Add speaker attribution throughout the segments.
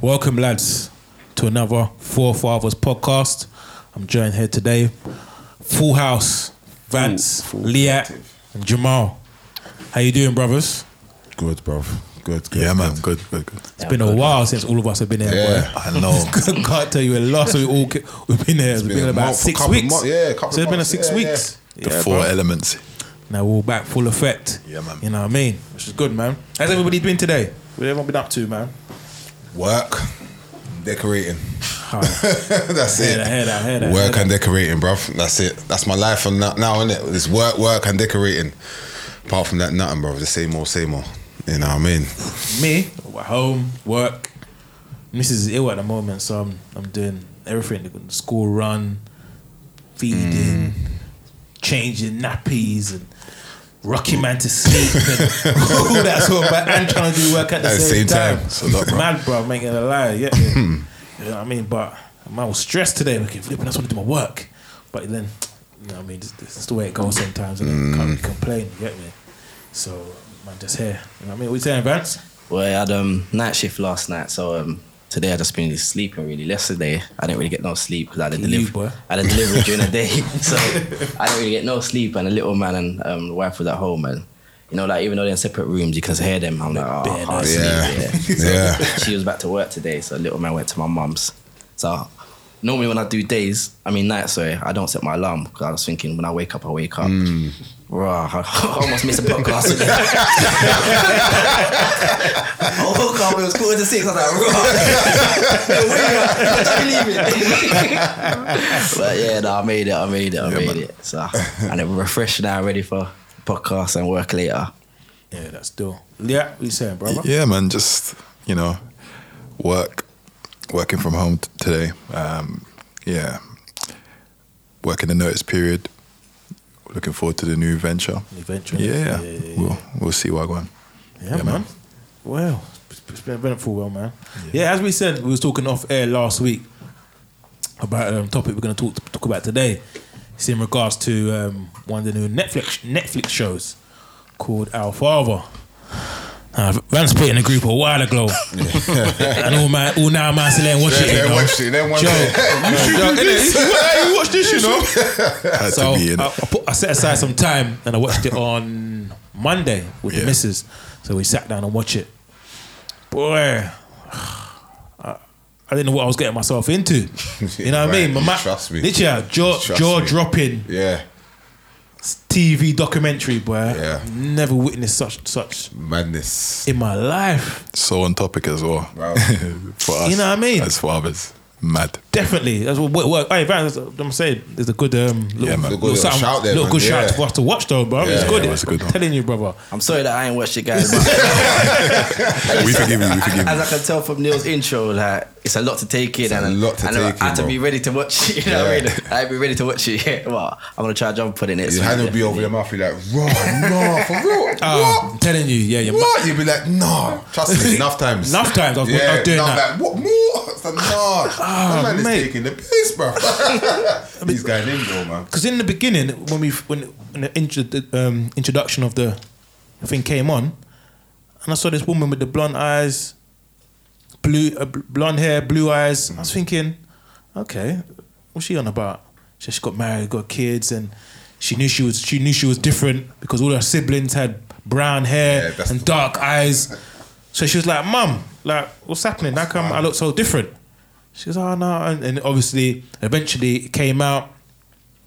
Speaker 1: Welcome, lads, to another Forefathers podcast. I'm joined here today, Full House, Vance, Liat, and Jamal. How you doing, brothers?
Speaker 2: Good, bro. Good, good.
Speaker 3: Yeah, man. Good, good, good.
Speaker 1: It's been a while since all of us have been here.
Speaker 2: Yeah,
Speaker 3: I know.
Speaker 1: Boy. Can't tell you when last we all ca- we've been here. It's been,
Speaker 2: been a
Speaker 1: about
Speaker 2: month,
Speaker 1: six
Speaker 2: couple
Speaker 1: weeks.
Speaker 2: month- yeah, couple of
Speaker 1: so it's been a
Speaker 2: months,
Speaker 1: six
Speaker 2: yeah,
Speaker 1: weeks.
Speaker 3: The
Speaker 1: Yeah,
Speaker 3: four
Speaker 1: bro.
Speaker 3: elements.
Speaker 1: Now we're all back full effect.
Speaker 3: Yeah, man.
Speaker 1: You know what I mean? Which is good, man. How's everybody been today? What everyone been up to, man?
Speaker 2: work, decorating.
Speaker 1: All right.
Speaker 2: That's
Speaker 1: Hear
Speaker 2: it.
Speaker 1: that, hear that, hear that, hear
Speaker 2: work
Speaker 1: that.
Speaker 2: and decorating, bruv. That's it. That's my life from now, now innit? It's work, work, and decorating. Apart from that, nothing, bruv. The same old, same old. You know what I mean?
Speaker 1: me, we're home, work. Mrs. is ill at the moment, so I'm I'm doing everything: the school run, feeding, changing nappies, and Rocky Man to sleep, and all that sort of. And trying to do work at the same, time.
Speaker 2: It's a lot, bro.
Speaker 1: Mad, bro. I'm making a lie. Yeah, yeah. you know what I mean. But man, I was stressed today. I'm Looking flipping, I just want to do my work. But then, you know what I mean. This, this is the way it goes sometimes. And I can't really complain. You get me? So man, just here. You know what I mean. What you saying, Vance?
Speaker 4: Well, I had um night shift last night, so um today I just been sleeping really. Yesterday I didn't really get no sleep because I had a
Speaker 1: You boy.
Speaker 4: delivery. I had a delivery during the day, so I didn't really get no sleep. And the little man and um, the wife was at home, and you know, like even though they're in separate rooms, you can hear them. I'm like, oh, I can't sleep.
Speaker 2: Yeah.
Speaker 4: Yeah. So
Speaker 2: Yeah.
Speaker 4: She was back to work today, so the little man went to my mum's. So normally when I do days, I mean nights, sorry, I don't set my alarm because I was thinking when I wake up, I wake up. Rah, I almost missed a podcast today. I woke up, it was quarter to six. I was like, "Right, we're not leaving." but yeah, no, I made it. I made it. I made it. So and I'm refreshed now, ready for podcast and work later.
Speaker 1: Yeah, that's dope. Yeah, what you saying, brother?
Speaker 3: Yeah, man. Just you know, work, working from home t- today. Um, yeah, working the notice period. Looking forward to the new venture.
Speaker 1: Eventually.
Speaker 3: Yeah,
Speaker 1: Yeah, yeah,
Speaker 3: we'll we'll see what I go on.
Speaker 1: yeah, man. Well, it's- it's been eventful, well, man. Yeah. as we said, we was talking off air last week about um, topic we're going to talk talk about today. It's in regards to um, one of the new Netflix Netflix shows called Our Father. Uh, Vance put it in a group a while ago, and all my all now man still ain't watching it.
Speaker 2: Yeah, they
Speaker 1: you know.
Speaker 2: watched it, they watched
Speaker 1: Joke.
Speaker 2: it.
Speaker 1: You should do this. You watch this, you know.
Speaker 3: Had
Speaker 1: So uh,
Speaker 3: to be in
Speaker 1: I,
Speaker 3: it.
Speaker 1: I, put, I set aside some time and I watched it on Monday with the
Speaker 3: Yeah.
Speaker 1: missus. So we sat down and watched it. Boy, I, I didn't know what I was getting myself into. You know what I mean?
Speaker 2: Right,
Speaker 1: My ma-
Speaker 2: trust me.
Speaker 1: Literally, jaw,
Speaker 2: Trust
Speaker 1: jaw
Speaker 2: me.
Speaker 1: dropping
Speaker 2: Yeah.
Speaker 1: TV documentary, boy.
Speaker 2: Yeah.
Speaker 1: Never witnessed such such
Speaker 2: Madness.
Speaker 1: in my life.
Speaker 3: So on topic as well.
Speaker 2: Wow.
Speaker 3: for us,
Speaker 1: You know what I mean?
Speaker 3: As fathers, mad.
Speaker 1: Definitely. That's what, what, what hey, Van, that's what I'm saying. There's a good um, little,
Speaker 3: Yeah, man.
Speaker 1: little,
Speaker 3: Good
Speaker 2: little
Speaker 1: something-
Speaker 2: shout there,
Speaker 1: little
Speaker 2: man.
Speaker 1: good shout
Speaker 2: Yeah.
Speaker 1: for us to watch, though, bro. it's
Speaker 2: Yeah,
Speaker 1: good.
Speaker 3: it was a good
Speaker 1: I'm
Speaker 3: one.
Speaker 1: telling you, brother.
Speaker 4: I'm sorry that I ain't watched it, guys. but-
Speaker 3: we forgive you. We forgive
Speaker 4: As
Speaker 3: you.
Speaker 4: I can tell from Neil's intro, like it's a lot to take in,
Speaker 2: a
Speaker 4: and
Speaker 2: lot to
Speaker 4: and
Speaker 2: take
Speaker 4: I had
Speaker 2: in,
Speaker 4: to
Speaker 2: bro.
Speaker 4: be ready to watch it. You know what I
Speaker 2: Yeah.
Speaker 4: mean? I'd be ready to watch it. Yeah, well, I'm gonna try to jump on it next
Speaker 2: Your
Speaker 4: week,
Speaker 2: hand would be
Speaker 4: definitely.
Speaker 2: over your mouth. You're like, raw, no, for real.
Speaker 1: Oh,
Speaker 2: what?
Speaker 1: I'm telling you, yeah, your
Speaker 2: What? You'd be like, no. Ah. Trust me, enough times.
Speaker 1: Enough times I was- I was
Speaker 2: yeah,
Speaker 1: doing
Speaker 2: no, I'm
Speaker 1: that. Ah,
Speaker 2: Like, what more? It's like, nah. that man
Speaker 1: mate.
Speaker 2: is taking the piss, bro. These guys in though, man.
Speaker 1: Because in the beginning, when we when, when the, intro, the um, introduction of the thing came on, and I saw this woman with the blonde eyes, blue uh, bl- blonde hair, blue eyes. I
Speaker 2: Mm.
Speaker 1: was thinking, okay, what's she on about? She, she got married, got kids, and she knew she was she knew she was different because all her siblings had brown hair
Speaker 2: Yeah, that's
Speaker 1: and
Speaker 2: the-
Speaker 1: dark eyes. So she was like, "Mum, like, what's happening? How come I look so different?" She goes, "Oh no," and, and obviously, eventually, it came out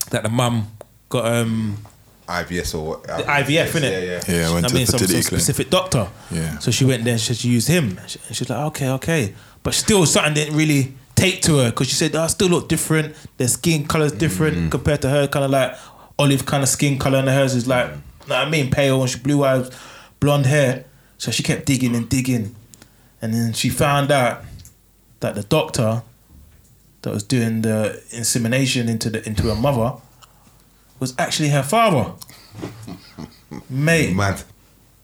Speaker 1: that the mum got um,
Speaker 2: IVS or what?
Speaker 1: the IVF, innit?
Speaker 2: Yeah, yeah.
Speaker 3: Yeah, I went
Speaker 1: I
Speaker 3: to
Speaker 1: mean,
Speaker 3: the
Speaker 1: some, some
Speaker 3: fertility clinic.
Speaker 1: specific doctor.
Speaker 3: Yeah.
Speaker 1: So she went there and she, she used him. And she, and she was like, okay, okay. But still, something didn't really take to her because she said, oh, I still look different. Their skin color's different
Speaker 3: Mm.
Speaker 1: compared to her, kind of like olive kind of skin color, and hers is like,
Speaker 3: Mm.
Speaker 1: know what I mean, pale and she blue eyes, blonde hair. So she kept digging and digging. And then she found out that the doctor that was doing the insemination into the into her mother was actually her father. Mate,
Speaker 2: Mad,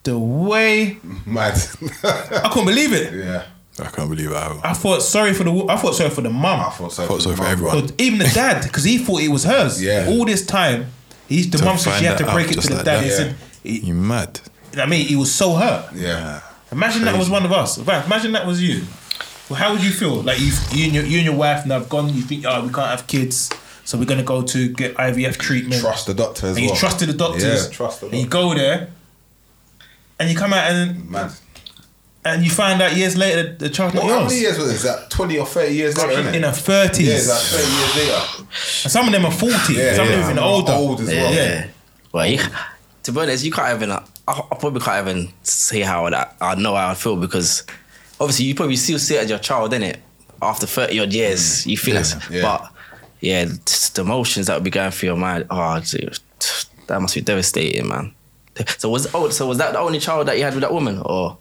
Speaker 1: the way
Speaker 2: mad.
Speaker 1: I couldn't believe it.
Speaker 2: yeah.
Speaker 3: I can't believe it. I
Speaker 1: I thought sorry for the wo- I thought sorry for the
Speaker 2: I
Speaker 3: Ah,
Speaker 1: mum,
Speaker 2: thought so.
Speaker 3: thought so for
Speaker 2: Mad.
Speaker 3: everyone.
Speaker 1: But even the dad because he thought it was hers.
Speaker 2: Yeah.
Speaker 1: All this time, he's the
Speaker 3: To
Speaker 1: mum said she
Speaker 3: find
Speaker 1: had to
Speaker 3: that
Speaker 1: break
Speaker 3: out
Speaker 1: it to
Speaker 3: just
Speaker 1: the
Speaker 3: like
Speaker 1: dad.
Speaker 3: that.
Speaker 1: He
Speaker 2: Yeah.
Speaker 1: said, he-
Speaker 3: You mad?
Speaker 1: I mean, he was so hurt.
Speaker 2: Yeah.
Speaker 1: Imagine that was one of us. Vav, Imagine that was you. Well, how would you feel? Like you've, you, and your, you and your wife now have gone. You think, oh, we can't have kids, so we're gonna go to get IVF treatment.
Speaker 2: Trust the doctor as
Speaker 1: and you
Speaker 2: well.
Speaker 1: trusted the doctors.
Speaker 2: Yeah, trust the
Speaker 1: And you go there, and you come out and
Speaker 2: man.
Speaker 1: and you find out years later the child's not
Speaker 2: What, how many
Speaker 1: yours.
Speaker 2: years was this? Like 20 or 30 years later, innit?
Speaker 1: In her
Speaker 2: Yeah, it's
Speaker 1: thirties,
Speaker 2: like 30 years later.
Speaker 1: and some of them are forty.
Speaker 2: Yeah,
Speaker 1: some
Speaker 2: yeah.
Speaker 1: of them even older.
Speaker 2: Old as well.
Speaker 1: Yeah.
Speaker 4: Well, you, to be honest, you can't even. I, I probably can't even say how I, would- I know how I feel because obviously you probably still see it as your child, innit? After thirty odd years, you feel it.
Speaker 2: Mm. yeah.
Speaker 4: But yeah, just the emotions that would be going through your mind. Oh, dude, that must be devastating, man. So was oh, so was that the only child that you had with that woman, or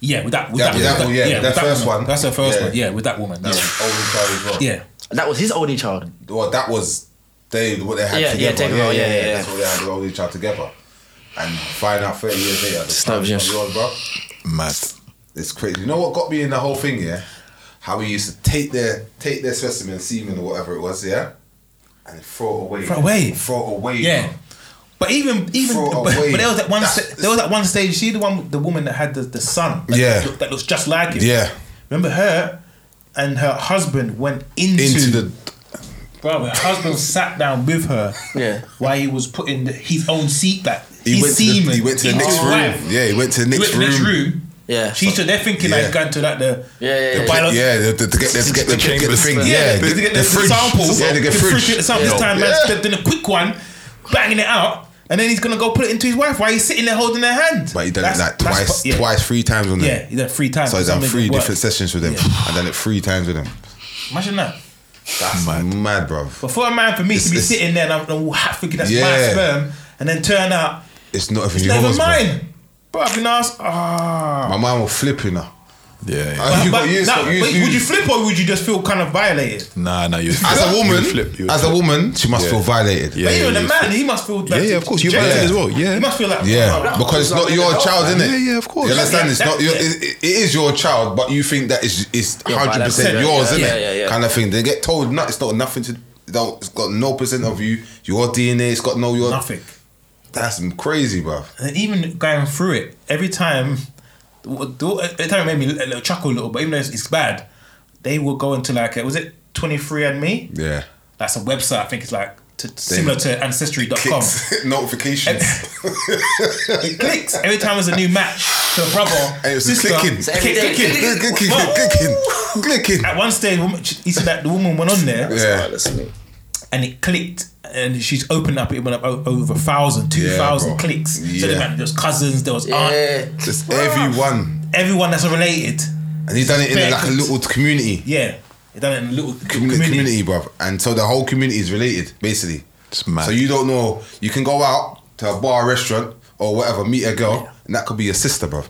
Speaker 1: Yeah, with that, with
Speaker 2: Yeah,
Speaker 1: that,
Speaker 2: with that one, yeah, that
Speaker 1: with
Speaker 2: first
Speaker 1: woman.
Speaker 2: one.
Speaker 1: That's her first
Speaker 2: Yeah.
Speaker 1: one. Yeah, with that woman.
Speaker 2: That
Speaker 1: Yeah.
Speaker 2: was older child as well.
Speaker 1: yeah.
Speaker 4: that was his only child?
Speaker 2: well, that was they what they had
Speaker 4: Yeah, yeah,
Speaker 2: together.
Speaker 4: David Rowe, yeah, yeah,
Speaker 2: That's
Speaker 4: yeah.
Speaker 2: what they had with all each other together. And find out 30 years later, the
Speaker 4: Snubs,
Speaker 2: time's not
Speaker 4: yes.
Speaker 2: yours, bro.
Speaker 3: Mad.
Speaker 2: It's crazy. You know what got me in the whole thing, yeah? How we used to take their take their specimen, semen or whatever it was, yeah, and throw it away.
Speaker 1: Throw it away.
Speaker 2: Throw it away.
Speaker 1: Yeah. But even even
Speaker 2: Throw
Speaker 1: but,
Speaker 2: it
Speaker 1: but
Speaker 2: away.
Speaker 1: there was that one
Speaker 2: That's-
Speaker 1: sta- there was that one stage. She the one the woman that had the, the son. That
Speaker 2: Yeah.
Speaker 1: looked, that looks just like him.
Speaker 2: Yeah.
Speaker 1: Remember her and her husband went into,
Speaker 2: Into the
Speaker 1: brother. Her husband sat down with her.
Speaker 4: Yeah.
Speaker 1: While he was putting the, his own seat back.
Speaker 2: he
Speaker 1: his
Speaker 2: went, to
Speaker 1: semen
Speaker 2: the, he went to the
Speaker 1: into
Speaker 2: next
Speaker 1: his
Speaker 2: room.
Speaker 1: wife.
Speaker 2: Yeah, he went to the
Speaker 1: He
Speaker 2: next
Speaker 1: went to the
Speaker 2: room.
Speaker 1: next room.
Speaker 4: Yeah.
Speaker 1: She so they're thinking
Speaker 2: Yeah.
Speaker 1: like going to like the
Speaker 4: Yeah, yeah, yeah.
Speaker 1: the biolog-
Speaker 2: Yeah, the, the, to get, the, to get, the, to get the thing.
Speaker 1: Yeah,
Speaker 2: Yeah,
Speaker 1: to get the, the
Speaker 2: fridge.
Speaker 1: samples.
Speaker 2: Yeah, to get
Speaker 1: the
Speaker 2: fridge.
Speaker 1: get the sample. This time, man's doing a quick one, banging it out, and then he's gonna go put it into his wife while he's sitting there holding her hand.
Speaker 2: But he done
Speaker 1: That's-
Speaker 2: it like
Speaker 1: that's
Speaker 2: twice,
Speaker 1: fu- yeah.
Speaker 2: twice, three times on
Speaker 1: Yeah,
Speaker 2: them.
Speaker 1: he done it three times.
Speaker 2: So he's done
Speaker 1: Something
Speaker 2: three
Speaker 1: worked.
Speaker 2: different sessions with them. I've done it three times with them.
Speaker 1: Imagine that.
Speaker 2: That's mad, mad bro.
Speaker 1: But for a man, for me to be
Speaker 2: it's-
Speaker 1: sitting there and I'm, I'm ha- thinking that's my
Speaker 2: Yeah.
Speaker 1: sperm, and then turn out
Speaker 2: It's not even yours.
Speaker 1: never
Speaker 2: bro.
Speaker 1: mine. Bro, I've been asked. Ah.
Speaker 2: My mind will flip, you know.
Speaker 3: Yeah. yeah.
Speaker 2: you
Speaker 1: But
Speaker 2: got used,
Speaker 1: now,
Speaker 2: got used,
Speaker 1: wait, would you flip or would you just feel kind of violated?
Speaker 3: Nah, nah. You
Speaker 2: As a woman,
Speaker 3: flip, you would
Speaker 2: as
Speaker 3: flip.
Speaker 2: a woman, she must
Speaker 3: Yeah.
Speaker 2: feel violated.
Speaker 3: Yeah.
Speaker 1: But even the
Speaker 3: you
Speaker 1: man, he must feel.
Speaker 3: Yeah, yeah, of course. You violate
Speaker 2: Yeah.
Speaker 3: as well. Yeah.
Speaker 1: He must feel like
Speaker 2: Yeah, because it's not your child, is it?
Speaker 3: Yeah, yeah, of course.
Speaker 2: You understand? It's
Speaker 1: Yeah,
Speaker 2: not
Speaker 1: that-
Speaker 2: your.
Speaker 1: yeah.
Speaker 2: It, it- it is your child, but you think that is is
Speaker 4: Yeah, by
Speaker 2: hundred percent
Speaker 4: that-
Speaker 2: yours,
Speaker 4: yeah,
Speaker 2: isn't
Speaker 4: yeah,
Speaker 2: it?
Speaker 4: yeah, yeah.
Speaker 2: Kind of thing. They get told, no, it's not nothing to. don't- It's got no percent of you. Your DNA, it's got no your.
Speaker 1: nothing.
Speaker 2: That's crazy, bro.
Speaker 1: And even going through it, every time, every time it made me l- l- chuckle a little, but even though it's, it's bad, they will go into like, uh, was it 23andMe?
Speaker 2: Yeah.
Speaker 1: That's a website, I think it's like to, similar to Ancestry.com.
Speaker 2: Clicks, notifications.
Speaker 3: Eh,
Speaker 1: It clicks. Every time there's a new match to a brother,
Speaker 2: And it was
Speaker 1: sister,
Speaker 2: clicking.
Speaker 4: So every day-
Speaker 3: eh,
Speaker 1: clicking.
Speaker 2: Clicking, clicking,
Speaker 1: Well,
Speaker 2: clicking, clicking.
Speaker 1: At one stage, woman, she- he said that the woman went on there
Speaker 2: Yeah.
Speaker 4: Listen, mate.
Speaker 1: and it clicked, and she's opened up. It went up o- over a thousand, two
Speaker 2: Yeah,
Speaker 1: thousand
Speaker 2: bro.
Speaker 1: clicks. So
Speaker 2: Yeah.
Speaker 1: there was- there was cousins, there was aunt,
Speaker 4: Yeah.
Speaker 2: Just everyone.
Speaker 1: everyone that's related.
Speaker 2: And he done it in a, like a
Speaker 1: Perfect.
Speaker 2: little community.
Speaker 1: Yeah, they done it in a little
Speaker 2: Community,
Speaker 1: community.
Speaker 2: community, bruv. And so the whole community is related, basically.
Speaker 3: It's mad.
Speaker 2: So you don't know. You can go out to a bar, restaurant, or whatever, meet a girl, and that could be your sister, bruv.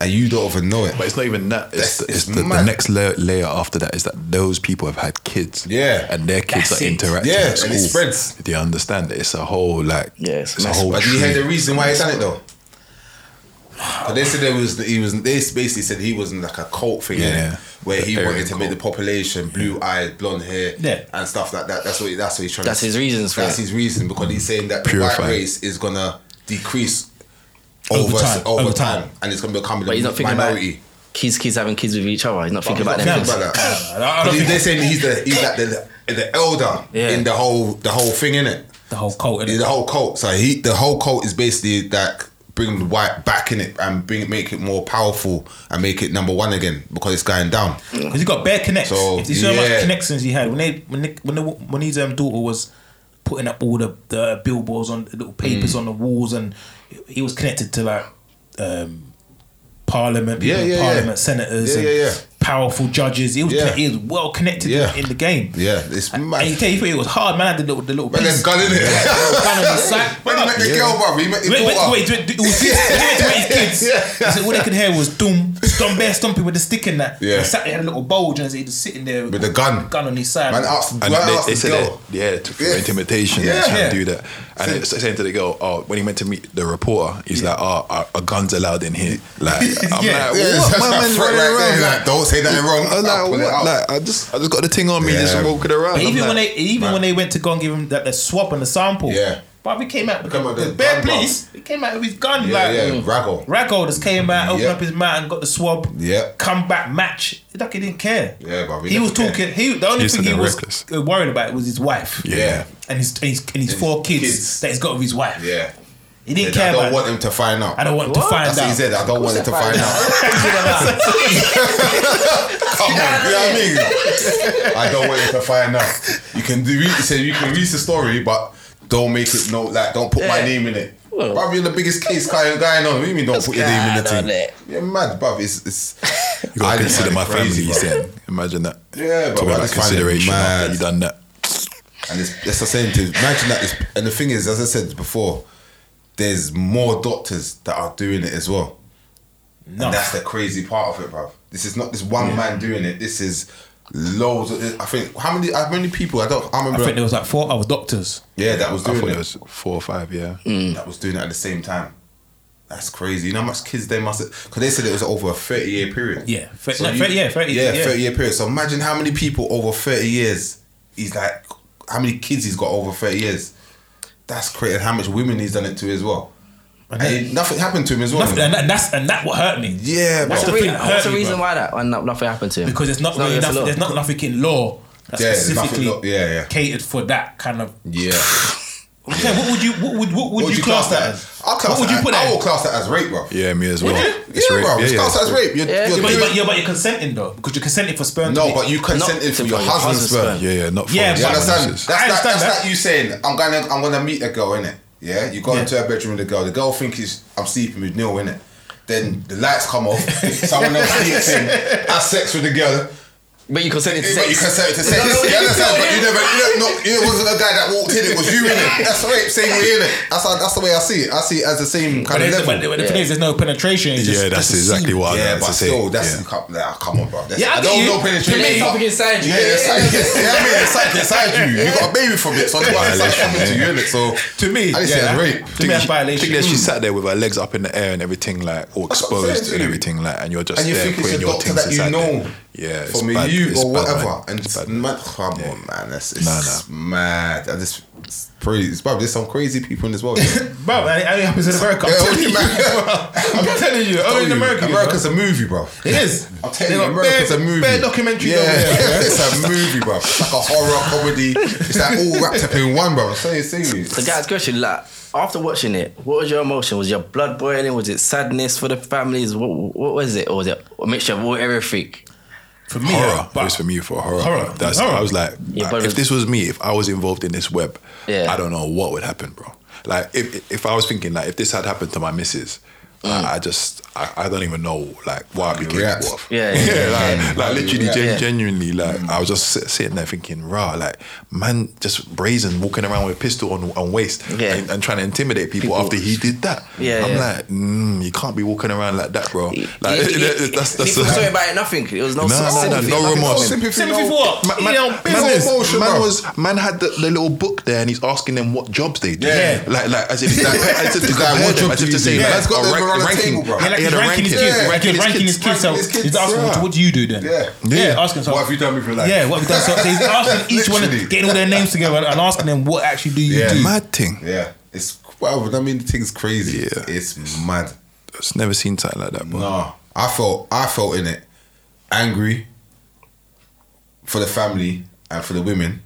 Speaker 2: And you don't even know it.
Speaker 3: But it's not even that. It's,
Speaker 2: That's- it's
Speaker 3: it's, the, the
Speaker 2: mad.
Speaker 3: next layer, layer after that is that those people have had kids.
Speaker 2: Yeah.
Speaker 3: And their kids
Speaker 1: That's
Speaker 3: are
Speaker 1: it.
Speaker 3: interacting.
Speaker 2: Yeah,
Speaker 3: at
Speaker 2: and it
Speaker 3: school.
Speaker 2: spreads.
Speaker 3: They understand that it's a whole like.
Speaker 4: Yeah, it's
Speaker 3: it's a
Speaker 4: messed
Speaker 3: whole.
Speaker 2: But do you hear
Speaker 3: tree.
Speaker 2: the reason why he done it though? 'Cause they said there was he was they basically said he was in like a cult thing
Speaker 3: Yeah,
Speaker 2: yeah,
Speaker 3: yeah.
Speaker 2: where he
Speaker 3: The
Speaker 2: wanted
Speaker 3: Aryan
Speaker 2: to make the
Speaker 3: cult.
Speaker 2: population blue eyed, blonde hair,
Speaker 1: Yeah.
Speaker 2: and stuff like that. That's what he, that's what he's trying.
Speaker 4: That's
Speaker 2: to,
Speaker 4: his reasons for
Speaker 2: That's
Speaker 4: it.
Speaker 2: his reason because he's saying that the
Speaker 3: Purify.
Speaker 2: white race is gonna decrease
Speaker 1: Over
Speaker 2: over
Speaker 1: time,
Speaker 2: over,
Speaker 1: over
Speaker 2: time.
Speaker 1: time.
Speaker 2: and it's gonna become
Speaker 4: But he's not
Speaker 2: the
Speaker 4: thinking
Speaker 2: minority.
Speaker 4: about kids, kids having kids with each other. He's not thinking about
Speaker 1: not
Speaker 4: them.
Speaker 1: thinking
Speaker 4: things.
Speaker 2: But,
Speaker 1: I don't- I don't
Speaker 2: but he-
Speaker 1: think-
Speaker 2: they're saying he's the he's like the the elder
Speaker 4: Yeah.
Speaker 2: in the whole the whole thing in it.
Speaker 1: The whole cult. innit?
Speaker 2: Yeah, the whole cult. So he, the whole cult is basically like bring the white back in it and bring make it more powerful and make it number one again because it's going down.
Speaker 1: Because he got bare connects.
Speaker 2: So,
Speaker 1: If you see how much
Speaker 2: yeah.
Speaker 1: connections he had when they when they, when, the, when his um, daughter was putting up all the, the billboards on the little papers
Speaker 2: Mm.
Speaker 1: on the walls, and he was connected to like um, parliament, people
Speaker 2: Yeah,
Speaker 1: in
Speaker 2: yeah,
Speaker 1: parliament,
Speaker 2: yeah.
Speaker 1: senators,
Speaker 2: Yeah,
Speaker 1: and
Speaker 2: yeah, yeah.
Speaker 1: powerful judges. He was
Speaker 2: Yeah.
Speaker 1: he was well connected
Speaker 2: Yeah.
Speaker 1: in the game.
Speaker 2: Yeah, it's mad.
Speaker 1: And he, tell you, it was hard, man. I did the little, the little
Speaker 2: but
Speaker 1: piece.
Speaker 2: there's gun in
Speaker 1: Gun
Speaker 2: it.
Speaker 1: on his side.
Speaker 2: When he met the girl, bro, he met his
Speaker 1: Wait, wait,
Speaker 2: daughter.
Speaker 1: wait, wait, wait, it was kids. He went to his kids.
Speaker 2: Yeah.
Speaker 1: So all they could hear was doom, stomp, bear stomping with the stick in that.
Speaker 2: Yeah.
Speaker 1: He sat there, had a little bulge, and he was sitting there
Speaker 2: With the gun.
Speaker 1: gun on his side.
Speaker 2: Man asked,
Speaker 3: And
Speaker 2: man
Speaker 3: they,
Speaker 2: asked
Speaker 3: they
Speaker 2: the
Speaker 3: said
Speaker 2: girl.
Speaker 3: that, yeah, to, for
Speaker 2: Yeah.
Speaker 3: intimidation,
Speaker 2: Yeah.
Speaker 3: they're trying
Speaker 1: Yeah.
Speaker 3: to do that. And it's saying to the girl, oh, when he went to meet the reporter, he's like, oh, are, are guns allowed in here? Like, I'm
Speaker 1: Yeah.
Speaker 3: like,
Speaker 2: Yeah,
Speaker 3: what?
Speaker 2: that's
Speaker 3: My
Speaker 2: that
Speaker 3: man's
Speaker 2: threat
Speaker 3: running
Speaker 2: right
Speaker 3: around,
Speaker 2: there.
Speaker 3: like-
Speaker 2: Like, don't say nothing wrong.
Speaker 3: I was
Speaker 2: I'll pull
Speaker 3: like,
Speaker 2: it
Speaker 3: what?
Speaker 2: out.
Speaker 3: Like, I just, I just got the thing on me, just
Speaker 2: Yeah.
Speaker 3: walking around.
Speaker 1: But
Speaker 3: I'm
Speaker 1: even
Speaker 3: like,
Speaker 1: when they, even
Speaker 2: man.
Speaker 1: when they went to go and give him that the swab and the sample,
Speaker 2: Yeah.
Speaker 1: But we came out with
Speaker 2: Come on,
Speaker 1: the
Speaker 2: the
Speaker 1: bare
Speaker 2: gun bar.
Speaker 1: police. He came out with his gun.
Speaker 2: Yeah,
Speaker 1: like,
Speaker 2: yeah, Raggle.
Speaker 1: Raggo just came out, opened
Speaker 2: Yeah.
Speaker 1: up his mouth and got the swab.
Speaker 2: Yeah.
Speaker 1: Come back match. Like he didn't care.
Speaker 2: Yeah, but we
Speaker 1: He
Speaker 2: never
Speaker 1: was
Speaker 2: care.
Speaker 1: talking. He the only
Speaker 3: He's
Speaker 1: thing he
Speaker 3: something
Speaker 1: was
Speaker 3: reckless.
Speaker 1: uh, worried about was his wife.
Speaker 2: Yeah.
Speaker 1: And his and his, and his four kids,
Speaker 2: kids.
Speaker 1: that he's got with his wife.
Speaker 2: Yeah.
Speaker 1: He didn't
Speaker 2: I
Speaker 1: care
Speaker 2: don't
Speaker 1: about.
Speaker 2: want him to find out.
Speaker 1: I don't want to find
Speaker 2: That's
Speaker 1: out.
Speaker 2: what he said. I don't want him to find out. Come on, you know what I mean? I don't want him to find out. You can do. He said you can read the story, but don't make it no like. Don't put my
Speaker 4: Yeah.
Speaker 2: name in it. Bruv, you're the biggest case guy going on. What do you mean don't put your name in the
Speaker 4: Guy,
Speaker 2: thing?
Speaker 4: no, that.
Speaker 2: You're mad, bruv. It's, it's
Speaker 3: You gotta
Speaker 2: I just
Speaker 3: consider
Speaker 2: find
Speaker 3: my
Speaker 2: it crazy,
Speaker 3: family. You
Speaker 2: bruv.
Speaker 3: said, imagine that.
Speaker 2: Yeah, but
Speaker 3: Talk
Speaker 2: I
Speaker 3: about
Speaker 2: just find it
Speaker 3: consideration.
Speaker 2: mad.
Speaker 3: after You done that.
Speaker 2: And it's, it's the same thing. Imagine that. It's, and the thing is, as I said before, there's more doctors that are doing it as well.
Speaker 1: No.
Speaker 2: And that's the crazy part of it, bruv. This is not this one man doing it. This is loads. Of, I think how many? How many people? I don't.
Speaker 1: I
Speaker 2: I remember.
Speaker 1: think there was like four other doctors.
Speaker 2: yeah, that was
Speaker 3: I
Speaker 2: doing
Speaker 3: thought
Speaker 2: it. Mm.
Speaker 3: it was four or five. Yeah.
Speaker 2: That was doing it at the same time. That's crazy. You know how much kids they must have. Because they said it was over a 30 year period.
Speaker 1: Yeah, thir-
Speaker 2: So
Speaker 1: no,
Speaker 2: you-
Speaker 1: 30 yeah, 30
Speaker 2: Yeah,
Speaker 1: yeah.
Speaker 2: 30 year period. So imagine how many people over 30 years he's like, how many kids he's got over 30 years. That's crazy. And how much women he's done it to as well. And,
Speaker 1: then-
Speaker 2: it- nothing happened to him as well.
Speaker 1: Nothing, and, that, that's and that what hurt me.
Speaker 2: yeah,
Speaker 1: What's
Speaker 2: but
Speaker 1: the
Speaker 4: What's the,
Speaker 1: thing
Speaker 4: reason,
Speaker 1: that
Speaker 4: what's the
Speaker 1: hurt me,
Speaker 4: reason
Speaker 1: bro?
Speaker 4: why that and nothing happened to him?
Speaker 1: because there's not
Speaker 4: It's not
Speaker 1: really
Speaker 4: against
Speaker 1: nothing,
Speaker 4: the law.
Speaker 1: there's not nothing in law that
Speaker 2: Yeah, there's nothing
Speaker 1: specifically
Speaker 2: law- yeah, yeah.
Speaker 1: catered for that kind of.
Speaker 2: yeah.
Speaker 1: I'm saying, what would you what would what would, you, class that? as?
Speaker 2: I'll class
Speaker 1: what would
Speaker 2: that
Speaker 1: you put
Speaker 2: as,
Speaker 1: that?
Speaker 2: I will
Speaker 1: as?
Speaker 2: class that as rape, bro.
Speaker 3: Yeah, me as well.
Speaker 2: Yeah, bro. It's classed as rape. You're,
Speaker 4: Yeah.
Speaker 2: you're
Speaker 1: Yeah, but,
Speaker 2: doing-
Speaker 1: but, yeah, but you're consenting though, because you're consenting for sperm. to
Speaker 2: no,
Speaker 1: be-
Speaker 2: but you consented
Speaker 4: to
Speaker 2: for your
Speaker 4: your
Speaker 2: husband's
Speaker 4: husband's
Speaker 2: sperm.
Speaker 4: sperm.
Speaker 3: Yeah, yeah, not four.
Speaker 1: Yeah,
Speaker 3: Yeah,
Speaker 2: You
Speaker 1: but-
Speaker 2: understand? That's,
Speaker 3: That's,
Speaker 2: that,
Speaker 1: understand
Speaker 2: that's
Speaker 1: that.
Speaker 2: like you saying, I'm gonna I'm gonna meet a girl, innit? Yeah? You go
Speaker 1: Yeah.
Speaker 2: into her bedroom with a girl, the girl thinks he's- I'm sleeping with Neil, innit? Then the lights come off, someone else sneaks in, has sex with the girl,
Speaker 4: but you consented to
Speaker 2: yeah, but you
Speaker 4: sex.
Speaker 2: consented to sex. You understand? But you never, you know, no, it wasn't a guy that walked in, it was you in it. That's rape, same way in it. That's, how, that's the way I see it. I see it as the same
Speaker 1: But
Speaker 2: kind
Speaker 1: there's-
Speaker 2: of
Speaker 1: but
Speaker 2: level.
Speaker 1: the thing is, there's no penetration. it's just- just a seed.
Speaker 3: exactly
Speaker 2: Oh,
Speaker 3: what I
Speaker 2: Yeah,
Speaker 3: was
Speaker 2: but
Speaker 3: to say.
Speaker 2: still, that's
Speaker 3: Yeah.
Speaker 2: nah, come on, bro. That's,
Speaker 1: Yeah, I
Speaker 2: I,
Speaker 1: get
Speaker 2: don't
Speaker 1: you.
Speaker 2: know penetration.
Speaker 1: There's
Speaker 2: but-
Speaker 1: something
Speaker 4: inside you.
Speaker 2: Yeah, it's like, it's, yeah, I mean, it's like inside you. You got a baby from it, so that's why it's like coming to you, innit? So
Speaker 1: To me,
Speaker 2: I just
Speaker 1: yeah,
Speaker 2: said
Speaker 1: that-
Speaker 2: rape.
Speaker 1: To me, that's violation.
Speaker 3: Think that she sat there with her legs up in the air and everything like
Speaker 2: Mm.
Speaker 3: all
Speaker 2: That's what I'm
Speaker 3: exposed
Speaker 2: saying,
Speaker 3: and
Speaker 2: dude.
Speaker 3: everything like, and you're just
Speaker 2: and you
Speaker 3: there
Speaker 2: think it's
Speaker 3: putting
Speaker 2: a
Speaker 3: your
Speaker 2: doctor
Speaker 3: things
Speaker 2: that you
Speaker 3: inside
Speaker 2: know
Speaker 3: there. Yeah, it's
Speaker 2: from
Speaker 3: bad.
Speaker 2: a you
Speaker 3: It's
Speaker 2: or
Speaker 3: bad, man.
Speaker 2: whatever. And
Speaker 3: It's
Speaker 2: it's
Speaker 3: bad.
Speaker 2: mad, come on, man, that's it's
Speaker 3: Nah, nah.
Speaker 2: mad. I just it's crazy. It's probably there's some crazy people in this world.
Speaker 1: Bro, that only happens in America. I'm
Speaker 2: Yeah,
Speaker 1: telling
Speaker 2: only
Speaker 1: you,
Speaker 2: America.
Speaker 1: bro. I'm telling you, only in America. you know.
Speaker 2: America's a movie, bro.
Speaker 1: It is.
Speaker 2: I'm telling
Speaker 1: They
Speaker 2: you,
Speaker 1: got
Speaker 2: America's
Speaker 1: bare-
Speaker 2: a movie.
Speaker 1: bare documentaries
Speaker 2: yeah,
Speaker 1: over there, yeah.
Speaker 2: it's a movie, bro. It's like a horror comedy. It's like all wrapped up in one, bro. I'm saying
Speaker 4: So,
Speaker 2: serious.
Speaker 4: guys, question: like, after watching it, what was your emotion? Was your blood boiling? Was it sadness for the families? What, what was it? Or was it a mixture of all everything?
Speaker 1: For me,
Speaker 3: horror.
Speaker 1: yeah, but-
Speaker 3: it was for me for horror.
Speaker 1: Horror.
Speaker 3: That's
Speaker 1: Horror.
Speaker 3: I was like,
Speaker 4: Yeah,
Speaker 3: I-
Speaker 4: but
Speaker 3: if
Speaker 4: it's-
Speaker 3: this was me, if I was involved in this web,
Speaker 4: Yeah.
Speaker 3: I don't know what would happen, bro. Like if if I was thinking like if this had happened to my missus.
Speaker 4: Mm.
Speaker 3: like, I just I, I don't even know like why I'd be
Speaker 2: react.
Speaker 3: capable of
Speaker 4: Yeah, yeah, yeah,
Speaker 3: like,
Speaker 2: yeah.
Speaker 3: like literally
Speaker 2: Yeah.
Speaker 3: gen-
Speaker 4: Yeah.
Speaker 3: genuinely like
Speaker 1: Mm.
Speaker 3: I was just sit- sitting there thinking rah like man just brazen walking around with a pistol on, on waist
Speaker 4: Yeah.
Speaker 3: and, and trying to intimidate people,
Speaker 4: People.
Speaker 3: after he did that
Speaker 4: Yeah,
Speaker 3: I'm
Speaker 4: yeah.
Speaker 3: like mm, you can't be walking around like that bro like
Speaker 4: He- he- he-
Speaker 3: that's that's
Speaker 4: he was sorry
Speaker 3: a,
Speaker 4: about it, nothing. It was no,
Speaker 3: No, no, no,
Speaker 4: sympathy,
Speaker 3: no
Speaker 4: nothing.
Speaker 3: remorse.
Speaker 1: Sympathy for what?
Speaker 3: Man,
Speaker 1: You
Speaker 3: man,
Speaker 1: know, big
Speaker 3: man
Speaker 1: old
Speaker 3: is-
Speaker 2: emotion,
Speaker 3: man
Speaker 2: bro.
Speaker 3: was man had the, the little book there, and he's asking them what jobs they do.
Speaker 2: Yeah.
Speaker 3: like like as if he's like, as if to
Speaker 2: He's like,
Speaker 3: compare
Speaker 2: what
Speaker 3: them,
Speaker 2: job
Speaker 3: as
Speaker 2: do
Speaker 3: if
Speaker 2: you
Speaker 3: to say
Speaker 2: do?
Speaker 3: like,
Speaker 2: Yeah, it's got
Speaker 3: a
Speaker 2: them
Speaker 3: rank-
Speaker 2: on the
Speaker 3: ranking.
Speaker 2: table, bro.
Speaker 1: Yeah, like
Speaker 3: He
Speaker 1: he's
Speaker 3: had a
Speaker 1: ranking his
Speaker 3: ranking.
Speaker 1: kids.
Speaker 2: Yeah,
Speaker 1: Ranking
Speaker 3: ranking
Speaker 1: his ranking his kids. So
Speaker 2: Ranking his kids,
Speaker 1: he's asking,
Speaker 2: yeah.
Speaker 1: so what do you do then?
Speaker 2: Yeah.
Speaker 1: Yeah,
Speaker 3: Yeah.
Speaker 1: asking. So,
Speaker 2: What have you done with your life?
Speaker 1: Yeah, what have you done? So he's asking each one, of-
Speaker 2: Literally.
Speaker 1: getting all their names together and asking them, what actually do you
Speaker 2: Yeah.
Speaker 1: do?
Speaker 3: Mad thing.
Speaker 2: Yeah, it's well. I mean, the thing's crazy.
Speaker 3: Yeah.
Speaker 2: it's mad.
Speaker 3: I've never seen something like that. Bro.
Speaker 2: No, I felt I felt in it angry for the family and for the women,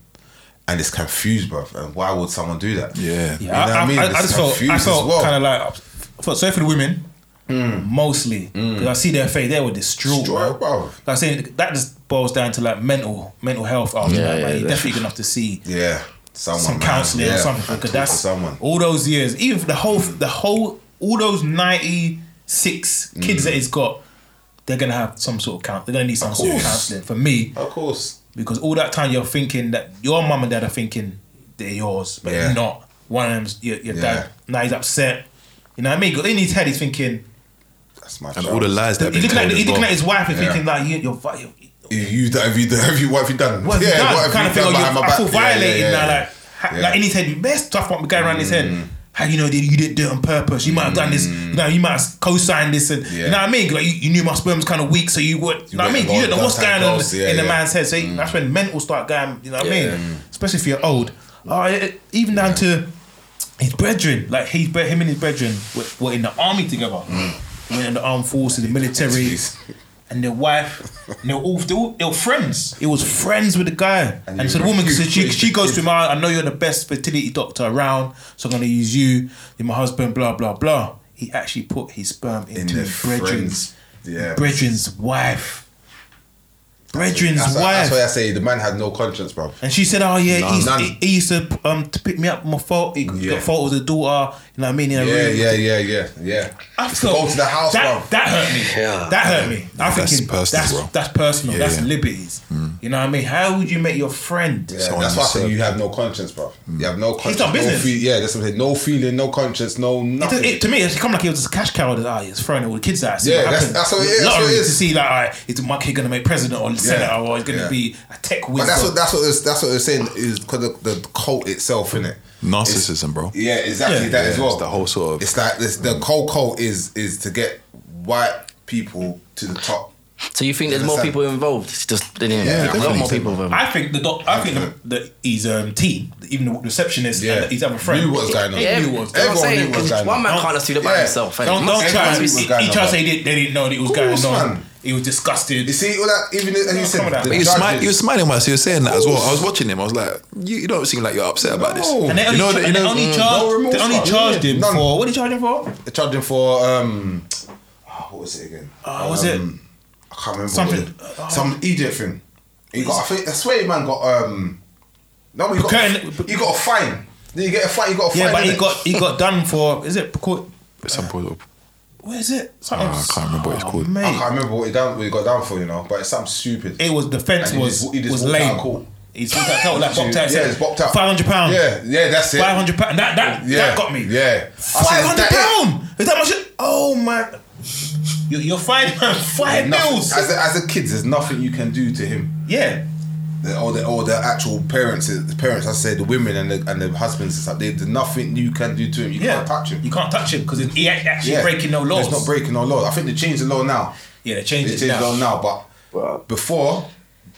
Speaker 2: and it's confused, bruv. And why would someone do that?
Speaker 3: Yeah.
Speaker 2: you know
Speaker 1: Yeah,
Speaker 2: what
Speaker 1: I,
Speaker 2: I mean.
Speaker 1: I, I,
Speaker 2: It's
Speaker 1: just felt,
Speaker 2: confused
Speaker 1: I
Speaker 2: as
Speaker 1: felt
Speaker 2: well. Mm.
Speaker 1: kind of like, I felt sorry for the women, mostly. Because I see their face, they were distraught.
Speaker 2: Destroyed,
Speaker 1: bro.
Speaker 2: bro.
Speaker 1: Like I say, that just boils down to like mental mental health after
Speaker 4: Yeah,
Speaker 1: that.
Speaker 4: yeah,
Speaker 1: like, you're
Speaker 4: yeah.
Speaker 1: definitely going to have to see
Speaker 2: yeah, someone
Speaker 1: some
Speaker 2: man.
Speaker 1: counselling
Speaker 2: Yeah,
Speaker 1: or something. Because
Speaker 2: and talk to
Speaker 1: that's
Speaker 2: someone.
Speaker 1: all those years, even for the whole, the whole, all those 96 kids
Speaker 2: Mm.
Speaker 1: that he's got, they're going to have some sort of count. They're going to need some sort of
Speaker 2: course.
Speaker 1: counselling. For me,
Speaker 2: Of course.
Speaker 1: because all that time you're thinking that your mum and dad are thinking they're yours, but
Speaker 2: Yeah.
Speaker 1: you're not. One of them's your, your
Speaker 2: Yeah.
Speaker 1: dad. Now he's upset. You know what I mean? 'Cause In his head, he's thinking.
Speaker 2: That's my.
Speaker 3: And
Speaker 2: child.
Speaker 3: all the lies
Speaker 1: He's
Speaker 3: that been
Speaker 1: looking,
Speaker 3: told.
Speaker 1: at, he's
Speaker 3: as
Speaker 1: looking
Speaker 3: well.
Speaker 1: at his wife and
Speaker 2: Yeah.
Speaker 1: thinking like, you, you're, vi- you're,
Speaker 2: You, you done- have you done- have you what have you done?
Speaker 1: what have you done?
Speaker 2: what
Speaker 1: kind of
Speaker 2: have you
Speaker 1: feel
Speaker 2: done
Speaker 1: like
Speaker 2: behind
Speaker 1: you're,
Speaker 2: my
Speaker 1: I
Speaker 2: back?
Speaker 1: feel
Speaker 2: Yeah, yeah,
Speaker 1: violated
Speaker 2: yeah,
Speaker 1: now.
Speaker 2: yeah.
Speaker 1: Like, ha-
Speaker 2: Yeah. Mm.
Speaker 1: like in his head, best stuff might be going around his head. How you know that you didn't do it on purpose? You might have done this. You know, you might have co-signed this, and you
Speaker 2: Yeah.
Speaker 1: know what I mean. Like you, you knew my sperm's kind of weak, so you would. You know what I mean?
Speaker 2: went
Speaker 1: You don't know
Speaker 2: above
Speaker 1: what's
Speaker 2: that
Speaker 1: going on
Speaker 2: goes, yeah,
Speaker 1: in the
Speaker 2: yeah. Mm.
Speaker 1: man's head. So that's when mental start going. You know what I
Speaker 4: Yeah.
Speaker 2: Mm.
Speaker 1: mean? Especially if you're old. Uh, even down to his brethren, like he, him and his brethren were, were in the army together. They went in the armed forces, the military,
Speaker 2: Mm. Jeez.
Speaker 1: and their wife. And they were all they were, they were friends. He was friends with the guy, and,
Speaker 2: you
Speaker 1: so the woman, so
Speaker 2: refused
Speaker 1: she
Speaker 2: to-
Speaker 1: she goes to him. "I I know you're the best fertility doctor around, so I'm gonna use you. You're my husband. Blah blah blah." He actually put his sperm into
Speaker 2: their
Speaker 1: his brethren's,
Speaker 2: friends. Yeah.
Speaker 1: brethren's wife, brethren's
Speaker 2: That's,
Speaker 1: wife.
Speaker 2: that's why I say the man had no conscience, bro.
Speaker 1: And she said, "Oh yeah,
Speaker 2: None.
Speaker 1: he, used-
Speaker 2: None.
Speaker 1: he, he used to um to pick me up my fault. He
Speaker 2: Yeah.
Speaker 1: got fault with the daughter. You know what I mean? In a
Speaker 2: Yeah,
Speaker 1: room.
Speaker 2: yeah, yeah, yeah, yeah.
Speaker 1: I
Speaker 2: It's
Speaker 1: felt-
Speaker 2: go to the house,
Speaker 1: that,
Speaker 2: bro.
Speaker 1: that hurt me.
Speaker 4: Yeah.
Speaker 1: That hurt me. I'm
Speaker 3: That's
Speaker 1: thinking
Speaker 3: personal,
Speaker 1: that's
Speaker 3: bro.
Speaker 1: that's personal.
Speaker 3: Yeah,
Speaker 1: that's
Speaker 3: yeah. Mm.
Speaker 1: liberties. You know what I mean? How would you make your friend?
Speaker 2: Yeah,
Speaker 3: Someone
Speaker 2: that's why I say
Speaker 3: said-
Speaker 2: you have no conscience, bro. You have no conscience.
Speaker 1: done business.
Speaker 2: No feel, yeah, that's what I'm saying. No feeling, no conscience, no
Speaker 1: It,
Speaker 2: nothing.
Speaker 1: it- to me, it's come like it was just a cash cow that ah, it's throwing it with kids out. See
Speaker 2: Yeah,
Speaker 1: what
Speaker 2: that's-
Speaker 1: happens.
Speaker 2: that's what it is, that's what
Speaker 1: Lottery
Speaker 2: it is.
Speaker 1: to see like, all right, is my kid gonna make president or senator or is gonna
Speaker 2: yeah.
Speaker 1: be a tech
Speaker 2: but
Speaker 1: wizard?
Speaker 2: that's what that's what it's, that's what it's saying is because of the cult itself, innit?
Speaker 3: Narcissism, bro.
Speaker 2: Yeah, exactly
Speaker 1: Yeah.
Speaker 2: that
Speaker 3: Yeah,
Speaker 2: as well.
Speaker 3: it's the whole sort of-
Speaker 2: It's like this, the whole cult is is to get white people to the top.
Speaker 4: So you think there's more people involved? It's just they didn't-
Speaker 2: Yeah,
Speaker 4: a lot more
Speaker 2: definitely.
Speaker 4: people involved.
Speaker 1: I think the doc, I think the, the his um team, even the receptionist,
Speaker 2: Yeah.
Speaker 1: and his other friend,
Speaker 2: Knew what was going on.
Speaker 1: He
Speaker 4: yeah,
Speaker 1: knew
Speaker 4: that's
Speaker 1: what
Speaker 4: what
Speaker 1: was
Speaker 4: I'm
Speaker 1: going on.
Speaker 2: Everyone
Speaker 4: saying,
Speaker 2: knew what was
Speaker 4: 'cause
Speaker 2: going
Speaker 4: one man
Speaker 1: on.
Speaker 4: can't assume it by
Speaker 2: Yeah.
Speaker 4: himself. innit?
Speaker 1: Don't,
Speaker 4: Must
Speaker 1: don't
Speaker 4: be-
Speaker 1: try.
Speaker 2: Everyone
Speaker 1: and- He
Speaker 2: knew what was
Speaker 1: he
Speaker 2: going
Speaker 1: tried to
Speaker 2: on,
Speaker 1: say he didn't- they didn't know that it was going
Speaker 2: course,
Speaker 1: on.
Speaker 2: man.
Speaker 1: He was disgusted.
Speaker 2: You see all that, even as you
Speaker 1: come
Speaker 2: said,
Speaker 1: on now.
Speaker 2: the
Speaker 3: But he was,
Speaker 2: judges-
Speaker 3: smi- he was smiling whilst he was saying that as well. I was watching him. I was like, you, you don't seem like you're upset about this.
Speaker 2: No.
Speaker 1: And they
Speaker 3: you
Speaker 1: only,
Speaker 3: know, that-
Speaker 1: and
Speaker 3: you
Speaker 1: they
Speaker 3: know,
Speaker 1: only
Speaker 3: mm,
Speaker 2: no
Speaker 1: charged,
Speaker 2: remorse,
Speaker 1: they only
Speaker 2: man.
Speaker 1: charged him
Speaker 2: None.
Speaker 1: for what did you charge him for?
Speaker 2: They're charging for um, ah, what was it again?
Speaker 1: Uh, was it
Speaker 2: Um, I can't remember
Speaker 1: Something-
Speaker 2: what it- some idiot thing. He got. I, think, I swear, the man got um. No, he got.
Speaker 1: Curtain-
Speaker 2: he got a fine. Did he get a fine? He got a fine.
Speaker 1: yeah? But he
Speaker 2: innit?
Speaker 1: got he got done for is it co-
Speaker 3: Some sort of-
Speaker 1: what is it? Something-
Speaker 3: Ah, I can't remember what it's
Speaker 1: Oh,
Speaker 3: called.
Speaker 2: I
Speaker 1: Mate,
Speaker 2: can't remember what he down. What he got down for, you know. But it's something stupid.
Speaker 1: it was defense
Speaker 2: And he
Speaker 1: was
Speaker 2: just- he just
Speaker 1: was
Speaker 2: walked out of
Speaker 1: lame.
Speaker 2: court.
Speaker 1: He's like that like Bob Tyson.
Speaker 2: Yeah, it's bopped out.
Speaker 1: Five hundred pound.
Speaker 2: Yeah, yeah, that's it.
Speaker 1: Five hundred pound. That that
Speaker 2: Yeah,
Speaker 1: that got me.
Speaker 2: Yeah.
Speaker 1: Five hundred pound. Is that much? Oh my. You- You're fine, man. Five
Speaker 2: Nothing,
Speaker 1: mils.
Speaker 2: as a, as a kid, there's nothing you can do to him.
Speaker 1: Yeah.
Speaker 2: the, or the or the actual parents, the parents, I said, the women and the and the husbands and stuff. They, there's nothing you can do to him. You
Speaker 1: Yeah.
Speaker 2: can't touch him.
Speaker 1: You can't touch him because he ain't actually
Speaker 2: Yeah.
Speaker 1: breaking no laws.
Speaker 2: It's not breaking no law. I think they changed the law now.
Speaker 1: yeah, they
Speaker 2: They
Speaker 1: changed
Speaker 2: changed
Speaker 1: it
Speaker 2: the
Speaker 1: now.
Speaker 2: law now, but before.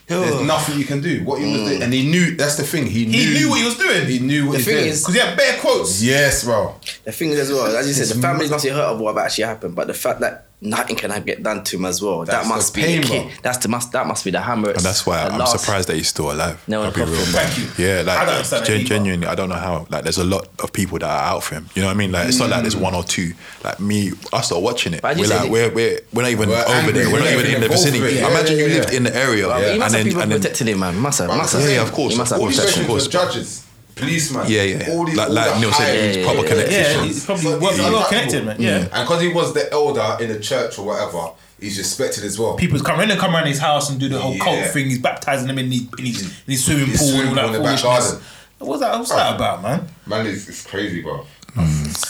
Speaker 2: There's nothing you can do. What he was doing, and he knew. That's the thing. He knew.
Speaker 1: He knew what he was doing.
Speaker 2: He knew what
Speaker 4: The
Speaker 2: he
Speaker 4: thing
Speaker 2: did.
Speaker 4: is-
Speaker 1: Because he had bare quotes.
Speaker 2: yes, bro.
Speaker 4: The thing is as well, as you said, the families must be hurt of what actually happened, but the fact that nothing can get done to him as well,
Speaker 2: That's
Speaker 4: that must
Speaker 2: the
Speaker 4: be
Speaker 2: pain,
Speaker 4: the
Speaker 2: bro.
Speaker 4: key. That's the must. That must be the hammer.
Speaker 3: And that's why
Speaker 4: The
Speaker 3: I'm
Speaker 4: last-
Speaker 3: surprised that he's still alive.
Speaker 4: No,
Speaker 3: I'll be real, man.
Speaker 1: Thank you.
Speaker 3: Yeah, like
Speaker 1: I don't understand that
Speaker 3: gen-
Speaker 1: either.
Speaker 3: genuinely, I don't know how. Like, there's a lot of people that are out for him. You know what I mean? Like, it's not like there's
Speaker 2: Hmm.
Speaker 3: one or two. Like me, us are watching it.
Speaker 4: But I
Speaker 3: We're
Speaker 4: just
Speaker 3: like,
Speaker 4: said-
Speaker 3: we're, we're we're not even
Speaker 2: We're
Speaker 3: over
Speaker 2: angry.
Speaker 3: there. We're not
Speaker 2: We're
Speaker 3: even in the
Speaker 2: involved with
Speaker 3: vicinity.
Speaker 2: it. Yeah,
Speaker 3: Imagine
Speaker 2: yeah,
Speaker 3: you
Speaker 2: yeah.
Speaker 3: lived in the area,
Speaker 4: But He
Speaker 3: and
Speaker 4: must have
Speaker 3: then
Speaker 4: people
Speaker 3: and then
Speaker 4: protecting him, man. Must have. Must
Speaker 3: yeah,
Speaker 4: have.
Speaker 3: yeah, of course,
Speaker 4: He must
Speaker 3: of
Speaker 4: have.
Speaker 3: course.
Speaker 2: All
Speaker 3: Obsession,
Speaker 2: these
Speaker 3: of course.
Speaker 2: judges, policemen.
Speaker 3: yeah, yeah,
Speaker 2: All these,
Speaker 3: like
Speaker 2: all
Speaker 3: like
Speaker 2: the
Speaker 3: Neil said,
Speaker 2: high-
Speaker 3: it's proper
Speaker 4: yeah,
Speaker 1: Yeah,
Speaker 3: connections.
Speaker 1: he's probably well,
Speaker 2: he's
Speaker 1: well connected, man.
Speaker 2: untouchable.
Speaker 1: Yeah.
Speaker 2: And because he was the elder in the church or whatever, he's respected as well.
Speaker 1: People come in and come around his house and do the whole cult
Speaker 2: Yeah.
Speaker 1: thing. He's baptizing them in his, in his, in his swimming
Speaker 2: His
Speaker 1: pool
Speaker 2: swimming
Speaker 1: and all
Speaker 2: pool
Speaker 1: that
Speaker 2: in the back
Speaker 1: foolishness.
Speaker 2: garden.
Speaker 1: What's that, what's that about, man?
Speaker 2: Man, it's, it's crazy, bro.
Speaker 3: Mm.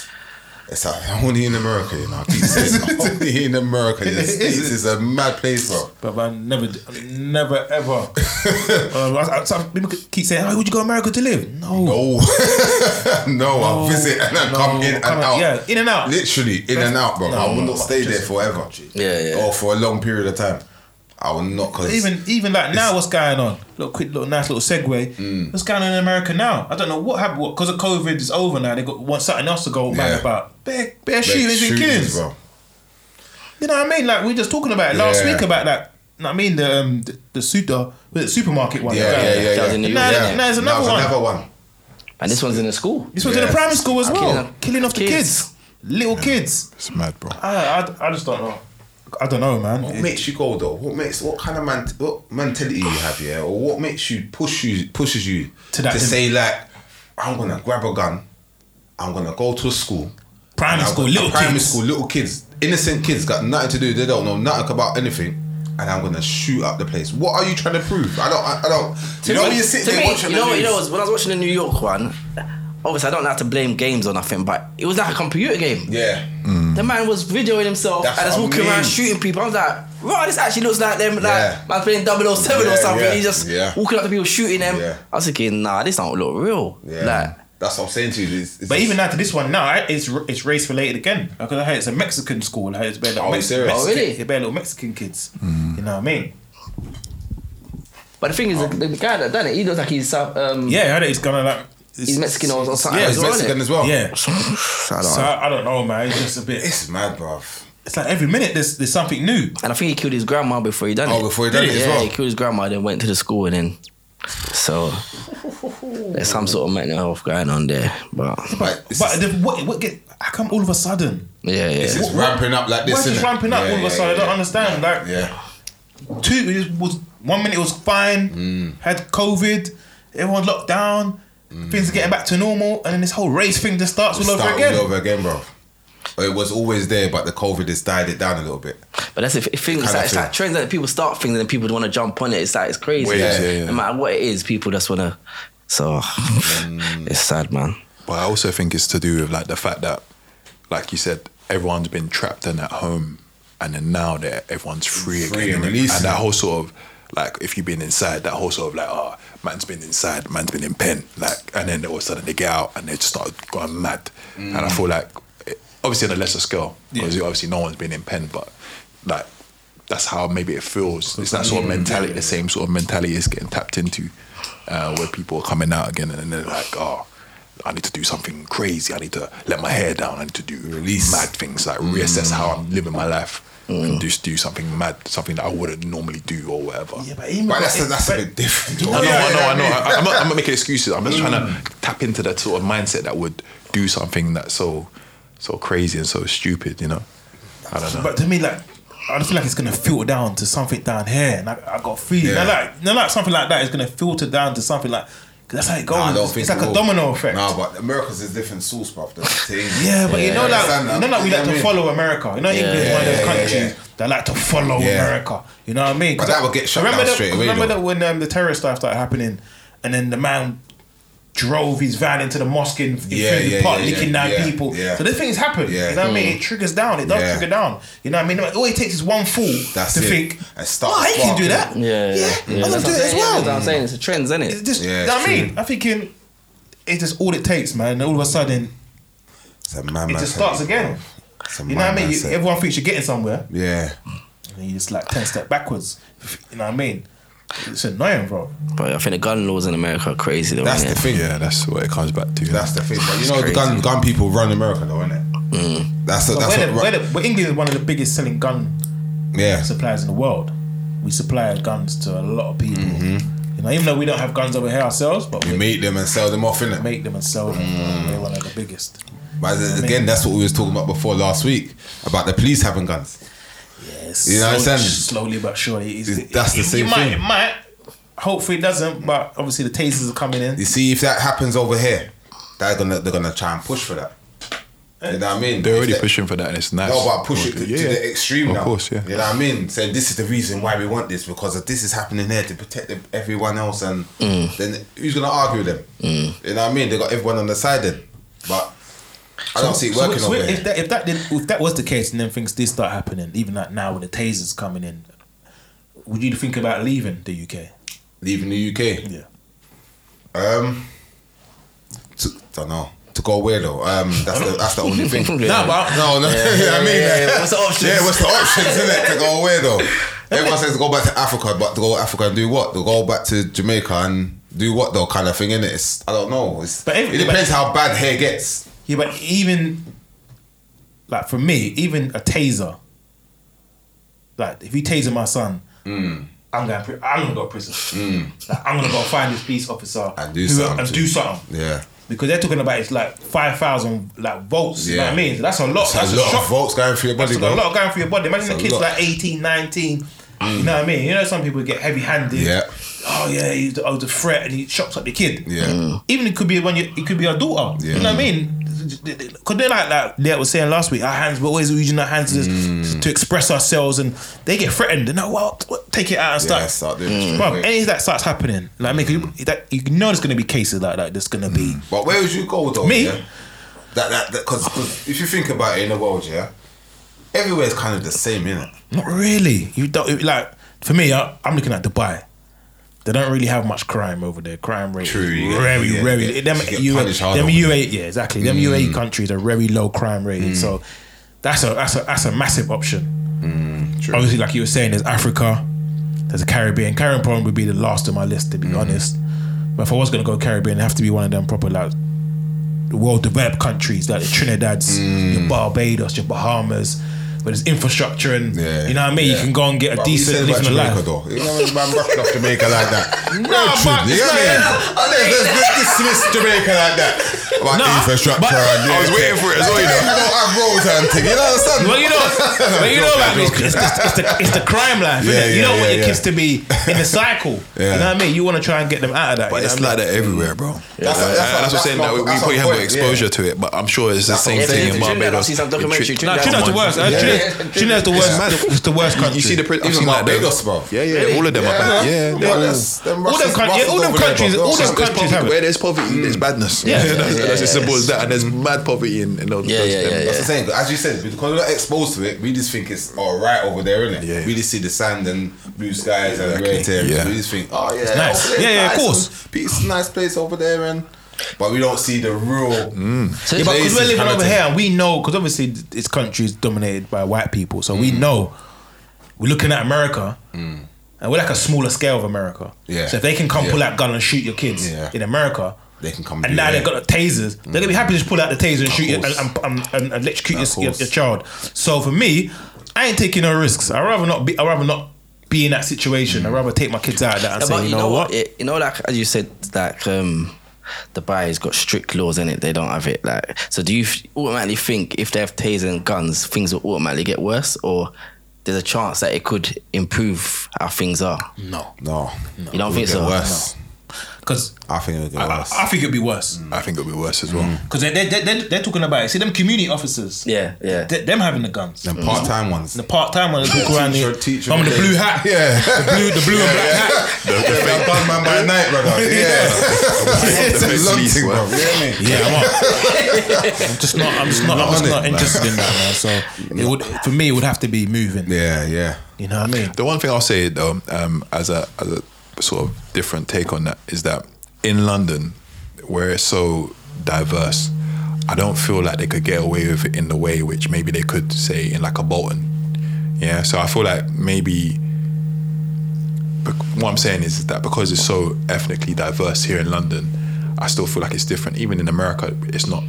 Speaker 2: It's like only in America, you know. I keep saying only in America. The States is a mad place, bro.
Speaker 1: But I never, I never ever. uh, I- I- some people keep saying, "Oh, would you go to America to live?" No,
Speaker 2: No, no, I visit and I
Speaker 1: no,
Speaker 2: come in and
Speaker 1: come
Speaker 2: out.
Speaker 1: Yeah, in and out.
Speaker 2: Literally in and out, bro.
Speaker 1: No,
Speaker 2: I will
Speaker 1: no,
Speaker 2: not stay
Speaker 1: just-
Speaker 2: there forever.
Speaker 4: Yeah, yeah.
Speaker 2: Or for a long period of time. I will not. Cause
Speaker 1: even even like now, what's going on? Little quick, little nice little segue.
Speaker 2: Mm.
Speaker 1: What's going on in America now? I don't know what happened because of COVID is over now. They got want something else to go
Speaker 2: Yeah.
Speaker 1: mad about. Bare, bare
Speaker 2: like,
Speaker 1: shootings and
Speaker 2: shootings,
Speaker 1: killings. You know what I mean? Like we were just talking about it last
Speaker 2: Yeah.
Speaker 1: week about that. You know what I mean? The um the, the super the supermarket one.
Speaker 2: Yeah, yeah, yeah,
Speaker 4: Oh, That
Speaker 2: yeah.
Speaker 4: was in New
Speaker 1: Now,
Speaker 4: York.
Speaker 1: now there's
Speaker 2: Now
Speaker 1: another
Speaker 2: it's
Speaker 1: one.
Speaker 2: Another one.
Speaker 4: And this one's in a school.
Speaker 1: This was in
Speaker 2: Yeah.
Speaker 1: a primary school as well,
Speaker 4: Killing
Speaker 1: killing,
Speaker 4: off
Speaker 1: off the
Speaker 4: kids.
Speaker 1: kids, little kids.
Speaker 3: It's mad, bro.
Speaker 1: I, I I just don't know. I don't know, man.
Speaker 2: What
Speaker 1: It-
Speaker 2: makes you go though? What makes what kind of man what mentality you have yeah, or what makes you push you pushes you
Speaker 1: To that-
Speaker 2: say like I'm gonna grab a gun, I'm gonna go to a school,
Speaker 1: primary
Speaker 2: and I'm
Speaker 1: school,
Speaker 2: gonna-
Speaker 1: little
Speaker 2: primary
Speaker 1: kids.
Speaker 2: school, little kids, innocent kids got nothing to do. They don't know nothing about anything, and I'm gonna shoot up the place. What are you trying to prove? I don't, I, I don't. you know
Speaker 4: me-
Speaker 2: when you sit
Speaker 4: to
Speaker 2: there
Speaker 4: me,
Speaker 2: watching
Speaker 4: you
Speaker 2: the
Speaker 4: know, you
Speaker 2: news-
Speaker 4: know, when I was watching the New York one, obviously I don't like to blame games or nothing, but it was like a computer game.
Speaker 2: yeah,
Speaker 4: The man was videoing himself
Speaker 2: That's
Speaker 4: and was
Speaker 2: what I
Speaker 4: walking around
Speaker 2: mean.
Speaker 4: shooting people. I was like, right, this actually looks like them, like
Speaker 2: Yeah.
Speaker 4: man playing 007
Speaker 2: Yeah,
Speaker 4: or something.
Speaker 2: yeah,
Speaker 4: He's just
Speaker 2: yeah.
Speaker 4: walking up to people, shooting them.
Speaker 2: Yeah.
Speaker 4: I was thinking, nah, this don't look real.
Speaker 2: yeah.
Speaker 4: Like,
Speaker 2: That's what I'm saying to you. It's, it's
Speaker 1: But even now to this one now, right, it's it's race related again because I heard it's a Mexican school. I heard it's bare little
Speaker 2: Oh,
Speaker 1: Mex-
Speaker 2: serious?
Speaker 1: Mexican,
Speaker 4: Oh, really?
Speaker 1: they're bare little Mexican kids. You know what I mean?
Speaker 2: Oh.
Speaker 4: but the thing is, the, the guy that done it, he looks like he's South. Um,
Speaker 1: Yeah, I heard it's gonna like
Speaker 4: He's Mexican or or something.
Speaker 2: Yeah,
Speaker 4: as
Speaker 2: he's
Speaker 4: well, innit?
Speaker 2: Mexican as well.
Speaker 1: Yeah.
Speaker 4: So I don't
Speaker 1: So
Speaker 4: know.
Speaker 1: I, I don't know, man. It's just a bit.
Speaker 2: It's mad, bruv.
Speaker 1: It's like every minute there's there's something new.
Speaker 4: And I think he killed his grandma before he done
Speaker 2: Oh,
Speaker 4: it.
Speaker 2: before he done
Speaker 4: yeah,
Speaker 2: it as well.
Speaker 4: he killed his grandma, then went to the school, and then so there's some sort of mental health going on there. But
Speaker 2: But, it's
Speaker 1: But the, what what get? How come all of a sudden?
Speaker 4: yeah,
Speaker 2: it's
Speaker 4: yeah,
Speaker 2: just ramping up like this.
Speaker 1: Where's this
Speaker 2: innit?
Speaker 1: ramping up
Speaker 2: Yeah,
Speaker 1: all of
Speaker 2: yeah,
Speaker 1: a sudden? I
Speaker 2: yeah.
Speaker 1: don't understand. Like
Speaker 2: Yeah.
Speaker 1: two it was one minute it was fine, had COVID, everyone locked down, things are getting back to normal, and then this whole race thing just starts all
Speaker 2: Start
Speaker 1: over again.
Speaker 2: all over again, bro. It was always there, but the COVID has died it down a little bit.
Speaker 4: but that's the thing. It's
Speaker 2: Kinda
Speaker 4: like, it's
Speaker 2: thing.
Speaker 4: like trends that people start things and then people want to jump on it. It's like it's crazy.
Speaker 3: Waves,
Speaker 4: Like,
Speaker 3: yeah, yeah.
Speaker 4: No matter what it is, people just want to. So
Speaker 1: Mm.
Speaker 4: it's sad, man.
Speaker 3: But I also think it's to do with like the fact that, like you said, everyone's been trapped and at home, and then now that everyone's free,
Speaker 2: Free
Speaker 3: again,
Speaker 2: and
Speaker 3: innit?
Speaker 2: releasing.
Speaker 3: and that whole sort of like if you've been inside, that whole sort of like oh man's been inside, man's been in pen, like and then all of a sudden they get out and they just start going mad, and
Speaker 2: Mm.
Speaker 3: I feel like it- obviously on a lesser scale because obviously no one's been in pen, but like that's how maybe it feels. It's that sort of mentality, the same sort of mentality is getting tapped into, uh, where people are coming out again and then they're like, oh, I need to do something crazy. I need to let my hair down. I need to do mad things, like reassess how I'm
Speaker 2: Mm.
Speaker 3: living my life and just do something mad, something that I wouldn't normally do or whatever.
Speaker 1: Yeah, but even
Speaker 2: But that's a,
Speaker 1: it-
Speaker 2: that's a
Speaker 1: but-
Speaker 2: bit different.
Speaker 3: I know,
Speaker 2: Yeah, Mm.
Speaker 3: I know,
Speaker 2: yeah,
Speaker 3: I know.
Speaker 2: yeah.
Speaker 3: I, I'm, not, I'm not making excuses. I'm just trying to tap into that sort of mindset that would do something that's so, so crazy and so stupid. You know, I don't know.
Speaker 1: But to me, like, I just feel like it's gonna filter down to something down here, and I, I got a feeling.
Speaker 2: Yeah.
Speaker 1: Now, like, now, like something like that is gonna filter down to something like 'cause that's how it goes.
Speaker 2: Nah, I don't
Speaker 1: it's
Speaker 2: think
Speaker 1: it's like
Speaker 2: it
Speaker 1: a
Speaker 2: will.
Speaker 1: domino effect.
Speaker 2: Nah, but America's a different source, bro. That's the thing.
Speaker 1: Yeah, but you know
Speaker 2: Yeah, I
Speaker 1: that like,
Speaker 2: understand that.
Speaker 1: you know like we
Speaker 2: You
Speaker 1: like
Speaker 2: know what I
Speaker 1: to
Speaker 2: mean?
Speaker 1: follow America. You know England is one of
Speaker 2: Yeah,
Speaker 1: those
Speaker 2: yeah,
Speaker 1: countries
Speaker 2: yeah.
Speaker 1: that like to follow
Speaker 2: Yeah.
Speaker 1: America. You know what I mean? 'Cause
Speaker 2: But that would get shut
Speaker 1: remember
Speaker 2: down
Speaker 1: that,
Speaker 2: straight away,
Speaker 1: Remember
Speaker 2: though.
Speaker 1: that when um, the terrorist stuff started happening, and then the man drove his van into the mosque in, in
Speaker 2: Yeah,
Speaker 1: Finsbury
Speaker 2: yeah,
Speaker 1: Park,
Speaker 2: yeah,
Speaker 1: licking
Speaker 2: yeah,
Speaker 1: down
Speaker 2: yeah,
Speaker 1: people.
Speaker 2: yeah.
Speaker 1: So the things happen.
Speaker 2: Yeah. Mm.
Speaker 1: You know what I mean? It triggers down. It does
Speaker 2: Yeah.
Speaker 1: trigger down. You know what I mean? All it takes is one fool
Speaker 2: That's
Speaker 1: to
Speaker 2: it.
Speaker 1: think.
Speaker 2: And start
Speaker 1: "Oh, he can do
Speaker 2: sparking.
Speaker 1: that.
Speaker 4: Yeah, yeah.
Speaker 1: I'm gonna
Speaker 4: That's
Speaker 1: do
Speaker 4: what
Speaker 1: it
Speaker 4: I'm
Speaker 1: as
Speaker 4: saying, yeah, that's what
Speaker 1: well.
Speaker 4: I'm saying it's a trends, isn't
Speaker 1: It's
Speaker 4: it?
Speaker 1: just.
Speaker 2: Yeah,
Speaker 1: you know what I
Speaker 2: it's
Speaker 1: mean? I'm thinking. It's just all it takes, man. And all of a sudden,
Speaker 2: It's a man
Speaker 1: it just starts again. You know what I mean? You, Oh, everyone thinks you're getting somewhere,
Speaker 2: yeah.
Speaker 1: and you just like ten step backwards. You know what I mean? It's annoying, bro.
Speaker 4: But I think the gun laws in America are crazy. Though,
Speaker 2: That's the
Speaker 4: innit?
Speaker 2: thing.
Speaker 3: yeah, that's what it comes back to.
Speaker 2: That's the thing. But you
Speaker 4: It's
Speaker 2: know, the
Speaker 4: crazy.
Speaker 2: gun gun people run America, though, innit? That's the,
Speaker 1: Mm. But
Speaker 2: that's
Speaker 1: we're, the,
Speaker 2: what.
Speaker 1: we're, the, we're England is one of the biggest selling gun
Speaker 2: yeah.
Speaker 1: suppliers in the world. We supply guns to a lot of people.
Speaker 2: Mm-hmm.
Speaker 1: You know, even though we don't have guns over here ourselves, but
Speaker 2: You
Speaker 1: we
Speaker 2: make them and sell them off, innit?
Speaker 1: make them and sell them.
Speaker 2: Mm.
Speaker 1: We're one of the biggest.
Speaker 2: But then again, that's what we was talking about before last week about the police having guns.
Speaker 1: Yes.
Speaker 2: You know what I'm saying?
Speaker 1: Slowly but surely, it's,
Speaker 2: It's- that's the
Speaker 1: it-
Speaker 2: same
Speaker 1: it might,
Speaker 2: thing.
Speaker 1: It might. Hopefully, it doesn't. But obviously, the tasers are coming in.
Speaker 2: You see, if that happens over here, they're gonna they're gonna try and push for that. You know what I mean?
Speaker 3: They're already
Speaker 2: If they-
Speaker 3: pushing for that, and it's nice.
Speaker 2: No, but push it to,
Speaker 3: yeah.
Speaker 2: to the extreme
Speaker 3: Of
Speaker 2: now.
Speaker 3: course, yeah.
Speaker 2: You know what I mean? Saying this is the reason why we want this because if this is happening here to protect the- everyone else, and
Speaker 3: Mm.
Speaker 2: then who's gonna argue with them? You know what I mean? They got everyone on the side then, but I don't Oh, see it working
Speaker 1: so
Speaker 2: over
Speaker 1: if
Speaker 2: here.
Speaker 1: That, if that did, if that was the case, and then things did start happening, even like now with the tasers coming in, would you think about leaving the UK?
Speaker 2: Leaving the UK,
Speaker 1: Yeah.
Speaker 2: um, to, don't know to go away though. Um, that's the that's the only thing.
Speaker 4: Yeah.
Speaker 2: No, but no, no. you know what I mean,
Speaker 4: yeah, yeah. What's the options?
Speaker 2: Yeah, what's the options in it to go away though? Everyone says go back to Africa, but to go to Africa and do what? To go back to Jamaica and do what though? Kind of thing in it. I don't know. It's,
Speaker 1: But if-
Speaker 2: it depends how bad hair gets.
Speaker 1: Yeah, but even like for me, even a taser, like if you taser my son,
Speaker 2: Mm.
Speaker 1: I'm going. pri- I'm gonna go to prison. Like, I'm gonna go find this police officer
Speaker 2: And do
Speaker 1: who-
Speaker 2: something
Speaker 1: And
Speaker 2: to
Speaker 1: do
Speaker 2: him.
Speaker 1: something.
Speaker 2: Yeah,
Speaker 1: Because they're talking about it's like five thousand like volts. You know
Speaker 2: Yeah.
Speaker 1: what I mean? So that's a lot.
Speaker 2: it's
Speaker 1: that's
Speaker 2: a lot
Speaker 1: shock.
Speaker 2: of volts going through your body,
Speaker 1: It's got a
Speaker 2: bro.
Speaker 1: lot going through your body. Imagine
Speaker 2: It's
Speaker 1: the
Speaker 2: a
Speaker 1: kid's
Speaker 2: lot. Mm.
Speaker 1: like 18, 19. You know what I mean? You know, some people get heavy handed.
Speaker 2: Yeah.
Speaker 1: Oh, yeah, he's the, oh, the threat and he chops up the kid.
Speaker 2: Yeah. Mm.
Speaker 1: Even it could be when you, it could be your daughter. You
Speaker 2: Yeah.
Speaker 1: know what I mean? Because they're like that, like, Leah was saying last week, our hands, we're always using our hands
Speaker 2: Mm.
Speaker 1: to, to express ourselves and they get threatened. And now, well, what- take it out and
Speaker 2: Yeah,
Speaker 1: start.
Speaker 2: start doing it.
Speaker 1: Bro, eh,
Speaker 2: straight away.
Speaker 1: any of that starts happening, like, I mean, 'cause you, that, you know, there's going to be cases like that. There's going to be.
Speaker 2: But where would you go though?
Speaker 1: Me?
Speaker 2: Yeah? That that because if you think about it in the world, yeah, everywhere is kind of the same, innit?
Speaker 1: Not really. You don't like for me. I, I'm looking at Dubai. They don't really have much crime over there. Crime rate,
Speaker 2: True,
Speaker 1: is
Speaker 2: you get-
Speaker 1: very,
Speaker 2: you get-
Speaker 1: very.
Speaker 2: you
Speaker 1: them
Speaker 2: get
Speaker 1: U,
Speaker 2: punished hard
Speaker 1: them
Speaker 2: over
Speaker 1: UAE, yeah, exactly. Them
Speaker 2: Mm.
Speaker 1: UAE countries are very low crime rated, so that's a that's a that's a massive option.
Speaker 2: Mm, true.
Speaker 1: Obviously, like you
Speaker 2: Mm.
Speaker 1: were saying, there's Africa, there's the Caribbean. Caribbean probably would be the last on my list, to be honest. But if I was gonna go Caribbean, it'd have to be one of them proper like well developed countries like the Trinidad's,
Speaker 2: Mm.
Speaker 1: your Barbados, your Bahamas, where there's infrastructure and
Speaker 2: Yeah.
Speaker 1: you know what I mean. You
Speaker 2: Yeah.
Speaker 1: can go and get a
Speaker 2: But you said
Speaker 1: decent
Speaker 2: about
Speaker 1: living
Speaker 2: Jamaica
Speaker 1: life.
Speaker 2: though. You know, man, roughed off Jamaica like that.
Speaker 1: but
Speaker 2: No, you
Speaker 1: it's
Speaker 2: know what I mean?
Speaker 4: not-
Speaker 2: Let's, let's, let's dismiss Jamaica like that. About
Speaker 1: Nah,
Speaker 2: infrastructure.
Speaker 1: but-
Speaker 2: and
Speaker 3: I was waiting for it as well, you know.
Speaker 2: I don't have roads and thing. You know what I'm saying?
Speaker 1: Well, you know, well, you know, like, it's, it's, the, it's, the, it's the crime life.
Speaker 2: Yeah,
Speaker 1: innit? you
Speaker 2: yeah,
Speaker 1: don't want
Speaker 2: yeah,
Speaker 1: your
Speaker 2: yeah.
Speaker 1: kids to be in the cycle.
Speaker 2: Yeah.
Speaker 1: You know what I mean? You want to try and get them out of that. you
Speaker 3: But
Speaker 1: know
Speaker 3: it's
Speaker 1: what I
Speaker 3: like that everywhere, bro.
Speaker 2: That's-
Speaker 3: Uh,
Speaker 2: that's-
Speaker 3: that's what I'm
Speaker 2: that's
Speaker 3: saying.
Speaker 2: my-
Speaker 3: That we
Speaker 2: that's my
Speaker 3: probably have
Speaker 2: point,
Speaker 3: no exposure to it, but I'm sure it's the same
Speaker 4: Yeah,
Speaker 3: thing
Speaker 4: Trinidad-
Speaker 3: in
Speaker 4: Trinidad,
Speaker 3: Barbados.
Speaker 4: I've seen some
Speaker 3: Trin-
Speaker 4: documentary.
Speaker 1: mean? no, Trinidad's the worst. Uh,
Speaker 3: Yeah.
Speaker 1: Trinidad, Trinidad's the worst. It's the worst country.
Speaker 3: You see the print? I've
Speaker 2: Even
Speaker 3: seen like
Speaker 2: Barbados,
Speaker 3: the,
Speaker 2: bro.
Speaker 3: Yeah, yeah, all of them. are bad. yeah they're
Speaker 2: Well,
Speaker 3: all-
Speaker 2: that's- them
Speaker 1: All them
Speaker 2: Russians-
Speaker 1: coun- yeah,
Speaker 2: Russians
Speaker 1: all them
Speaker 2: over there,
Speaker 1: countries-
Speaker 2: bro.
Speaker 1: all them
Speaker 2: Russians-
Speaker 1: countries have it.
Speaker 3: where there's poverty, there's badness.
Speaker 1: Yeah.
Speaker 3: that's,
Speaker 4: Yeah,
Speaker 3: that's
Speaker 4: yeah,
Speaker 3: as simple
Speaker 4: yeah.
Speaker 3: as that. And there's mad poverty in, in those.
Speaker 4: Yeah,
Speaker 3: those
Speaker 4: yeah, yeah,
Speaker 3: them-
Speaker 2: That's the thing. As you said, because we're not exposed to it, we just think it's all right over there, innit?
Speaker 3: Yeah.
Speaker 2: We just see the sand and blue skies and
Speaker 3: Exactly.
Speaker 2: great areas.
Speaker 3: Yeah.
Speaker 2: We just think, oh yeah,
Speaker 1: nice.
Speaker 2: over there,
Speaker 1: Yeah, yeah, of
Speaker 2: nice
Speaker 1: course.
Speaker 2: and Peace, nice place over there, and but we don't see the real.
Speaker 1: Yeah,
Speaker 4: So
Speaker 3: Mm.
Speaker 4: it's
Speaker 1: but because
Speaker 2: Places,
Speaker 1: we're living over
Speaker 2: Hamilton.
Speaker 1: here and we know, because obviously th- this country is dominated by white people, so
Speaker 2: Mm.
Speaker 1: we know we're looking at America and we're like a smaller scale of America.
Speaker 2: Yeah.
Speaker 1: So if they can come
Speaker 2: Yeah.
Speaker 1: pull out gun and shoot your kids
Speaker 2: Yeah.
Speaker 1: in America,
Speaker 2: They can come
Speaker 1: and
Speaker 2: do
Speaker 1: now
Speaker 2: that.
Speaker 1: they've got the tasers. They're gonna be happy to just pull out the taser and shoot you and,
Speaker 2: course.
Speaker 1: and, and, and, and electrocute
Speaker 2: Of
Speaker 1: your, your,
Speaker 2: course.
Speaker 1: your child. So for me, I ain't taking no risks. I rather not be. I rather not be in that situation. I
Speaker 2: Mm.
Speaker 1: would rather take my kids out of that and
Speaker 4: Yeah,
Speaker 1: say,
Speaker 4: but
Speaker 1: you know what?
Speaker 4: Yeah, you know, like as you said, like um, Dubai's got strict laws in it. They don't have it. Like, so do you f- automatically think if they have tasers and guns, things will automatically get worse, or there's a chance that it could improve how things are?
Speaker 1: No,
Speaker 2: No, no,
Speaker 4: You don't
Speaker 2: It'll
Speaker 4: think
Speaker 2: get
Speaker 4: so?
Speaker 2: Worse.
Speaker 1: because
Speaker 2: I think it'll
Speaker 1: I,
Speaker 2: get worse.
Speaker 1: I, I think it'd be worse.
Speaker 2: Mm.
Speaker 3: I think it'll be worse as well.
Speaker 1: Because they they they they're, they're talking about it. See them community officers.
Speaker 4: Yeah, yeah.
Speaker 1: Th- them having the guns.
Speaker 2: and part-time ones.
Speaker 1: The part time ones walk around
Speaker 2: Teacher-
Speaker 1: here.
Speaker 2: teacher
Speaker 1: I'm with
Speaker 2: with
Speaker 1: the
Speaker 2: the-
Speaker 1: blue hat.
Speaker 2: Yeah.
Speaker 1: The blue, the blue and black hat.
Speaker 2: The, yeah, bad man by night, brother. Yeah, it's
Speaker 3: fake
Speaker 2: a long
Speaker 3: police
Speaker 2: thing,
Speaker 3: work.
Speaker 2: bro. You hear me?
Speaker 1: Yeah, I'm up. I'm just not. I'm just not. I'm just
Speaker 2: on
Speaker 1: not
Speaker 2: it, man.
Speaker 1: interested in that, man. So it would for me. It would have to be moving.
Speaker 2: Yeah, yeah.
Speaker 1: You know what I mean?
Speaker 3: The one thing I'll say though, um, as a as a sort of different take on that, is that in London, where it's so diverse, I don't feel like they could get away with it in the way which maybe they could say in like a Bolton. Yeah, so I feel like maybe bec- what I'm saying is that because it's so ethnically diverse here in London, I still feel like it's different. Even in America, it's not.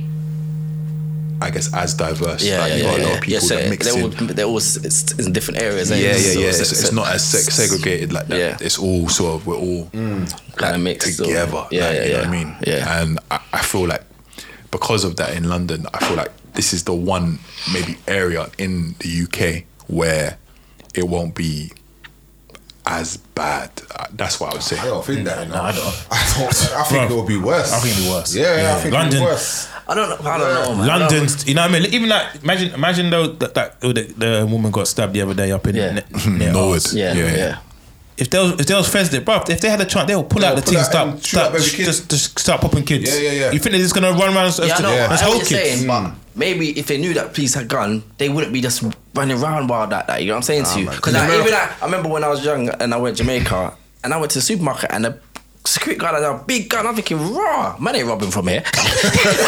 Speaker 3: I guess as diverse.
Speaker 4: Yeah,
Speaker 3: like,
Speaker 4: yeah,
Speaker 3: you
Speaker 4: yeah.
Speaker 3: got a
Speaker 4: yeah.
Speaker 3: lot of people
Speaker 4: yeah, so
Speaker 3: that mix
Speaker 4: they're
Speaker 3: in.
Speaker 4: all, they're all s- it's in different areas. eh? ain't
Speaker 3: Yeah,
Speaker 4: it?
Speaker 3: yeah,
Speaker 4: So
Speaker 3: yeah. It's, it's not as sex segregated like that.
Speaker 4: Yeah. Mm.
Speaker 3: It's all sort of we're all
Speaker 4: Kinda mixed, so-
Speaker 3: together.
Speaker 4: yeah,
Speaker 3: like,
Speaker 4: yeah,
Speaker 3: you know
Speaker 4: yeah.
Speaker 3: what I mean.
Speaker 4: Yeah.
Speaker 3: and I, I feel like because of that in London, I feel like this is the one maybe area in the UK where it won't be as bad. Uh, That's what I would say.
Speaker 2: I don't think that. No,
Speaker 1: I don't.
Speaker 2: I don't. I think
Speaker 1: Bro,
Speaker 2: it'll be worse.
Speaker 1: I think it'll be worse.
Speaker 2: Yeah, yeah,
Speaker 1: Yeah.
Speaker 2: I think
Speaker 1: London-
Speaker 2: it'll be worse.
Speaker 4: I don't know. I don't know. Man.
Speaker 1: London, you know what I mean? Even like, imagine, imagine though that, that oh, the, the woman got stabbed the other day up in
Speaker 4: Yeah.
Speaker 1: ne- near
Speaker 3: Mm, Norwood.
Speaker 1: Arles.
Speaker 4: Yeah, yeah.
Speaker 3: yeah.
Speaker 4: yeah.
Speaker 1: If there was, if there was Fezzik, bro, if they had a chance, they'll pull out the
Speaker 2: pull
Speaker 1: thing,
Speaker 2: out
Speaker 1: start,
Speaker 2: and shoot up
Speaker 1: start
Speaker 2: every
Speaker 1: just,
Speaker 2: kid.
Speaker 1: just, start popping kids.
Speaker 2: Yeah, yeah, yeah.
Speaker 1: You think they're just gonna run around?
Speaker 4: Yeah, I know.
Speaker 2: Yeah.
Speaker 4: I
Speaker 1: That's
Speaker 4: know
Speaker 1: whole
Speaker 4: what you're
Speaker 1: kids.
Speaker 4: saying,
Speaker 2: Mm.
Speaker 4: but maybe if they knew that police had gun, they wouldn't be just running around wild like that. You know what I'm saying to you?
Speaker 2: man.
Speaker 4: Because
Speaker 2: Yeah.
Speaker 4: like, even like, I remember when I was young and I went to Jamaica and I went to the supermarket and the security guard had a big gun. I'm thinking, raw, man ain't robbing from here.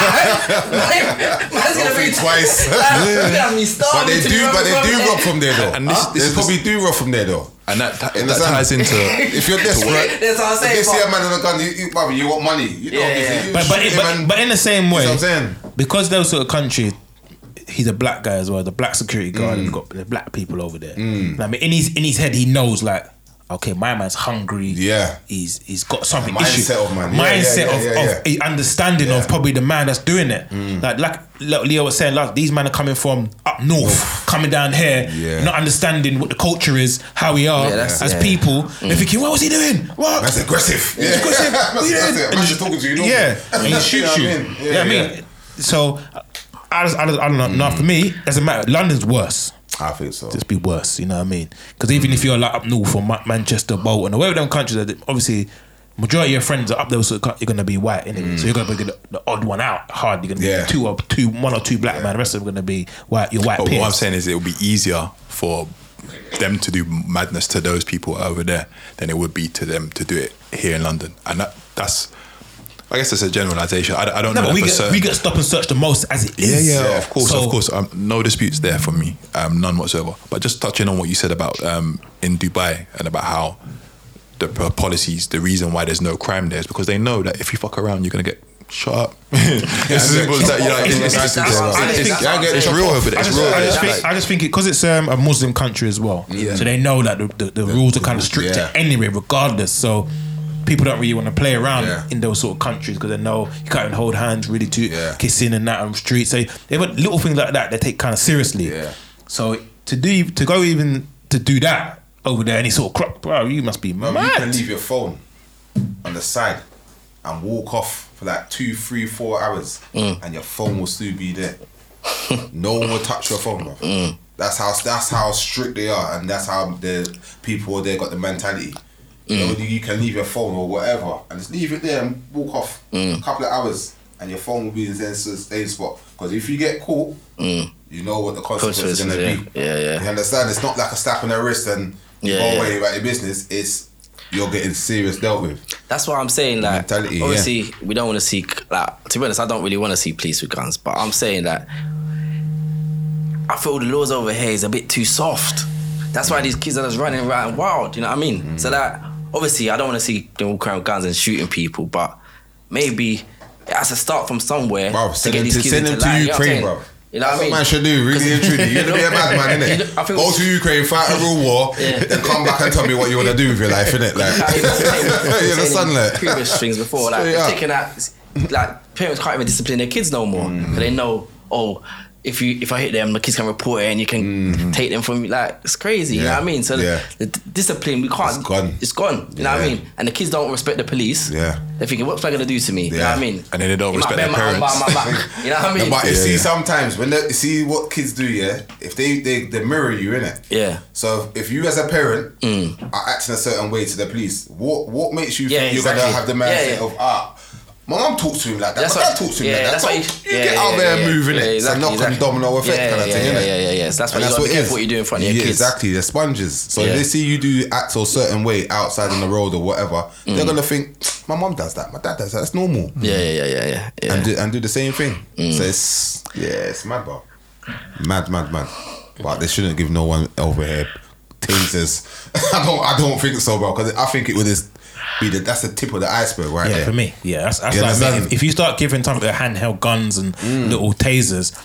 Speaker 4: man, man's gonna be
Speaker 2: think twice.
Speaker 4: Like, you're gonna have me starving
Speaker 2: But they
Speaker 4: to be
Speaker 2: do, but
Speaker 4: robbing
Speaker 2: they
Speaker 4: from
Speaker 2: do
Speaker 4: here.
Speaker 2: rob from there though.
Speaker 3: And this-
Speaker 2: Huh?
Speaker 3: this
Speaker 2: they
Speaker 3: is-
Speaker 2: probably do rob from there though.
Speaker 3: And that, that, that
Speaker 2: Understand?
Speaker 3: ties into
Speaker 2: If you're desperate,
Speaker 4: That's what I'm saying,
Speaker 2: If you see
Speaker 4: but-
Speaker 2: a man on a gun, you, you, brother, you want money. You know,
Speaker 4: Yeah,
Speaker 2: you-
Speaker 4: yeah.
Speaker 2: you
Speaker 1: But but,
Speaker 2: shoot
Speaker 1: it,
Speaker 2: him
Speaker 1: but
Speaker 2: and-
Speaker 1: but in the same way,
Speaker 2: You know what I'm saying?
Speaker 1: because those sort of country, he's a black guy as well. The black security
Speaker 2: Mm.
Speaker 1: guard, we've got the black people over there. And I mean, in his in his head, he knows like, okay, my man's hungry.
Speaker 2: Yeah.
Speaker 1: he's he's got something
Speaker 2: Mindset
Speaker 1: issue.
Speaker 2: of man. Yeah, yeah,
Speaker 1: mindset
Speaker 2: yeah,
Speaker 1: of,
Speaker 2: yeah,
Speaker 1: of a understanding of
Speaker 2: Yeah. Mm.
Speaker 1: probably the man that's doing it. Like like like Leo was saying, like these men are coming from up north, coming down here,
Speaker 2: Yeah.
Speaker 1: not understanding what the culture is, how we are
Speaker 4: Yeah, that's-
Speaker 1: as
Speaker 4: yeah.
Speaker 1: people. They're thinking, what was he doing? What?
Speaker 2: Mm. That's aggressive. Yeah.
Speaker 1: It's aggressive.
Speaker 2: That's
Speaker 1: Yeah.
Speaker 2: aggressive. Man's just talking to you. know?
Speaker 1: Yeah, and he shoots you.
Speaker 2: know
Speaker 1: Yeah,
Speaker 2: what
Speaker 1: I
Speaker 2: I
Speaker 1: mean,
Speaker 2: mean? Yeah, yeah.
Speaker 1: so I just, I, just, I don't know. Nah, for me, doesn't matter. London's worse.
Speaker 2: I feel so.
Speaker 1: Just be worse. You know what I mean? Because even if you're like up north from Ma- Manchester, Bolton, or wherever them countries, are, obviously. Majority of your friends are up there, so you're gonna be white, innit? So you're gonna be the, the odd one out. Hard, you're gonna be
Speaker 2: Yeah. Oh,
Speaker 1: two or two, one or two black man. The rest of them gonna be white. Your white
Speaker 3: But
Speaker 1: peers.
Speaker 3: Oh, what I'm saying is, it would be easier for them to do madness to those people over there than it would be to them to do it here in London. And that, that's, I guess, it's a generalization. I, I don't
Speaker 1: no,
Speaker 3: know
Speaker 1: but we
Speaker 3: for
Speaker 1: get
Speaker 3: certain.
Speaker 1: we get stop and search the most as it
Speaker 3: yeah,
Speaker 1: is.
Speaker 3: yeah, of course,
Speaker 1: So-
Speaker 3: of course. Um, no disputes there for me, um, none whatsoever. But just touching on what you said about um, in Dubai and about how the p- policies, the reason why there's no crime there is because they know that if you fuck around, you're gonna get shot up. it's as simple as that. You know,
Speaker 2: It's-
Speaker 3: it's,
Speaker 2: it's-
Speaker 3: it's, it's,
Speaker 2: it's-
Speaker 3: it's-
Speaker 2: it's-
Speaker 3: it's- it's real over there.
Speaker 1: I
Speaker 3: It's
Speaker 1: just,
Speaker 3: real.
Speaker 1: I
Speaker 3: over
Speaker 1: just
Speaker 3: there.
Speaker 1: think, I just think it because it's um, a Muslim country as well. So they know that the, the, the rules are kind of stricter
Speaker 2: Yeah.
Speaker 1: anyway, regardless. So people don't really want to play around
Speaker 2: Yeah.
Speaker 1: in those sort of countries because they know you can't even hold hands really to
Speaker 2: Yeah.
Speaker 1: kissing and that on the street. So they want little things like that they take kind of seriously.
Speaker 2: Yeah.
Speaker 1: So to do to go even to do that over there any sort of crop, bro, you must be
Speaker 2: No, but you can
Speaker 1: mad.
Speaker 2: leave your phone on the side and walk off for like two, three, four hours,
Speaker 4: Mm.
Speaker 2: and your phone will still be there. no one will touch your phone, bro.
Speaker 4: Mm.
Speaker 2: That's how that's how strict they are, and that's how the people there got the mentality. You,
Speaker 4: Mm.
Speaker 2: know, you can leave your phone or whatever, and just leave it there and walk off
Speaker 4: Mm.
Speaker 2: a couple of hours, and your phone will be in the same, same spot. Because if you get caught, you know what the consequence is going to
Speaker 4: Mm. Consequences,
Speaker 2: be.
Speaker 4: yeah. Yeah, yeah.
Speaker 2: You understand? It's not like a slap on the wrist and
Speaker 4: Yeah,
Speaker 2: go
Speaker 4: yeah.
Speaker 2: away about your business. It's you're getting serious dealt with.
Speaker 4: That's what I'm saying. Like,
Speaker 2: Mentality, yeah.
Speaker 4: obviously, we don't want to see. Like, to be honest, I don't really want to see police with guns. But I'm saying that I feel the laws over here is a bit too soft. That's why these kids are just running around wild. You know what I mean?
Speaker 2: Mm.
Speaker 4: So that obviously, I don't want to see them walking around with guns and shooting people. But maybe it has to start from somewhere
Speaker 2: Bro,
Speaker 4: to
Speaker 2: send
Speaker 4: get
Speaker 2: them
Speaker 4: these
Speaker 2: to,
Speaker 4: kids
Speaker 2: send them
Speaker 4: into
Speaker 2: to
Speaker 4: line, you know what I'm
Speaker 2: Ukraine,
Speaker 4: saying?
Speaker 2: bro.
Speaker 4: You know what I
Speaker 2: That's
Speaker 4: mean?
Speaker 2: man should do, really and truly. You're gonna be a bad man,
Speaker 4: You know, I
Speaker 2: innit?
Speaker 4: think-
Speaker 2: Go to Ukraine, fight a real war,
Speaker 4: Yeah.
Speaker 2: then come back and tell me what you wanna do with your life, innit? Like,
Speaker 4: Like, even saying-
Speaker 2: you
Speaker 4: saying in
Speaker 2: understand, like?
Speaker 4: Previous things before, like
Speaker 2: Straight up.
Speaker 4: taking that, like parents can't even discipline their kids no more.
Speaker 2: Mm.
Speaker 4: 'Cause They know, oh, if you if I hit them, the kids can report it, and you can take them from like it's crazy. You know
Speaker 2: Mm-hmm. Yeah.
Speaker 4: what I mean? So
Speaker 2: Yeah.
Speaker 4: the, the discipline we can't.
Speaker 2: It's gone.
Speaker 4: It's gone. You know what I
Speaker 2: Yeah.
Speaker 4: mean? And the kids don't respect the police.
Speaker 2: Yeah.
Speaker 4: They're thinking, what's that gonna do to me? You know
Speaker 2: Yeah.
Speaker 4: what I mean?
Speaker 3: And then they don't
Speaker 4: It might
Speaker 3: respect
Speaker 4: be
Speaker 3: their
Speaker 4: my- my-
Speaker 3: parents.
Speaker 4: my- my- You know what I mean?
Speaker 2: But you
Speaker 3: Yeah,
Speaker 2: see,
Speaker 3: yeah.
Speaker 2: sometimes when they you see what kids do, yeah, if they they, they mirror you, innit?
Speaker 4: Yeah. Mm.
Speaker 2: So if you as a parent are acting a certain way to the police, what what makes you
Speaker 4: Yeah,
Speaker 2: think you're
Speaker 4: exactly.
Speaker 2: gonna have the mindset
Speaker 4: Yeah, yeah.
Speaker 2: of ah, my mum talks to him like that,
Speaker 4: That's
Speaker 2: my
Speaker 4: what-
Speaker 2: dad talks to him
Speaker 4: yeah,
Speaker 2: like that.
Speaker 4: that's
Speaker 2: So
Speaker 4: what
Speaker 2: you,
Speaker 4: you- yeah,
Speaker 2: get
Speaker 4: yeah,
Speaker 2: out
Speaker 4: yeah,
Speaker 2: there
Speaker 4: yeah,
Speaker 2: moving
Speaker 4: yeah,
Speaker 2: it,
Speaker 4: exactly,
Speaker 2: it's a knock
Speaker 4: exactly.
Speaker 2: and domino effect
Speaker 4: Yeah,
Speaker 2: kind of
Speaker 4: yeah,
Speaker 2: thing,
Speaker 4: yeah,
Speaker 2: innit?
Speaker 4: yeah, yeah, yeah. So that's why
Speaker 2: And that's
Speaker 4: you
Speaker 2: what
Speaker 4: gotta be
Speaker 2: it is.
Speaker 4: careful what you do in front of your
Speaker 2: yeah,
Speaker 4: kids.
Speaker 2: Exactly, they're sponges. So
Speaker 4: Yeah.
Speaker 2: if they see you do act a certain way outside on the road or whatever,
Speaker 4: Mm.
Speaker 2: they're gonna think my mum does that, my dad does that. That's normal.
Speaker 4: Yeah, yeah, yeah, yeah, yeah. yeah.
Speaker 2: And do, and do the same thing. So it's yeah, it's mad, bro. Mad, mad, mad. But they shouldn't give no one over here tasers. I don't, I don't think so, bro. Because I think it would just be the that's the tip of the iceberg, right
Speaker 1: Yeah,
Speaker 2: there.
Speaker 1: for me, yeah, that's, that's
Speaker 2: You
Speaker 1: like
Speaker 2: understand?
Speaker 1: if, if you start giving time to handheld guns and
Speaker 2: Mm.
Speaker 1: little tasers,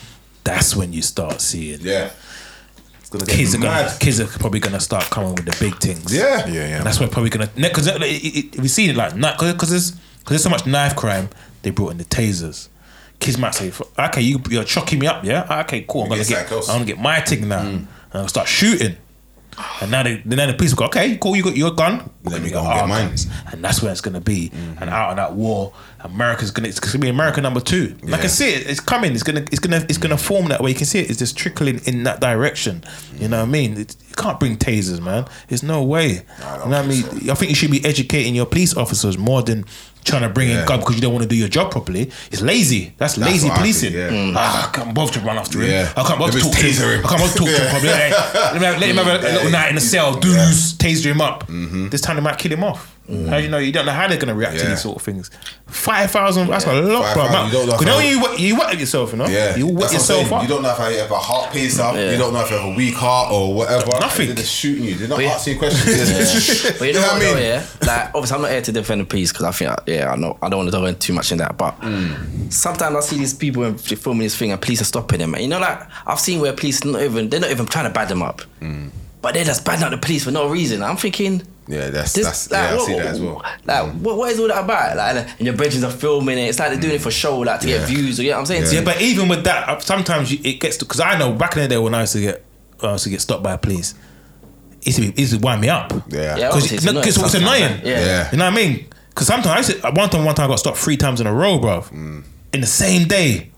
Speaker 1: that's when you start seeing
Speaker 2: Yeah, it's gonna get
Speaker 1: kids are gonna,
Speaker 2: mad.
Speaker 1: kids are probably gonna start coming with the big things.
Speaker 2: Yeah,
Speaker 3: Yeah, yeah.
Speaker 1: And that's where probably gonna because we see it like because because there's because there's so much knife crime. They brought in the tasers. Kids might say, "F- "Okay, you, you're chucking me up, yeah? Ah, Okay, cool. I'm
Speaker 2: You
Speaker 1: gonna
Speaker 2: get Mm.
Speaker 1: get, I'm
Speaker 2: psychos.
Speaker 1: gonna get my thing now, and I'll start shooting." And now, they, then the police will go, "Okay, cool. You got your gun.
Speaker 2: Let me
Speaker 1: You
Speaker 2: go
Speaker 1: got
Speaker 2: and get
Speaker 1: our
Speaker 2: mine."
Speaker 1: guns. And that's where it's gonna be.
Speaker 2: Mm-hmm.
Speaker 1: And out of that war, America's gonna it's gonna be America number two. And I
Speaker 2: Yeah.
Speaker 1: can see it. It's coming. It's gonna it's gonna it's gonna form that way. You can see it. It's just trickling in that direction. You know what I mean? It, you can't bring tasers, man. There's no way.
Speaker 2: I don't
Speaker 1: you know what I mean?
Speaker 2: think
Speaker 1: I think you should be educating your police officers more than trying to bring in
Speaker 2: Yeah.
Speaker 1: gun because you don't want to do your job properly. It's lazy. That's, lazy
Speaker 2: what I think,
Speaker 1: policing.
Speaker 2: yeah. Mm.
Speaker 1: Ah, I can't bother to run after him.
Speaker 2: Yeah.
Speaker 1: I can't bother to
Speaker 2: Let me
Speaker 1: talk to
Speaker 2: taser
Speaker 1: him.
Speaker 2: him.
Speaker 1: I can't bother to talk to him
Speaker 2: Yeah.
Speaker 1: properly. Hey, let, him have, let him have a, a little
Speaker 2: Yeah.
Speaker 1: night in the cell. Do
Speaker 2: Yeah.
Speaker 1: taser him up. This time they might kill him off. How do you know? You don't know how they're going to react to
Speaker 2: Mm-hmm. Mm. Yeah.
Speaker 1: these sort of things. Five thousand. That's a lot, bro.
Speaker 2: 5,000,
Speaker 1: Man,
Speaker 2: you don't know
Speaker 1: you know
Speaker 2: how-
Speaker 1: when you wet- you wet yourself, you know.
Speaker 2: Yeah,
Speaker 1: You wet
Speaker 2: That's what I'm
Speaker 1: yourself
Speaker 2: saying.
Speaker 1: up.
Speaker 2: You don't know if I have a heart pace up.
Speaker 4: Yeah.
Speaker 2: You don't know if I have a weak heart or whatever.
Speaker 1: Nothing.
Speaker 2: They're just shooting you. They're not
Speaker 4: But yeah.
Speaker 2: asking you questions. They're just-
Speaker 4: But you know what I mean? yeah? Like, obviously, I'm not here to defend the police because I think, yeah, I know I don't want to delve into too much in that. But
Speaker 2: Mm.
Speaker 4: sometimes I see these people and they're filming this thing and police are stopping them. And you know, like I've seen where police not even they're not even trying to bad them up, but they're just badding up the police for no reason. I'm thinking.
Speaker 2: Mm. Yeah, that's
Speaker 4: This,
Speaker 2: that's
Speaker 4: like,
Speaker 2: yeah.
Speaker 4: what,
Speaker 2: I see that as well. Mm.
Speaker 4: Like, what, what is all that about? Like, and, and your bridges are filming it. It's like they're doing it for show, like to
Speaker 2: Mm. Yeah.
Speaker 4: get views. Or, you know what I'm saying?
Speaker 1: Yeah, but even with that, uh, sometimes you, it gets to because I know back in the day when I used to get, I used to get stopped by police. It used to, be, it used to wind me up.
Speaker 2: Yeah.
Speaker 4: Yeah,
Speaker 1: because
Speaker 4: obviously,
Speaker 1: it's, no, 'cause it's
Speaker 4: sometimes,
Speaker 1: annoying.
Speaker 4: man. Yeah.
Speaker 2: Yeah.
Speaker 1: you know what I mean. Because sometimes I used to, uh, one time, one time I got stopped three times in a row, bro, in the same day.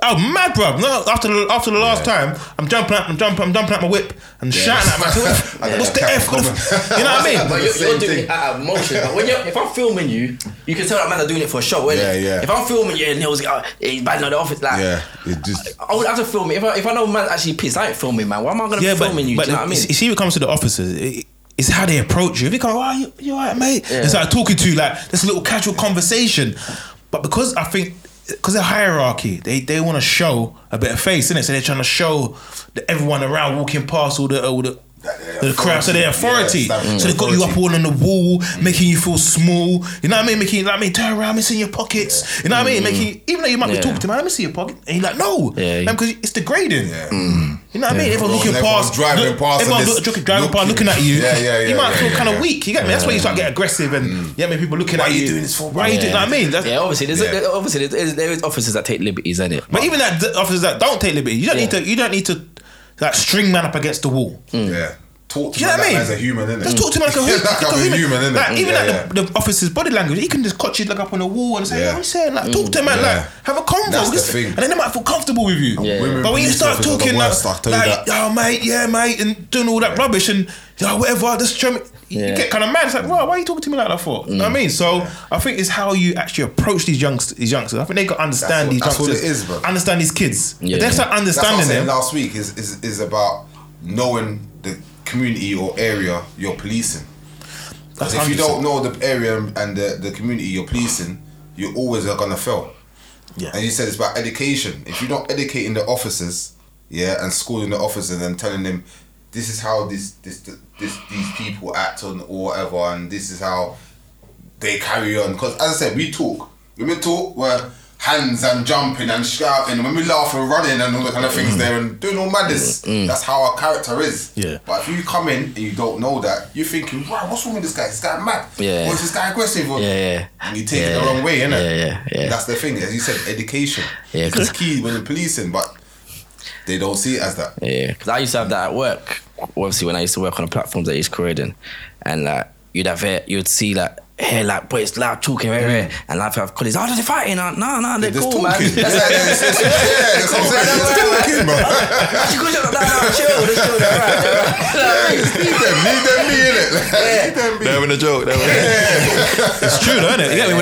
Speaker 1: I was mad, bro. No, after the after the last time, I'm jumping out, I'm jumping, I'm jumping out my whip and shouting at myself.
Speaker 2: I got
Speaker 1: What's
Speaker 2: a
Speaker 1: the
Speaker 2: cat
Speaker 1: f? What the f-" You know what I mean?
Speaker 4: But
Speaker 2: the
Speaker 4: you're, you're
Speaker 2: same
Speaker 4: doing
Speaker 2: thing.
Speaker 4: it out of motion. But when you're, if I'm filming you, you can tell that man are doing it for a show, innit?
Speaker 2: Yeah, yeah.
Speaker 4: If I'm filming you and he was uh, he's banging on the office, like,
Speaker 2: Yeah, it just
Speaker 4: I would have to film it. If I, if I know man's actually pissed, I ain't filming, man. Why am I going to
Speaker 1: yeah,
Speaker 4: be
Speaker 1: but,
Speaker 4: filming you?
Speaker 1: but
Speaker 4: Do you know what I mean?
Speaker 1: You see, when it comes to the officers, it, it's how they approach you. If you go, oh, you, you all right, mate?
Speaker 4: Yeah.
Speaker 1: It's like talking to you, like this little casual conversation. But because I think, because of hierarchy, they, they want to show a bit of face, innit? So they're trying to show that everyone around walking past all the, all the
Speaker 2: That they're
Speaker 1: the crowd, so their authority.
Speaker 2: Yeah, establish
Speaker 1: so they got you up all on the wall, making you feel small. You know what I mean? Making you like, me turn around, let me see your pockets. You know what I mean? Making you- even though you might be
Speaker 4: Mm. Yeah.
Speaker 1: talking to man, let me see your pocket, and you're like, no,
Speaker 4: Yeah.
Speaker 1: because it's degrading.
Speaker 2: Yeah.
Speaker 1: You know what I mean? Everyone
Speaker 2: Well,
Speaker 1: looking
Speaker 2: everyone's
Speaker 1: past,
Speaker 2: driving
Speaker 1: look-
Speaker 2: past and
Speaker 1: everyone
Speaker 2: just
Speaker 1: look- looking- driving past,
Speaker 2: looking.
Speaker 1: looking at you.
Speaker 2: Yeah, yeah,
Speaker 1: You
Speaker 2: yeah,
Speaker 1: might
Speaker 2: yeah,
Speaker 1: feel
Speaker 2: yeah,
Speaker 1: kind of
Speaker 2: yeah.
Speaker 1: weak. You get me? That's why you start getting aggressive and yeah, man, people looking at
Speaker 2: are
Speaker 1: you.
Speaker 2: you doing this for,
Speaker 1: Why are you doing? You know what I mean? That's-
Speaker 4: yeah, obviously, there's,
Speaker 2: Yeah. oh.
Speaker 4: there- obviously there's, there's, there is officers that take liberties, in it?
Speaker 1: But even that the officers that don't take liberty, you don't need
Speaker 4: Yeah.
Speaker 1: to. You don't need to like string man up against the wall.
Speaker 2: Yeah. Talk to
Speaker 1: Do Mm. you know what I
Speaker 2: him like
Speaker 1: mean?
Speaker 2: that man's a human, innit?
Speaker 1: Just talk to him like a,
Speaker 2: Yeah, like
Speaker 1: like
Speaker 2: I'm a human, innit?
Speaker 1: Like, even
Speaker 2: Yeah,
Speaker 1: like
Speaker 2: yeah.
Speaker 1: The, the officer's body language, he can just cock you like up on the wall and say,
Speaker 2: Yeah.
Speaker 1: "What are you saying?" Like, talk to him and
Speaker 2: Yeah.
Speaker 1: like have a convo.
Speaker 2: That's the
Speaker 1: This-
Speaker 2: thing.
Speaker 1: And then they might feel comfortable with you.
Speaker 4: Yeah. Women
Speaker 1: But when you
Speaker 2: police
Speaker 1: start
Speaker 2: officers are the
Speaker 1: talking
Speaker 2: worst, I'll
Speaker 1: like,
Speaker 2: tell you
Speaker 1: like,
Speaker 2: that.
Speaker 1: "Yo, mate, yeah, mate," and doing all that rubbish and yo, whatever, just trim. You
Speaker 4: Yeah. Mm.
Speaker 1: get kind of mad. It's like, "Wow, why are you talking to me like that for?" You know what I mean? So I think it's how you actually approach these youngsters. These youngsters. I think they got to understand
Speaker 2: what-
Speaker 1: these
Speaker 2: that's what it
Speaker 1: youngsters.
Speaker 2: is, bro.
Speaker 1: Understand these kids. If
Speaker 4: Yeah.
Speaker 1: They start
Speaker 2: That's what I was
Speaker 1: understanding
Speaker 2: saying
Speaker 1: them.
Speaker 2: last week is, is is about knowing the community or area you're policing.
Speaker 1: That's
Speaker 2: if you
Speaker 1: 100%.
Speaker 2: don't know the area and the, the community you're policing, you always are gonna fail.
Speaker 1: Yeah.
Speaker 2: And you said it's about education. If you're not educating the officers, yeah, and schooling the officers and telling them this is how this this this these people act on or whatever, and this is how they carry on. Because as I said, we talk. When we talk, we're hands and jumping and shouting. When we laugh, we're running and all the kind of things there and doing all madness. That's how our character is.
Speaker 1: Yeah.
Speaker 2: But if you come in and you don't know that, you're thinking, right, what's wrong with this guy? Is this guy mad?
Speaker 4: Yeah.
Speaker 2: Or is this guy aggressive? Or,
Speaker 4: Yeah, yeah.
Speaker 2: And you take it
Speaker 4: Yeah.
Speaker 2: the wrong way, innit?
Speaker 4: Yeah, yeah, yeah.
Speaker 2: That's the thing, as you said, education.
Speaker 4: Yeah,
Speaker 2: It's
Speaker 4: 'cause-
Speaker 2: key when you're policing, but they don't see it as that.
Speaker 4: Yeah, because I used to have that at work. Obviously, when I used to work on the platforms that he's creating, and like you'd have it, you'd see like. Hey, like, boy, it's loud talking, right, right. and I've have colleagues. Oh, they're fighting. No, no, no they're
Speaker 2: They're just
Speaker 4: cool, man.
Speaker 2: talking. Yeah,
Speaker 4: That's
Speaker 2: yeah, yeah, yeah, yeah, that's what I'm saying. They're just talking, bro.
Speaker 4: actually good. No, no, chill, they're chill, they're right, they're right.
Speaker 2: Leave them, leave them be, innit? Leave them be.
Speaker 3: They're having a joke. They're having a joke.
Speaker 1: It's true, though, isn't it? You get me?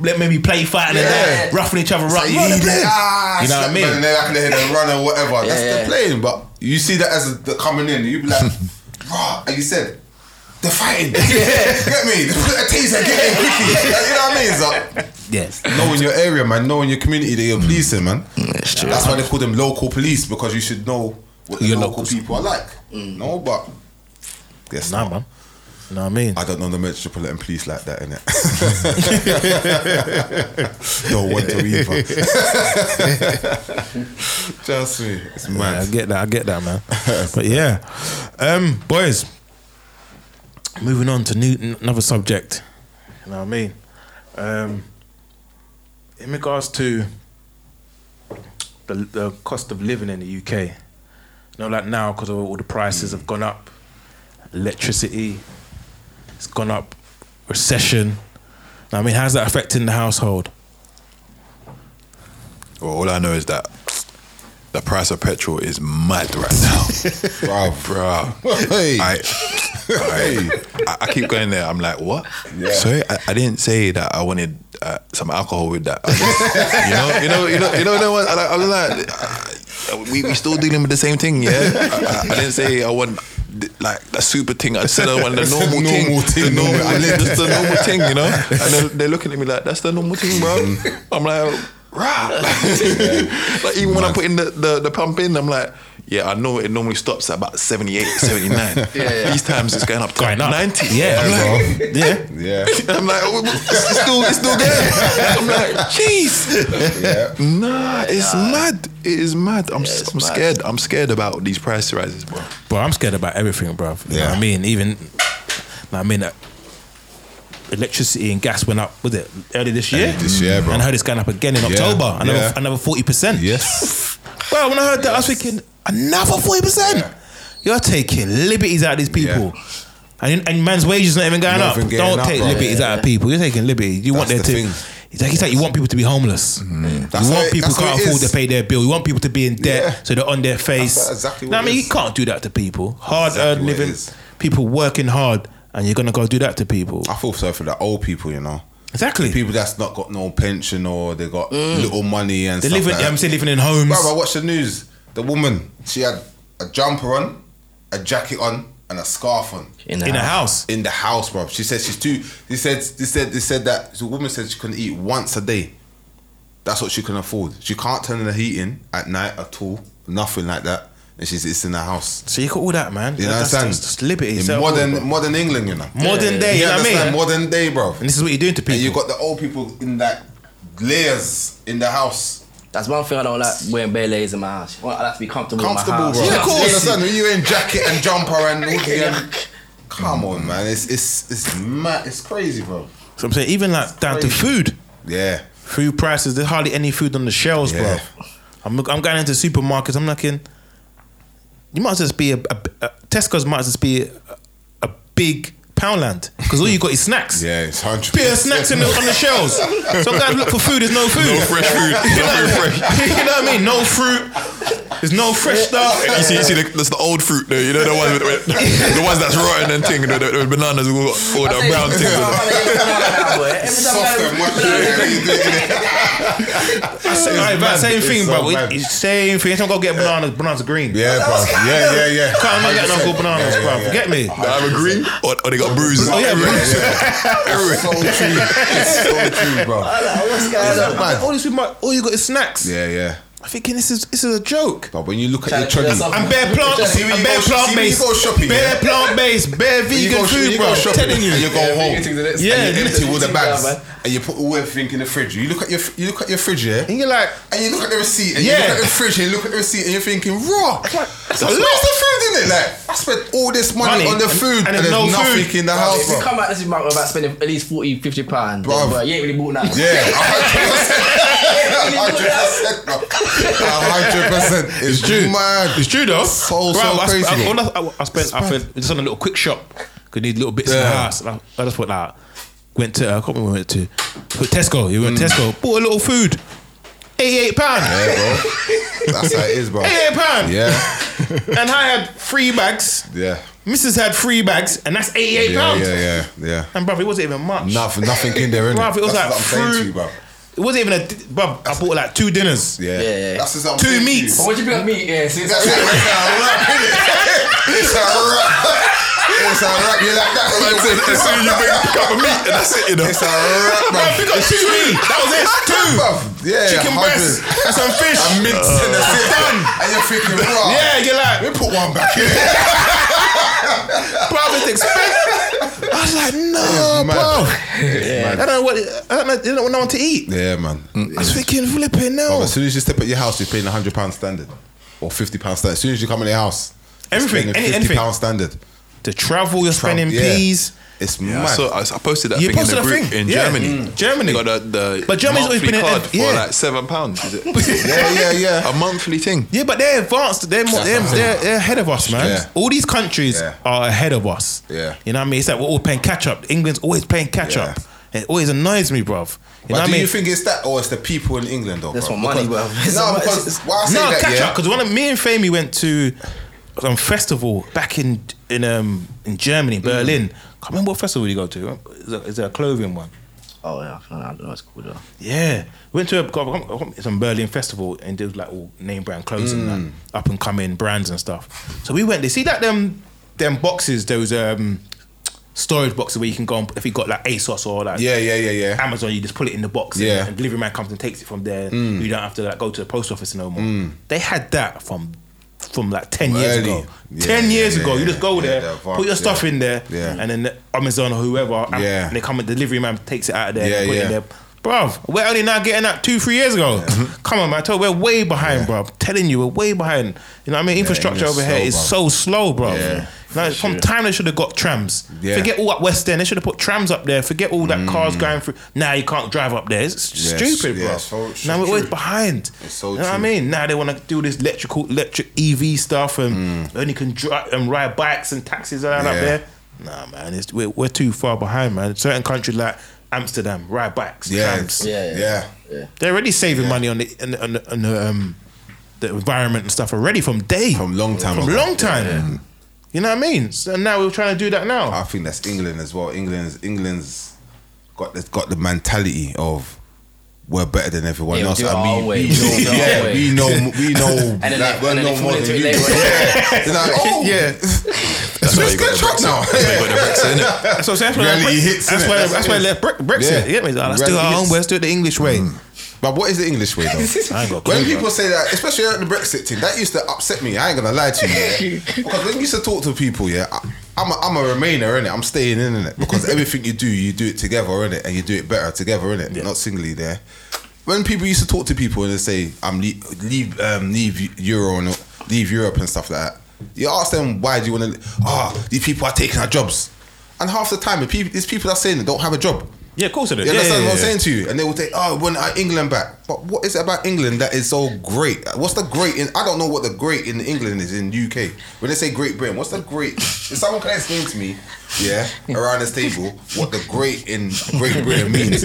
Speaker 1: When they let maybe play fighting and
Speaker 2: Yeah.
Speaker 1: that, roughing each other up.
Speaker 2: Like,
Speaker 1: Run the
Speaker 2: yeah,
Speaker 1: place.
Speaker 2: ah,
Speaker 1: You know what I
Speaker 2: slap
Speaker 1: mean?
Speaker 2: them And then I can hear them run or whatever. That's
Speaker 4: yeah.
Speaker 2: the playing, but you see that as the coming in, you be like, rah, and you said, they're fighting. get me. They put a taser, get in quickly. Like, you know what I mean? So,
Speaker 1: Yes.
Speaker 2: knowing your area, man, knowing your community that you're policing, man.
Speaker 4: That's true.
Speaker 2: That's why they call them local police because you should know what the
Speaker 1: Your
Speaker 2: local
Speaker 1: locals.
Speaker 2: people are like. No, but yes,
Speaker 1: Nah, man. You know what I mean?
Speaker 2: I don't know the metropolitan police like that, innit? don't want to either. Trust me, it's
Speaker 1: Yeah, I
Speaker 2: mad.
Speaker 1: get that. I get that, man. but yeah, um, boys. Moving on to new n- another subject. You know what I mean? Um, in regards to the, the cost of living in the UK, you know, like now because all the prices have gone up, electricity, it's gone up, recession. I mean, how's that affecting the household?
Speaker 3: Well, all I know is that the price of petrol is mad right now.
Speaker 2: Bro,
Speaker 3: Bruh.
Speaker 2: Hey.
Speaker 3: I, I, I keep going there. I'm like, what?
Speaker 2: Yeah.
Speaker 3: Sorry, I, I didn't say that I wanted uh, some alcohol with that. I just- you know, you know, you know, you know, you know what? I, I'm like, uh, we we still dealing with the same thing, yeah. I, I, I didn't say I want th- like a super thing. I said I want the normal,
Speaker 2: Normal
Speaker 3: thing,
Speaker 2: thing,
Speaker 3: the normal,
Speaker 2: normal.
Speaker 3: I need just the normal thing, you know. And they're, they're looking at me like that's the normal thing, bro. I'm like. Right. like even when I put in the, the, the pump in, I'm like, yeah, I know it normally stops at about 78, 79.
Speaker 4: yeah.
Speaker 3: These times it's going up to
Speaker 1: Going up.
Speaker 3: 90.
Speaker 1: Yeah,
Speaker 3: I'm like,
Speaker 2: bro.
Speaker 1: Yeah.
Speaker 2: Yeah,
Speaker 3: I'm like, oh, it's still, it's still there. I'm like, jeez.
Speaker 2: yeah.
Speaker 3: Nah, it's mad. It is mad. I'm, s-
Speaker 4: it's
Speaker 3: I'm
Speaker 4: mad.
Speaker 3: scared. I'm scared about these price rises, bro.
Speaker 1: Bro, I'm scared about everything, bro. You know
Speaker 2: Yeah.
Speaker 1: what I mean, even, know what I mean, uh, electricity and gas went up, was it, early this year?
Speaker 2: this year, bro.
Speaker 1: And I heard it's going up again in October, another,
Speaker 2: yeah.
Speaker 1: another 40%.
Speaker 2: Yes.
Speaker 1: Bro, when I heard that, I was thinking, another 40%?
Speaker 2: Yeah.
Speaker 1: You're taking liberties out of these people. And, and man's wages not even going
Speaker 2: Not
Speaker 1: up.
Speaker 2: even getting
Speaker 1: Don't
Speaker 2: up,
Speaker 1: take
Speaker 2: bro.
Speaker 1: liberties out of people. You're taking liberties. You want
Speaker 2: That's
Speaker 1: their
Speaker 2: the
Speaker 1: to.
Speaker 2: thing. Mm-hmm.
Speaker 1: It's like, it's like you want people to be homeless.
Speaker 2: That's
Speaker 1: you
Speaker 2: how
Speaker 1: want
Speaker 2: it-
Speaker 1: people
Speaker 2: that's how
Speaker 1: can't
Speaker 2: it
Speaker 1: afford
Speaker 2: is.
Speaker 1: to pay their bill. You want people to be in debt
Speaker 2: Yeah.
Speaker 1: so they're on their face.
Speaker 2: That's exactly
Speaker 1: No, I
Speaker 2: what it
Speaker 1: mean
Speaker 2: is.
Speaker 1: you can't do that to people. Hard
Speaker 2: exactly
Speaker 1: earned
Speaker 2: what it
Speaker 1: living,
Speaker 2: is.
Speaker 1: people working hard, and you're gonna go do that to people.
Speaker 2: I feel sorry for the old people, you know.
Speaker 1: Exactly.
Speaker 2: Ah, People that's not got no pension or they got little money and
Speaker 1: they're
Speaker 2: stuff
Speaker 1: living.
Speaker 2: like that.
Speaker 1: I'm saying living in homes.
Speaker 2: Bro, I watched the news. The woman, she had a jumper on, a jacket on, and a scarf on
Speaker 1: in a house.
Speaker 2: in the house, bro. She said she's too. They said they said they said that the woman said she couldn't eat once a day. That's what she can afford. She can't turn the heating at night at all. Nothing like that. and she's it's in her house.
Speaker 1: So you got all that, man.
Speaker 2: You know
Speaker 1: That's-
Speaker 2: what I'm saying?
Speaker 1: that's- that's liberty.
Speaker 2: In
Speaker 1: so-
Speaker 2: modern modern England, you know.
Speaker 1: modern day, you know what I
Speaker 2: understand?
Speaker 1: mean?
Speaker 2: Modern day, bro.
Speaker 1: and this is what you're doing to people.
Speaker 2: And you got the old people in that layers in the house.
Speaker 4: That's one thing I don't like wearing bare layers in my house. Well, I like to be comfortable,
Speaker 2: Comfortable,
Speaker 4: in my
Speaker 2: bro.
Speaker 4: house.
Speaker 1: Yeah, of course.
Speaker 2: You understand? You in jacket and jumper and all the- Come on, man. It's it's it's mad. It's crazy, bro.
Speaker 1: so I'm saying, even like down to
Speaker 2: crazy.
Speaker 1: food,
Speaker 2: Yeah.
Speaker 1: food prices. There's hardly any food on the shelves,
Speaker 2: Yeah.
Speaker 1: bro. I'm look- I'm going into supermarkets. I'm looking. You might as well be a, a, a Tesco's might as well be a, a big Poundland because all you got is snacks.
Speaker 2: Yeah, it's hundred.
Speaker 1: Beer snacks in the, on the shelves. Some guys look for food. There's no food.
Speaker 3: No fresh food. No food fresh.
Speaker 1: you know what I mean? No fruit. There's no fresh stuff.
Speaker 3: You see, you see the, that's the old fruit though. You know the ones, with, the ones that's rotten and thing. The, the, the bananas all got all that brown thing. on them.
Speaker 2: Soft and mushy.
Speaker 1: Same,
Speaker 2: It's mad.
Speaker 1: same
Speaker 2: It's
Speaker 1: thing,
Speaker 2: so
Speaker 1: bro.
Speaker 2: mad.
Speaker 1: It- it's same thing. Someone go get bananas. Bananas are green.
Speaker 2: Yeah, bro. Yeah, yeah, yeah.
Speaker 1: Can't even get no good bananas, bro. Forget me.
Speaker 3: They either green or, or they got bruises.
Speaker 1: Oh, yeah,
Speaker 3: Everywhere.
Speaker 1: bruises.
Speaker 2: It's so true. It's so true, bro.
Speaker 1: All these people, might- all you got is snacks.
Speaker 2: Yeah, yeah.
Speaker 1: I'm thinking this is this is a joke.
Speaker 2: But when you look
Speaker 4: Trying
Speaker 2: at
Speaker 4: to
Speaker 2: your
Speaker 4: clear
Speaker 2: trolley,
Speaker 4: something.
Speaker 1: I'm bare plant,
Speaker 2: See when
Speaker 1: I'm
Speaker 2: you
Speaker 1: bare
Speaker 2: go
Speaker 1: plant
Speaker 2: shop- see when you
Speaker 1: based,
Speaker 2: go shopping,
Speaker 1: bare
Speaker 2: yeah.
Speaker 1: plant based, bare
Speaker 2: you
Speaker 1: vegan
Speaker 2: go, sh-
Speaker 1: food,
Speaker 2: you go
Speaker 1: bro.
Speaker 2: shopping
Speaker 1: telling you,
Speaker 2: and you go home
Speaker 1: Yeah,
Speaker 2: and you
Speaker 1: you
Speaker 2: empty all the
Speaker 4: empty
Speaker 2: bags
Speaker 4: that, man.
Speaker 2: and you put all everything in the fridge. You look at your fr- you look at your fridge, yeah,
Speaker 1: and you're like,
Speaker 2: and you look at the receipt
Speaker 1: Yeah.
Speaker 2: and you look at the fridge and you look at the receipt and you're thinking, raw. That's
Speaker 1: a
Speaker 2: where's
Speaker 1: lot.
Speaker 2: the food in it? Like I spent all this money,
Speaker 1: Money
Speaker 2: on the
Speaker 1: and-
Speaker 2: food
Speaker 1: and
Speaker 2: and,
Speaker 1: there's
Speaker 2: there's
Speaker 1: no
Speaker 2: nothing
Speaker 1: food.
Speaker 2: in the house,
Speaker 4: Oh, If you
Speaker 2: bro.
Speaker 4: come out this month without spending at least 40, 50 pounds,
Speaker 2: Bruv.
Speaker 4: bro, you ain't really bought nothing.
Speaker 2: Yeah, a
Speaker 4: really
Speaker 2: hundred
Speaker 4: good.
Speaker 2: percent, bro. A hundred percent. It's
Speaker 1: true.
Speaker 2: mad.
Speaker 1: it's true though.
Speaker 2: So, so
Speaker 1: Bro, I,
Speaker 2: crazy,
Speaker 1: I,
Speaker 2: though.
Speaker 1: all I, I, I spent, I spent just on a little quick shop. Could need little bits in the
Speaker 2: Yeah.
Speaker 1: house. And I, I just went out, went to, uh, I can't remember where we went to, but Tesco. You went to Tesco, bought a little food, eighty-eight pound,
Speaker 2: Mm. Yeah, bro. That's how it is, bro.
Speaker 1: eighty-eight pound,
Speaker 2: Yeah,
Speaker 1: and I had three bags.
Speaker 2: yeah.
Speaker 1: Missus had three bags, and that's eighty-eight
Speaker 2: Yeah,
Speaker 1: pounds.
Speaker 2: yeah, yeah, yeah.
Speaker 1: And bruv, it wasn't even much.
Speaker 2: Nothing, nothing in there, innit?
Speaker 1: Bruv, it was like
Speaker 2: That's what I'm saying
Speaker 1: fruit.
Speaker 2: to you, bro.
Speaker 1: It wasn't even a. di- Bruv, I bought like two dinners.
Speaker 2: Yeah.
Speaker 4: Yeah, yeah.
Speaker 2: That's just what I'm
Speaker 1: Two
Speaker 2: saying to
Speaker 1: meats.
Speaker 4: But
Speaker 2: you.
Speaker 4: what you bring up meat? Yeah, see,
Speaker 2: That's
Speaker 4: that's
Speaker 2: it. It's a wrap, innit? It's a wrap. It's a wrap. You're like that.
Speaker 3: As soon- as soon as you bring up a cup of meat, and that's it. You know.
Speaker 2: It's
Speaker 1: uh,
Speaker 2: a wrap, bro.
Speaker 1: Bruv, we got two meat. That was it. Two.
Speaker 2: Bruv, Yeah,
Speaker 1: Chicken
Speaker 2: hundred.
Speaker 1: breast and some fish.
Speaker 2: And mince and that's it.
Speaker 1: Done.
Speaker 2: And you're thinking, bro.
Speaker 1: Yeah, you're
Speaker 2: We
Speaker 1: like,
Speaker 2: put one back in.
Speaker 1: bruv, it's expensive. I was like,
Speaker 2: Oh,
Speaker 1: no, bruv.
Speaker 2: Yeah,
Speaker 1: I don't know what. I don't know. They don't know what to eat.
Speaker 2: Yeah, man.
Speaker 1: I was thinking, flipping no.
Speaker 2: As soon as you step at your house, you're paying a hundred pound standard or fifty pound standard. As soon as you come in the house, you're
Speaker 1: Everything,
Speaker 2: spending
Speaker 1: any-
Speaker 2: fifty
Speaker 1: anything.
Speaker 2: pound standard.
Speaker 1: The travel you're spending,
Speaker 2: yeah.
Speaker 1: peas.
Speaker 2: It's
Speaker 3: Yeah,
Speaker 2: mad.
Speaker 3: so I, I posted that
Speaker 1: You
Speaker 3: thing
Speaker 1: posted
Speaker 3: in
Speaker 1: a
Speaker 3: the group
Speaker 1: thing,
Speaker 3: in
Speaker 1: yeah.
Speaker 3: Germany.
Speaker 1: Mm. Germany.
Speaker 3: They got the, the
Speaker 1: But Germany's always
Speaker 3: monthly
Speaker 1: been an
Speaker 3: card
Speaker 1: ev-
Speaker 3: for
Speaker 1: yeah.
Speaker 3: like seven pounds. Is it?
Speaker 2: yeah, yeah, yeah.
Speaker 3: a monthly thing.
Speaker 1: Yeah, but they're advanced. They're more,
Speaker 2: That's
Speaker 1: they're,
Speaker 2: what I'm saying.
Speaker 1: they're, they're ahead of us, man.
Speaker 2: Yeah.
Speaker 1: All these countries
Speaker 2: Yeah.
Speaker 1: are ahead of us.
Speaker 2: Yeah.
Speaker 1: you know what I mean. It's like we're all playing catch up. England's always playing catch
Speaker 2: Yeah.
Speaker 1: up. It always annoys me, bruv. You know
Speaker 2: But
Speaker 1: what I
Speaker 2: do
Speaker 1: mean?
Speaker 2: you think it's that, or it's the people in England? Though,
Speaker 4: That's
Speaker 2: bro?
Speaker 4: what money,
Speaker 2: Because-
Speaker 4: bro. It's
Speaker 2: No,
Speaker 4: so much-
Speaker 2: because why I say
Speaker 1: no,
Speaker 2: that,
Speaker 1: catch
Speaker 2: yeah,
Speaker 1: up because one of me and Fami went to some festival back in in um in Germany,
Speaker 2: Mm.
Speaker 1: Berlin. Can't remember what festival you go to. Is there, is there a clothing one?
Speaker 4: Oh, yeah, I don't know what's called. though.
Speaker 1: Yeah, went to a some Berlin festival and there was like all name brand clothes and
Speaker 2: Mm.
Speaker 1: that, up and coming brands and stuff. So we went there. See that them them boxes those um storage boxes where you can go and, if you got like ASOS or like
Speaker 2: Yeah, yeah, yeah, yeah.
Speaker 1: Amazon, you just put it in the box
Speaker 2: Yeah. Mm.
Speaker 1: and, and delivery man comes and takes it from there. You don't have to like go to the post office no more. They had that from from like 10 years
Speaker 2: Early.
Speaker 1: ago.
Speaker 2: Yeah,
Speaker 1: 10 years
Speaker 2: yeah,
Speaker 1: ago, you
Speaker 2: yeah,
Speaker 1: just go
Speaker 2: yeah,
Speaker 1: there,
Speaker 2: the advance,
Speaker 1: put your stuff
Speaker 2: yeah.
Speaker 1: in there,
Speaker 2: Yeah.
Speaker 1: and then Amazon or whoever, Am-
Speaker 2: Yeah.
Speaker 1: and they come and delivery man takes it out of there,
Speaker 2: Yeah,
Speaker 1: and put it in
Speaker 2: yeah.
Speaker 1: there. Bruv, we're only now getting that two, three years ago. Come on, man. I told you, we're way behind, bruv. telling you, we're way behind. You know what I mean? Infrastructure
Speaker 2: England's
Speaker 1: over here
Speaker 2: slow,
Speaker 1: is
Speaker 2: bruv.
Speaker 1: so slow, bruv.
Speaker 2: Yeah.
Speaker 1: Like, from time they should have got trams.
Speaker 2: Yeah. Mm.
Speaker 1: Forget all up West End. They should have put trams up there. Forget all that cars going through. Now you can't drive up there. It's
Speaker 2: Yes,
Speaker 1: stupid,
Speaker 2: yeah,
Speaker 1: bro.
Speaker 2: so- so
Speaker 1: now we're always
Speaker 2: true.
Speaker 1: behind.
Speaker 2: It's so
Speaker 1: you know what I
Speaker 2: true.
Speaker 1: mean? Now they want to do this electrical, electric EV stuff, and only can drive and ride bikes and taxis around up
Speaker 2: Mm. Yeah.
Speaker 1: there. Nah, man, it's, we're, we're too far behind, man. Certain countries like Amsterdam ride bikes,
Speaker 2: Yeah,
Speaker 1: trams.
Speaker 4: Yeah, yeah.
Speaker 2: yeah.
Speaker 1: They're already saving money on the on the, on the, on the, um, the environment and stuff already from day
Speaker 2: From long time
Speaker 1: from
Speaker 2: ago.
Speaker 1: long time. You know what I mean? So now we're trying to do that now.
Speaker 2: I think that's England as well. England's England's got the, got the mentality of we're better than everyone
Speaker 4: Yeah, we
Speaker 2: else.
Speaker 4: do it
Speaker 2: and
Speaker 4: our
Speaker 2: we,
Speaker 4: way.
Speaker 2: we
Speaker 4: We do
Speaker 2: know,
Speaker 4: it our
Speaker 2: yeah,
Speaker 4: way.
Speaker 2: we know, we know,
Speaker 4: And then
Speaker 2: like,
Speaker 4: they-
Speaker 2: we're
Speaker 4: and then
Speaker 2: no
Speaker 4: they fall
Speaker 2: more than
Speaker 4: into it
Speaker 2: you.
Speaker 4: later.
Speaker 2: Yeah, oh. They're like, oh,
Speaker 1: yeah.
Speaker 3: That's
Speaker 2: let's
Speaker 3: you got
Speaker 2: get
Speaker 3: the
Speaker 2: truck
Speaker 3: Brexit.
Speaker 2: now.
Speaker 3: That's how you got the Brexit, innit?
Speaker 1: That's what I'm saying. That's why-
Speaker 2: Reality
Speaker 1: That's
Speaker 2: hits, innit?
Speaker 1: why.
Speaker 2: That's
Speaker 1: That's
Speaker 2: what
Speaker 1: why
Speaker 2: it
Speaker 1: they left Bre- Brexit.
Speaker 2: Yeah.
Speaker 1: Yeah, mate. Let's do our
Speaker 2: Reality
Speaker 1: own
Speaker 2: hits. Mm.
Speaker 1: way. Let's do it the English way.
Speaker 2: But what is the English way
Speaker 1: I
Speaker 2: though?
Speaker 1: ain't got a
Speaker 2: When
Speaker 1: clue,
Speaker 2: people say that, especially at the Brexit thing, that used to upset me. I ain't gonna lie to you, yeah. because when you used to talk to people, yeah, I, I'm a, I'm a Remainer in it. I'm staying in it because everything you do, you do it together in it, and you do it better together in it, not singly there. When people used to talk to people and they say, "I'm leave leave, um, leave Euro and leave Europe and stuff like that," you ask them why do you want to? Ah, these people are taking our jobs, and half the time, the people, these people are saying they don't have a job.
Speaker 1: Yeah, of course it is.
Speaker 2: You
Speaker 1: Yeah,
Speaker 2: understand
Speaker 1: yeah,
Speaker 2: what I'm
Speaker 1: yeah.
Speaker 2: saying to you? And they will say, oh, when are England back? But what is it about England that is so great? What's the great in? I don't know what the great in England is in UK. When they say Great Britain, what's the great? If someone can explain to me, yeah, around this table, what the great in Great Britain means,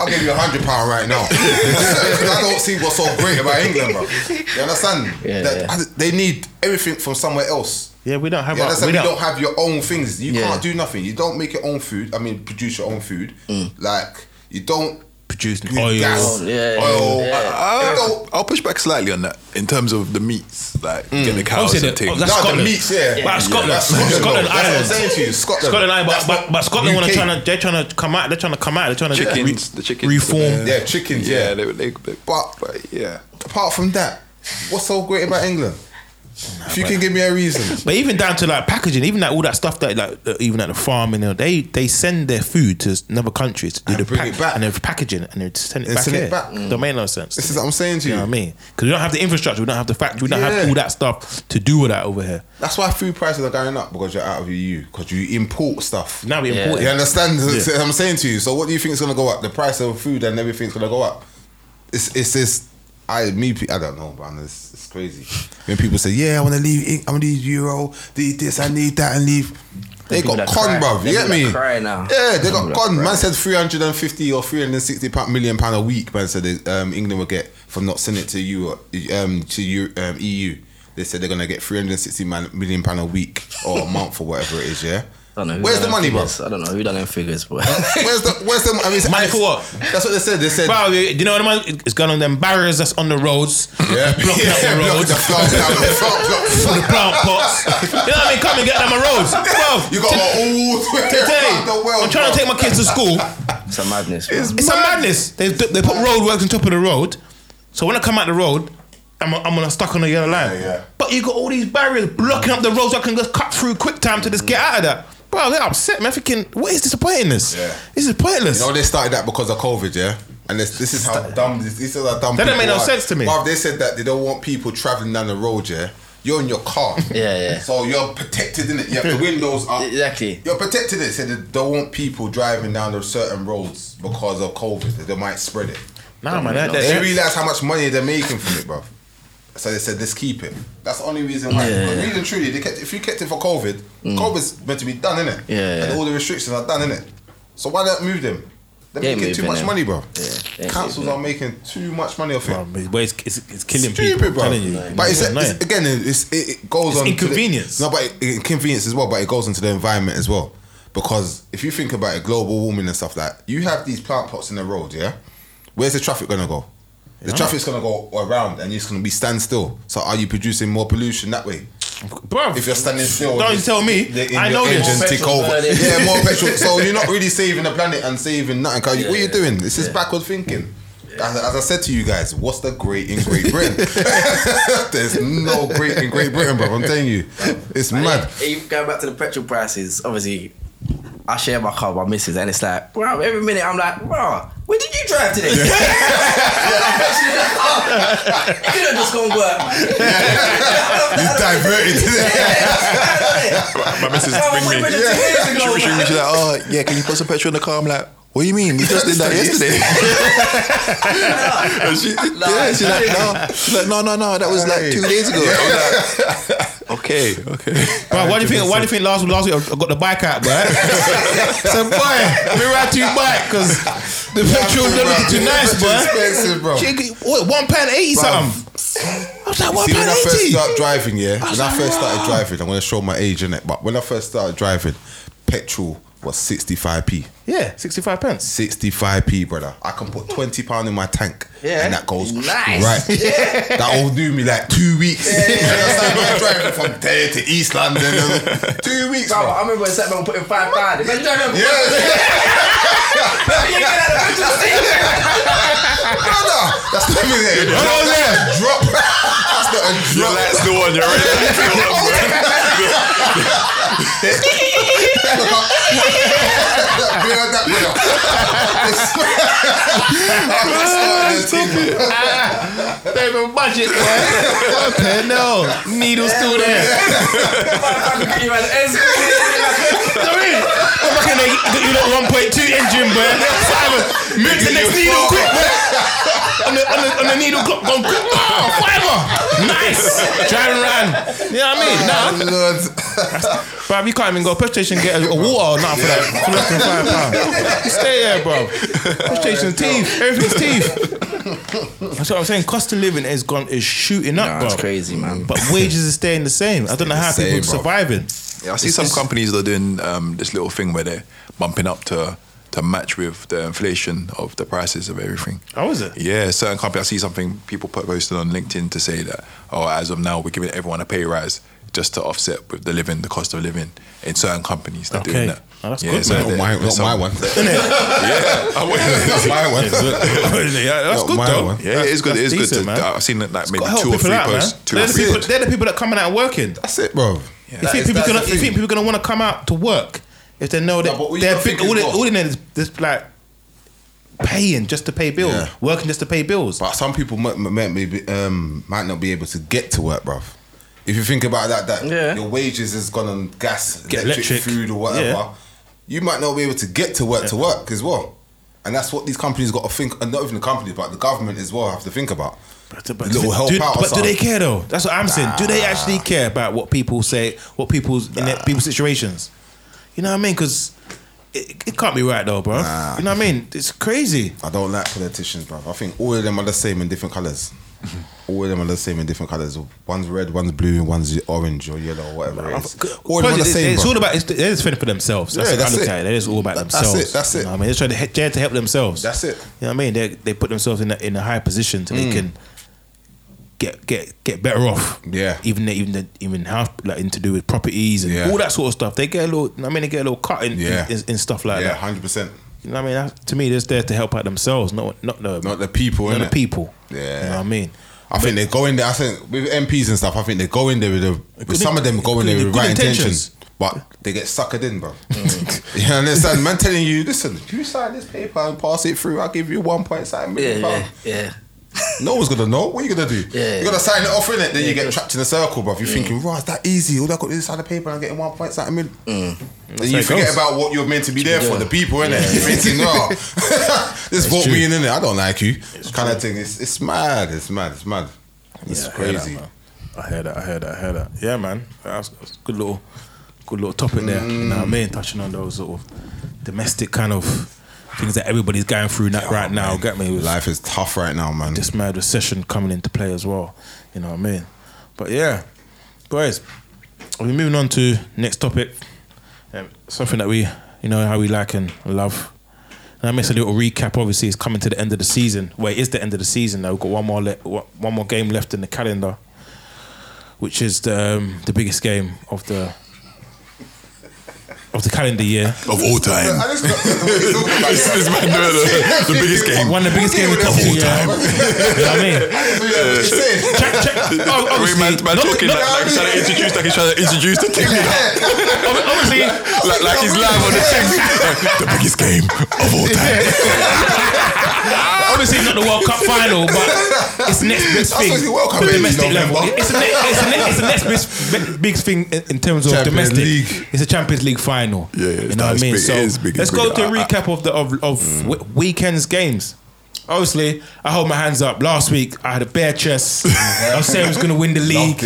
Speaker 2: I'll give you a hundred pound right now. 'Cause I don't see what's so great about England, bro. You understand?
Speaker 4: Yeah,
Speaker 2: That-
Speaker 4: yeah.
Speaker 2: I- they need everything from somewhere else.
Speaker 1: Yeah, we don't have
Speaker 2: You
Speaker 1: our,
Speaker 2: understand?
Speaker 1: we
Speaker 2: You
Speaker 1: don't,
Speaker 2: don't have your own things. You
Speaker 4: Yeah.
Speaker 2: can't do nothing. You don't make your own food. I mean, produce your own food. Like you don't
Speaker 1: produce
Speaker 2: do
Speaker 1: oil.
Speaker 2: gas,
Speaker 4: Yeah,
Speaker 2: oil.
Speaker 4: yeah,
Speaker 2: Uh,
Speaker 4: yeah.
Speaker 2: You
Speaker 3: I'll,
Speaker 2: don't.
Speaker 3: I'll push back slightly on that in terms of the meats, like getting the cows
Speaker 1: Mm. Obviously,
Speaker 3: and
Speaker 1: the- oh,
Speaker 3: things.
Speaker 1: that's
Speaker 2: No, the
Speaker 1: Scotland.
Speaker 2: meats, yeah.
Speaker 1: But Scotland,
Speaker 2: That's
Speaker 1: Scotland, Scotland,
Speaker 2: That's what I'm
Speaker 1: Ireland.
Speaker 2: saying to you. Scotland.
Speaker 1: Scotland, Ireland,
Speaker 2: That's
Speaker 1: but,
Speaker 2: not
Speaker 1: but, but Scotland want to
Speaker 2: UK.
Speaker 1: trying to they're trying to come out. They're trying to come out. They're trying to
Speaker 3: chickens, the chickens,
Speaker 1: reform.
Speaker 2: Yeah, chickens.
Speaker 3: yeah,
Speaker 2: Yeah.
Speaker 3: They, they, they,
Speaker 2: But-
Speaker 3: but yeah,
Speaker 2: Apart from that, what's so great about England? If you can give me a reason,
Speaker 1: But even down to like packaging, even like all that stuff that like uh, even at the farm, you know, they they send their food to another country to do
Speaker 2: And
Speaker 1: the
Speaker 2: bring
Speaker 1: pack-
Speaker 2: it back.
Speaker 1: and they're packaging it and they send it
Speaker 2: And
Speaker 1: back.
Speaker 2: send it
Speaker 1: here.
Speaker 2: back.
Speaker 1: Don't make no sense.
Speaker 2: this is what I'm saying to
Speaker 1: you
Speaker 2: you.
Speaker 1: know what I mean? Because we don't have the infrastructure, we don't have the factory, we don't have
Speaker 2: Yeah.
Speaker 1: all that stuff to do with that over here.
Speaker 2: That's why food prices are going up because you're out of EU because you import stuff.
Speaker 1: Now we
Speaker 4: Yeah.
Speaker 1: import
Speaker 2: You
Speaker 1: it.
Speaker 2: understand what I'm saying to you? So what do you think is going to go up? The price of food and everything's going to go up. It's it's this. I me pe- I don't know, man. It's, it's crazy when people say, "Yeah, I want to leave. Eng- I want to leave Euro. Need this. I need that. And leave." They
Speaker 4: people
Speaker 2: got
Speaker 4: that
Speaker 2: con,
Speaker 4: cry-
Speaker 2: bruv. You
Speaker 4: them
Speaker 2: get
Speaker 4: people
Speaker 2: me?
Speaker 4: that cry now.
Speaker 2: Yeah, they
Speaker 4: Them
Speaker 2: got
Speaker 4: people that
Speaker 2: con.
Speaker 4: cry.
Speaker 2: Man said 350 or 360 pound, million pound a week. Man said they- um, England would get from not sending it to you um, to you um, EU. They said they're gonna get 360 man, million pound a week or a month or whatever it is. Yeah.
Speaker 4: I don't know. who
Speaker 2: Where's
Speaker 4: done
Speaker 2: the
Speaker 4: them
Speaker 2: money, bruv?
Speaker 4: figures. I don't know who done them figures, but
Speaker 2: Where's the where's the I mean, it's-
Speaker 1: Money for what?
Speaker 2: That's what they said. They said
Speaker 1: Bro, you you know what I mean? It's going on them barriers that's on the roads,
Speaker 2: yeah,
Speaker 1: blocking up
Speaker 2: yeah,
Speaker 1: the
Speaker 2: block
Speaker 1: roads.
Speaker 2: the floor down, block,
Speaker 1: for
Speaker 2: block,
Speaker 1: the
Speaker 2: block.
Speaker 1: plant pots. You know what I mean? Come and get them a roads. Bro,
Speaker 2: You got
Speaker 1: to-
Speaker 2: all the way
Speaker 1: today,
Speaker 2: around the world.
Speaker 1: I'm trying to
Speaker 2: bro.
Speaker 1: take my kids to school.
Speaker 4: it's a madness. bro.
Speaker 1: It's a madness. They, they put roadworks on top of the road. So when I come out the road, I'm, I'm gonna stuck on the yellow line.
Speaker 2: Yeah, yeah.
Speaker 1: But you got all these barriers blocking up the roads. I can just cut through quick time to just get out of that. Bro, they're upset, man. Thinking, what is this pointless?
Speaker 2: Yeah.
Speaker 1: This is pointless.
Speaker 2: You know they started that because of COVID, yeah. And this, this is how dumb this, this is how dumb.
Speaker 1: That don't
Speaker 2: people
Speaker 1: make no
Speaker 2: are.
Speaker 1: sense to me.
Speaker 2: Bruv, they said that they don't want people traveling down the road, yeah. You're in your car,
Speaker 4: Yeah, yeah.
Speaker 2: So you're protected in it. You have the windows up.
Speaker 4: Exactly.
Speaker 2: You're protected. It said they don't want people driving down those certain roads because of COVID. That they might spread it.
Speaker 1: nah, man. That, that,
Speaker 2: They
Speaker 1: that-
Speaker 2: realize how much money they're making from it, bro. So they said, let's keep it. That's the only reason why.
Speaker 4: Yeah. Mm.
Speaker 2: But really and truly, they kept, if you kept it for COVID, COVID's meant to be done, innit?
Speaker 4: Yeah.
Speaker 2: And all the restrictions are done, innit? So why not move them? They're
Speaker 4: They ain't
Speaker 2: making too
Speaker 4: moving
Speaker 2: much
Speaker 4: them.
Speaker 2: money, bro.
Speaker 4: they ain't
Speaker 2: Councils
Speaker 4: moving
Speaker 2: are making too much money off it.
Speaker 1: Bro, it's, it's, it's killing
Speaker 2: Stupid,
Speaker 1: people. I'm
Speaker 2: bro.
Speaker 1: telling you.
Speaker 2: But it's,
Speaker 1: It's annoying.
Speaker 2: it's, again, it's, it, it goes
Speaker 1: It's
Speaker 2: on to the-
Speaker 1: inconvenience.
Speaker 2: no, but it, it- inconvenience as well. But it goes into the environment as well, because if you think about it, global warming and stuff like you have these plant pots in the road. Yeah, where's the traffic gonna go? The traffic's gonna go around, and it's gonna be standstill. So are you producing more pollution that way?
Speaker 1: Bro,
Speaker 2: If you're standing still,
Speaker 1: Don't
Speaker 2: just-
Speaker 1: tell me.
Speaker 2: the-
Speaker 1: I
Speaker 2: your
Speaker 1: know this.
Speaker 2: engines
Speaker 4: More
Speaker 2: Take
Speaker 4: petrol
Speaker 2: over.
Speaker 4: burning.
Speaker 2: Yeah, more petrol. So you're not really saving the planet and saving nothing. 'cause what are you
Speaker 4: yeah.
Speaker 2: doing? This is backward thinking. As, as I said to you guys, what's the great in Great Britain? There's no great in Great Britain, bro. I'm telling you, it's mad.
Speaker 4: Yeah, you- going back to the petrol prices, obviously, I share my car with my missus, and it's like, bro, every minute I'm like, bro, where did you drive today? you could have just gone work.
Speaker 2: You diverted.
Speaker 3: my missus
Speaker 4: Bro,
Speaker 3: ring
Speaker 4: we
Speaker 3: me.
Speaker 4: went there two years ago,
Speaker 3: She, she,
Speaker 4: man.
Speaker 3: she's like, oh yeah, can you put some petrol in the car? I'm like, what do you mean? We just did that yesterday. And she, yeah, she's like, no, she's like, no, no, no, that was like two days ago. I'm like, okay, okay.
Speaker 1: Bro, why do you think? Why do you think last last week I got the bike out, bro? so boy, let me ride to your bike because the petrol don't look too nice,
Speaker 2: Petrol's
Speaker 1: bro.
Speaker 2: expensive, bro.
Speaker 1: She- What one pound eighty something? I was like one
Speaker 2: See, when
Speaker 1: pound
Speaker 2: I first
Speaker 1: eighty.
Speaker 2: started driving, yeah, when
Speaker 1: was
Speaker 2: I
Speaker 1: like,
Speaker 2: first started
Speaker 1: "Wow."
Speaker 2: driving, I'm gonna show my age in it. But when I first started driving, petrol was 65p.
Speaker 1: Yeah, 65 pence.
Speaker 2: 65p, brother. I can put 20 pound in my tank.
Speaker 4: Yeah.
Speaker 2: And that goes
Speaker 4: Nice.
Speaker 2: right. That will do me like two weeks. That's like I'm driving from there to East London. two weeks.
Speaker 4: Bro,
Speaker 2: bro.
Speaker 4: I remember when Setman putting five pound. Imagine that.
Speaker 2: Yeah. Brother, that's not even it. Drop. That's not a drop.
Speaker 3: That's the one, you're right.
Speaker 2: We heard that, brother. That's not a drop.
Speaker 1: Ah, Don't even budget, boy. okay, no. Needle's still there. Sorry. I'm fucking they got you like 1.2 engine, boy. Simon, move the next needle quick, boy. On the, on the, on the needle clock, gone quick. Oh, fiber. Nice. Driving around. You know what I mean? Nah.
Speaker 2: Oh, Lord.
Speaker 1: Bruv, you can't even go to petrol station and get a, a water or nothing for that. For less than five pounds. Stay there, bro. Petrol station teeth. Everything's teeth. That's what I'm saying. Cost of living is gone is shooting up,
Speaker 4: Nah,
Speaker 1: bro.
Speaker 4: it's crazy, man.
Speaker 1: But wages are staying the same. I don't know how
Speaker 2: the
Speaker 1: people are
Speaker 2: same,
Speaker 1: surviving.
Speaker 3: Yeah, I see some companies that are doing um, this little thing where they're bumping up to to match with the inflation of the prices of everything.
Speaker 1: How Oh, is it?
Speaker 3: Yeah, certain company. I see something people put posted on LinkedIn to say that, oh, as of now, we're giving everyone a pay rise just to offset with the living, the cost of living in certain companies. They're
Speaker 1: Okay.
Speaker 3: doing that.
Speaker 1: Oh, that's good, man.
Speaker 2: Not
Speaker 3: there-
Speaker 2: my, not
Speaker 3: some-
Speaker 2: my one.
Speaker 3: Yeah, I wouldn't-
Speaker 2: Not my one.
Speaker 1: Yeah, that's
Speaker 2: Not
Speaker 1: good
Speaker 2: my
Speaker 1: though.
Speaker 2: one.
Speaker 3: yeah, it is good. It
Speaker 1: That's
Speaker 3: is good.
Speaker 1: decent,
Speaker 3: to,
Speaker 1: man.
Speaker 3: I've seen it like maybe
Speaker 1: Gotta help
Speaker 3: two or
Speaker 1: people
Speaker 3: three
Speaker 1: out, man.
Speaker 3: posts. Two
Speaker 1: they're,
Speaker 3: or
Speaker 1: the
Speaker 3: three.
Speaker 1: people, they're the people that coming out working.
Speaker 2: That's it, bro.
Speaker 1: You
Speaker 4: That
Speaker 1: think
Speaker 4: is-
Speaker 1: people
Speaker 4: that's
Speaker 1: gonna
Speaker 4: the
Speaker 1: you
Speaker 4: thing.
Speaker 1: think people gonna want to come out to work if they know that
Speaker 2: Nah, but what you
Speaker 1: they're
Speaker 2: gotta
Speaker 1: big,
Speaker 2: think
Speaker 1: all,
Speaker 2: as
Speaker 1: they-
Speaker 2: well-
Speaker 1: all in there is just like paying just to pay bills,
Speaker 2: Yeah.
Speaker 1: working just to pay bills.
Speaker 2: But some people might, might, maybe, um, might not be able to get to work, bruv. If you think about that, that
Speaker 4: Yeah.
Speaker 2: your wages has gone on gas,
Speaker 1: Get
Speaker 2: electric,
Speaker 1: electric.
Speaker 2: food, or whatever,
Speaker 1: Yeah.
Speaker 2: you might not be able to get to work to work as well. And that's what these companies got to think, and not even the companies, but the government as well have to think about.
Speaker 1: But,
Speaker 2: Little help
Speaker 1: do,
Speaker 2: out
Speaker 1: but
Speaker 2: or
Speaker 1: do
Speaker 2: something.
Speaker 1: they care though? That's what I'm saying. Do they actually care about what people say, what people's in their, people's situations? You know what I mean? Because it, it can't be right though, bro.
Speaker 2: Nah.
Speaker 1: You know what I mean? It's crazy.
Speaker 2: I don't like politicians, bruv. I think all of them are the same in different colours.
Speaker 1: Mm-hmm.
Speaker 2: all of them are the same in different colours. One's red, one's blue, and one's orange or yellow or whatever it is. All of them are the
Speaker 1: It's-
Speaker 2: same,
Speaker 1: it's
Speaker 2: bruv.
Speaker 1: all about it's, they're just fighting for themselves. That's
Speaker 2: Yeah,
Speaker 1: what I
Speaker 2: that's
Speaker 1: look
Speaker 2: it.
Speaker 1: at it. They're just all about
Speaker 2: That's
Speaker 1: themselves.
Speaker 2: it, that's
Speaker 1: You
Speaker 2: it.
Speaker 1: know what I mean, they're trying to he- they're to help themselves.
Speaker 2: That's it. Mm.
Speaker 1: You know what I mean? They they put themselves in a, in a high position so they can get get get better off.
Speaker 2: Yeah.
Speaker 1: Even the, even the, even house like in to do with properties and
Speaker 2: Yeah.
Speaker 1: all that sort of stuff. They get a little. you know what I mean, they get a little cut in
Speaker 2: Yeah.
Speaker 1: in, in, in stuff like
Speaker 2: Yeah,
Speaker 1: that.
Speaker 2: hundred percent.
Speaker 1: You know what I mean? That, to me, they're just there to help out themselves, not not the
Speaker 2: Not the people,
Speaker 1: not the
Speaker 2: innit?
Speaker 1: people.
Speaker 2: Yeah.
Speaker 1: You know what I mean?
Speaker 2: I think they go in there. I think with MPs and stuff, I think they go in there with, a, with some of them go in there
Speaker 1: good-
Speaker 2: with
Speaker 1: good
Speaker 2: right
Speaker 1: intentions.
Speaker 2: intentions, but they get suckered in, bro. you understand? Man, telling you, listen, you sign this paper and pass it through, I'll give you one point something
Speaker 4: Yeah,
Speaker 2: million
Speaker 4: yeah,
Speaker 2: pound.
Speaker 4: yeah.
Speaker 2: No one's gonna know. What are you gonna do?
Speaker 4: Yeah.
Speaker 2: You're gonna sign it off in it, then you get
Speaker 4: good.
Speaker 2: trapped in a circle, bro. You're
Speaker 1: Mm.
Speaker 2: thinking, right, it's that easy. All I got to do is sign the paper and I'm getting one point something million. Then
Speaker 1: Mm. how
Speaker 2: you
Speaker 1: it
Speaker 2: forget
Speaker 1: goes.
Speaker 2: about what you're meant to be there for,
Speaker 4: doing.
Speaker 2: the people, innit? You're thinking, no, this vote
Speaker 1: true.
Speaker 2: me in, innit? I don't like you. kind of thing. It's, it's mad. It's mad. It's mad. It's
Speaker 1: Yeah, I hear that,
Speaker 2: crazy.
Speaker 1: man. I heard that. I heard that. I heard that. Yeah, man. That's that's a good little, good little topic there. You know what I
Speaker 2: Mm.
Speaker 1: mean? Touching on those sort of domestic kind of things that everybody's going through that right now.
Speaker 2: Man,
Speaker 1: Get me with
Speaker 2: Life is tough right now, man.
Speaker 1: this mad recession coming into play as well. You know what I mean? But yeah, boys, we're moving on to next topic. Um, something that we, you know, how we like and love. And I missed a little recap. Obviously, it's coming to the end of the season. Well, it is the end of the season. Now we've got one more le- one more game left in the calendar, which is the um, the biggest game of the of the calendar year.
Speaker 3: of all time.
Speaker 2: I just got this
Speaker 3: this is man doing the, the biggest game.
Speaker 1: One of the biggest game of
Speaker 2: Of
Speaker 1: the
Speaker 2: all
Speaker 1: year.
Speaker 3: time.
Speaker 1: You know what I mean? Check, check. Oh,
Speaker 3: Wait,
Speaker 1: obviously,
Speaker 3: man, man
Speaker 1: not-
Speaker 3: talking
Speaker 1: not-
Speaker 3: like, like he's trying to introduce, like he's trying to introduce the thing,
Speaker 1: Ob- obviously,
Speaker 3: like, like he's live on the thing. the biggest game of all time.
Speaker 1: obviously not the World Cup final, but it's the next best
Speaker 2: That's
Speaker 1: thing.
Speaker 2: what the World Cup
Speaker 1: the
Speaker 2: is in
Speaker 1: domestic level.
Speaker 2: November.
Speaker 1: It's the, ne- it's, the ne- it's the next best, big thing in, in terms of
Speaker 2: Champions
Speaker 1: domestic.
Speaker 2: League.
Speaker 1: It's a Champions League final.
Speaker 3: Yeah, yeah,
Speaker 1: you
Speaker 3: it's
Speaker 1: know
Speaker 3: not-
Speaker 1: what I
Speaker 3: it's
Speaker 1: mean.
Speaker 3: big-
Speaker 1: so
Speaker 3: it is big, it's
Speaker 1: let's go
Speaker 3: big.
Speaker 1: to a
Speaker 3: I- Mm. I-
Speaker 1: recap of the of, of w- weekend's games. Obviously, I hold my hands up. Last week, I had a bare chest. I was saying I was going to win the league.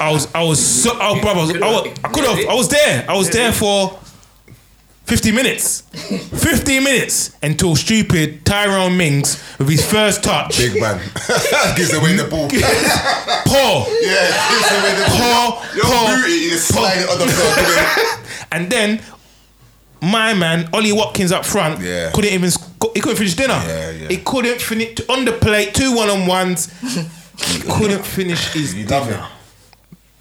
Speaker 1: I was, I was so, oh, brother, I, was, I, was, I could have, I was there, I was there for 50 minutes, 50 minutes until stupid Tyrone Mings with his first touch,
Speaker 2: Big man. gives away the ball.
Speaker 1: poor,
Speaker 2: Yeah, gives away the ball.
Speaker 1: poor,
Speaker 2: Your
Speaker 1: poor,
Speaker 2: booty is sliding on the floor.
Speaker 1: and then my man Ollie Watkins up front
Speaker 2: Yeah.
Speaker 1: couldn't even sc- he couldn't finish dinner.
Speaker 2: Yeah, yeah.
Speaker 1: He couldn't finish on the plate two one on ones. He couldn't finish his
Speaker 2: You
Speaker 1: dinner.
Speaker 2: love it.